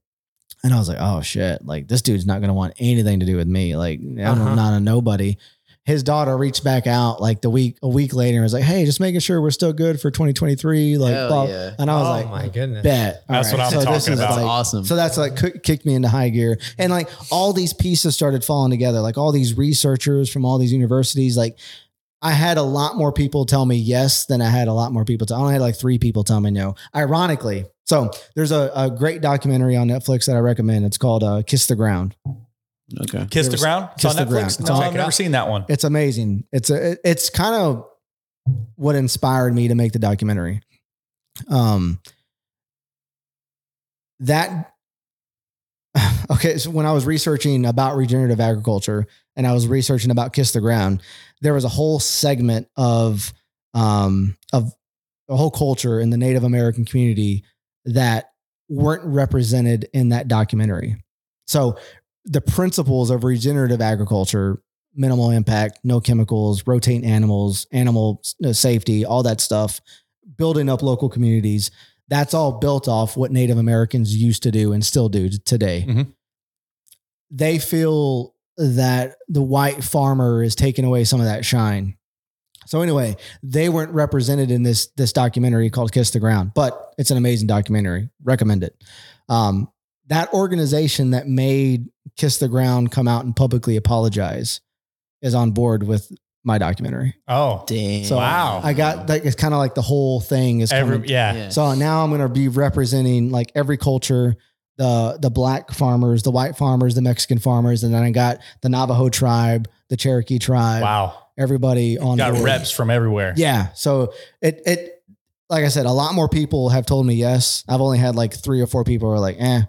and I was like, oh shit, like this dude's not going to want anything to do with me. Like I'm Uh-huh. not a nobody. His daughter reached back out like the week, a week later and was like, hey, just making sure we're still good for 2023. Like, hell blah. yeah. And I was oh like, my goodness. bet. All That's what I'm this talking is, about. like- awesome. so that's like kick- kicked me into high gear. And like all these pieces started falling together, like all these researchers from all these universities. Like I had a lot more people tell me yes than I had a lot more people. Tell, I only had like three people tell me no, ironically. So there's a, a great documentary on Netflix that I recommend. It's called uh, Kiss the Ground. okay. Kiss the There was- ground. It's on Kiss the Netflix. Ground. It's No, on- I've never seen that one. It's amazing. It's a, it- it's kind of what inspired me to make the documentary. Um, that okay. So when I was researching about regenerative agriculture and I was researching about Kiss the Ground, there was a whole segment of um of a whole culture in the Native American community that weren't represented in that documentary. So the principles of regenerative agriculture minimal impact, no chemicals, rotating animals, animal you know, safety, all that stuff, building up local communities. That's all built off what Native Americans used to do and still do t- today. Mhm. They feel that the white farmer is taking away some of that shine. So anyway, they weren't represented in this this documentary called Kiss the Ground, but it's an amazing documentary. Recommend it. Um, that organization that made Kiss the Ground come out and publicly apologize is on board with my documentary. Oh, Damn. So Wow. I got like it's kind of like the whole thing is coming every yeah. Yeah. So now I'm going to be representing like every culture, the the black farmers, the white farmers, the Mexican farmers, and then I got the Navajo tribe, the Cherokee tribe, Wow. everybody on Got board. reps from everywhere. Yeah, so it it like I said, a lot more people have told me yes. I've only had like three or four people who are like, eh,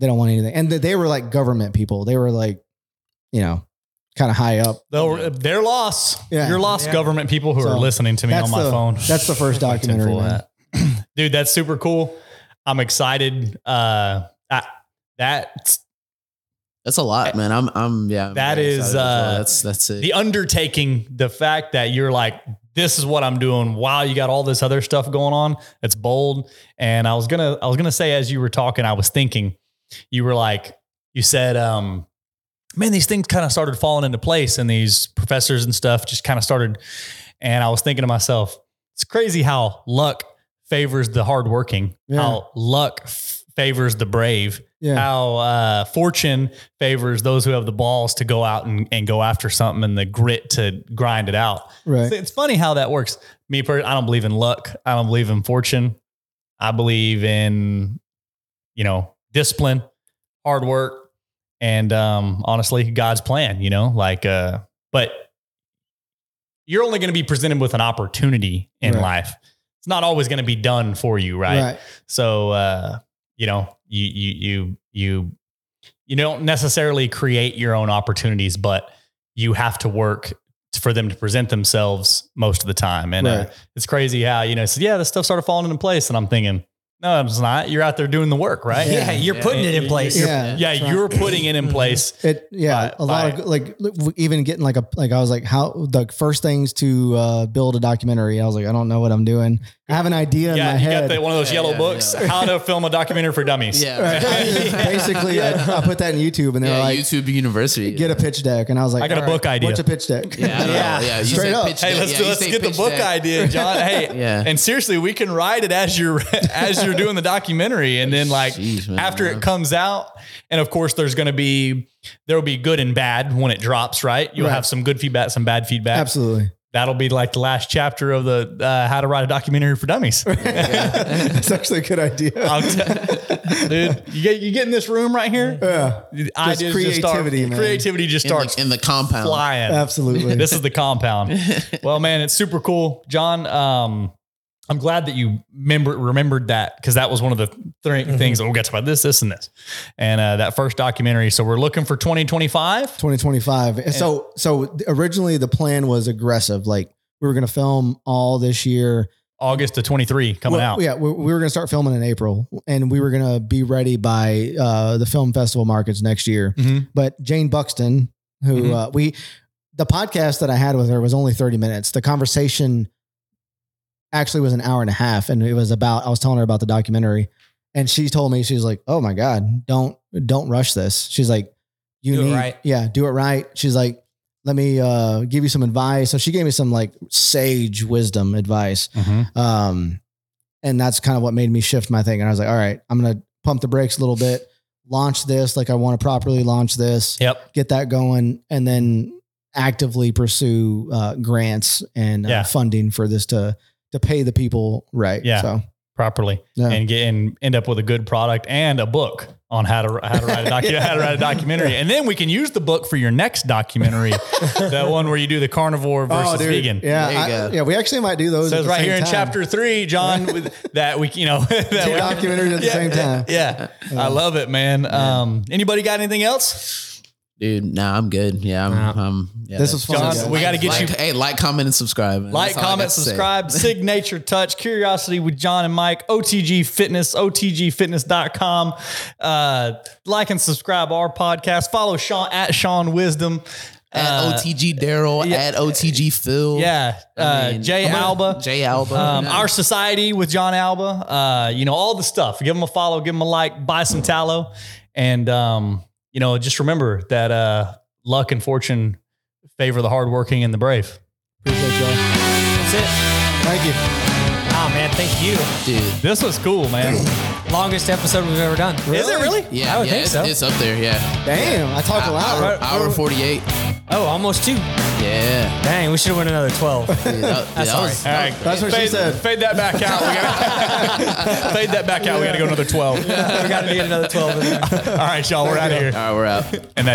they don't want anything, and th- they were like government people. They were like, you know, kind of high up. Though uh, their loss, Yeah. your loss, Yeah. government people who So are listening to me that's on my the- phone. that's the first Fucking documentary, full of man. that. dude. That's super cool. I'm excited. Uh, I, that That's a lot, man. I'm, I'm, yeah. I'm That very is, excited as well. uh, that's, that's it. the undertaking, the fact that you're like, this is what I'm doing. Wow, you got all this other stuff going on. It's bold. And I was gonna, I was gonna say as you were talking, I was thinking, you were like, you said, um, man, these things kind of started falling into place, and these professors and stuff just kind of started. And I was thinking to myself, it's crazy how luck favors the hardworking, Yeah. how luck f- favors the brave, Yeah, how uh, fortune favors those who have the balls to go out and, and go after something and the grit to grind it out. right. It's, it's funny how that works. Me, per- I don't believe in luck. I don't believe in fortune. I believe in, you know, discipline, hard work, and um, honestly, God's plan. You know, like, uh, but you're only going to be presented with an opportunity in Right. life. It's not always going to be done for you, right? So uh, you know, you you you you you don't necessarily create your own opportunities, but you have to work for them to present themselves most of the time. And Right. uh, it's crazy how you know, so yeah, this stuff started falling into place, and I'm thinking, no, it's not. You're out there doing the work, right? Yeah. Yeah, you're putting it in Yeah. place. Yeah, Mm-hmm. Yeah, that's right. you're putting it in place. It yeah, By- a lot of like li- w- even getting like a like I was like how the first things to uh, build a documentary. I was like I don't know what I'm doing. I have an idea in my Yeah, you head. got the, one of those Yeah, yellow yeah, books, yeah. how to film a documentary for dummies. yeah. Right. Basically, I, I put that in YouTube, and they're yeah. like, YouTube University. "Get a pitch deck," and I was like, I got a "All right, book idea." What's a pitch deck? Yeah. I don't know. Yeah. Yeah. You Straight say up. pitch Hey, deck. let's Yeah, do, you let's say get the pitch book deck. idea, John. Hey, Yeah. and seriously, we can write it as you're as you're doing the documentary, and then like Jeez, man. after it comes out, and of course, there's going to be there will be good and bad when it drops, right? You'll Right. have some good feedback, some bad feedback. Absolutely. That'll be like the last chapter of the uh, how to write a documentary for dummies. That's actually a good idea. I'll tell- dude, you get you get in this room right here. Yeah, the Ideas just start, creativity, man. creativity just In the, starts in the compound. flying. absolutely. This is the compound. well, man, it's super cool, John. Um, I'm glad that you member, remembered that because that was one of the three Mm-hmm. things that we'll get to about this, this, and this, and uh, that first documentary. So we're looking for 2025. 2025. so so th- originally the plan was aggressive. Like we were going to film all this year. August of 23 coming Well, out. Yeah, we, we were going to start filming in April, and we were going to be ready by uh, the film festival markets next year. Mhm. But Jane Buxton, who Mm-hmm. Mhm. uh, we, the podcast that I had with her was only thirty minutes. The conversation actually was an hour and a half, and it was about I was telling her about the documentary, and she told me she was like, "Oh my god, don't don't rush this." She's like, "You Do it need right. yeah, do it right." She's like. Let me uh, give you some advice. So she gave me some like sage wisdom advice. Um, and that's kind of what made me shift my thing. And I was like, all right, I'm going to pump the brakes a little bit, launch this. Like I want to properly launch this, Yep. get that going. And then actively pursue uh, grants and Yeah. uh, funding for this to, to pay the people. Right. Yeah. So Properly yeah. and get and end up with a good product and a book on how to how to write a docu- how to write a documentary, and then we can use the book for your next documentary, that one where you do the carnivore versus Oh, dude. vegan. Yeah. Oh, There you I- go. yeah. We actually might do those. So at it's the right same here in time. chapter three, John, with that we, you know, that Two we- documentaries at the Yeah, same time. Yeah, I love it, man. Um, anybody got anything else? Dude, nah, I'm good. Yeah, I'm, I'm yeah. This was fun. John, guys. we got to get like, you Hey, like, comment, and subscribe. man. like, That's all I comment, got to say. subscribe, signature touch, curiosity with John and Mike, OTG Fitness, OTGFitness.com. Uh, like and subscribe our podcast. Follow Sean at Sean Wisdom. At OTG Daryl, at OTG Phil. uh, Yeah, uh, I mean, Jay come on. Alba. Jay Alba. Um, Yeah. Our Society with John Alba. Uh, you know, all the stuff. Give them a follow, give them a like, buy some tallow. And, um, you know, just remember that uh, luck and fortune favor the hardworking and the brave. Appreciate y'all. That's it. Thank you. Out. Wow, man. Thank you. dude. This was cool, man. Longest episode we've ever done. Is it really? Yeah, I would yeah, think it's, so. it's up there. Yeah, Damn, I talk a lot. hour, hour forty-eight. oh, almost two. Yeah, Dang, we should have won another 12. Dude, that, that Sorry. was- All right. That's what she fade, said. Fade that back out. We gotta, fade that back out. We got to go another 12. we got to need another 12 in there. All right, y'all, we're out of here. all right, we're out. And that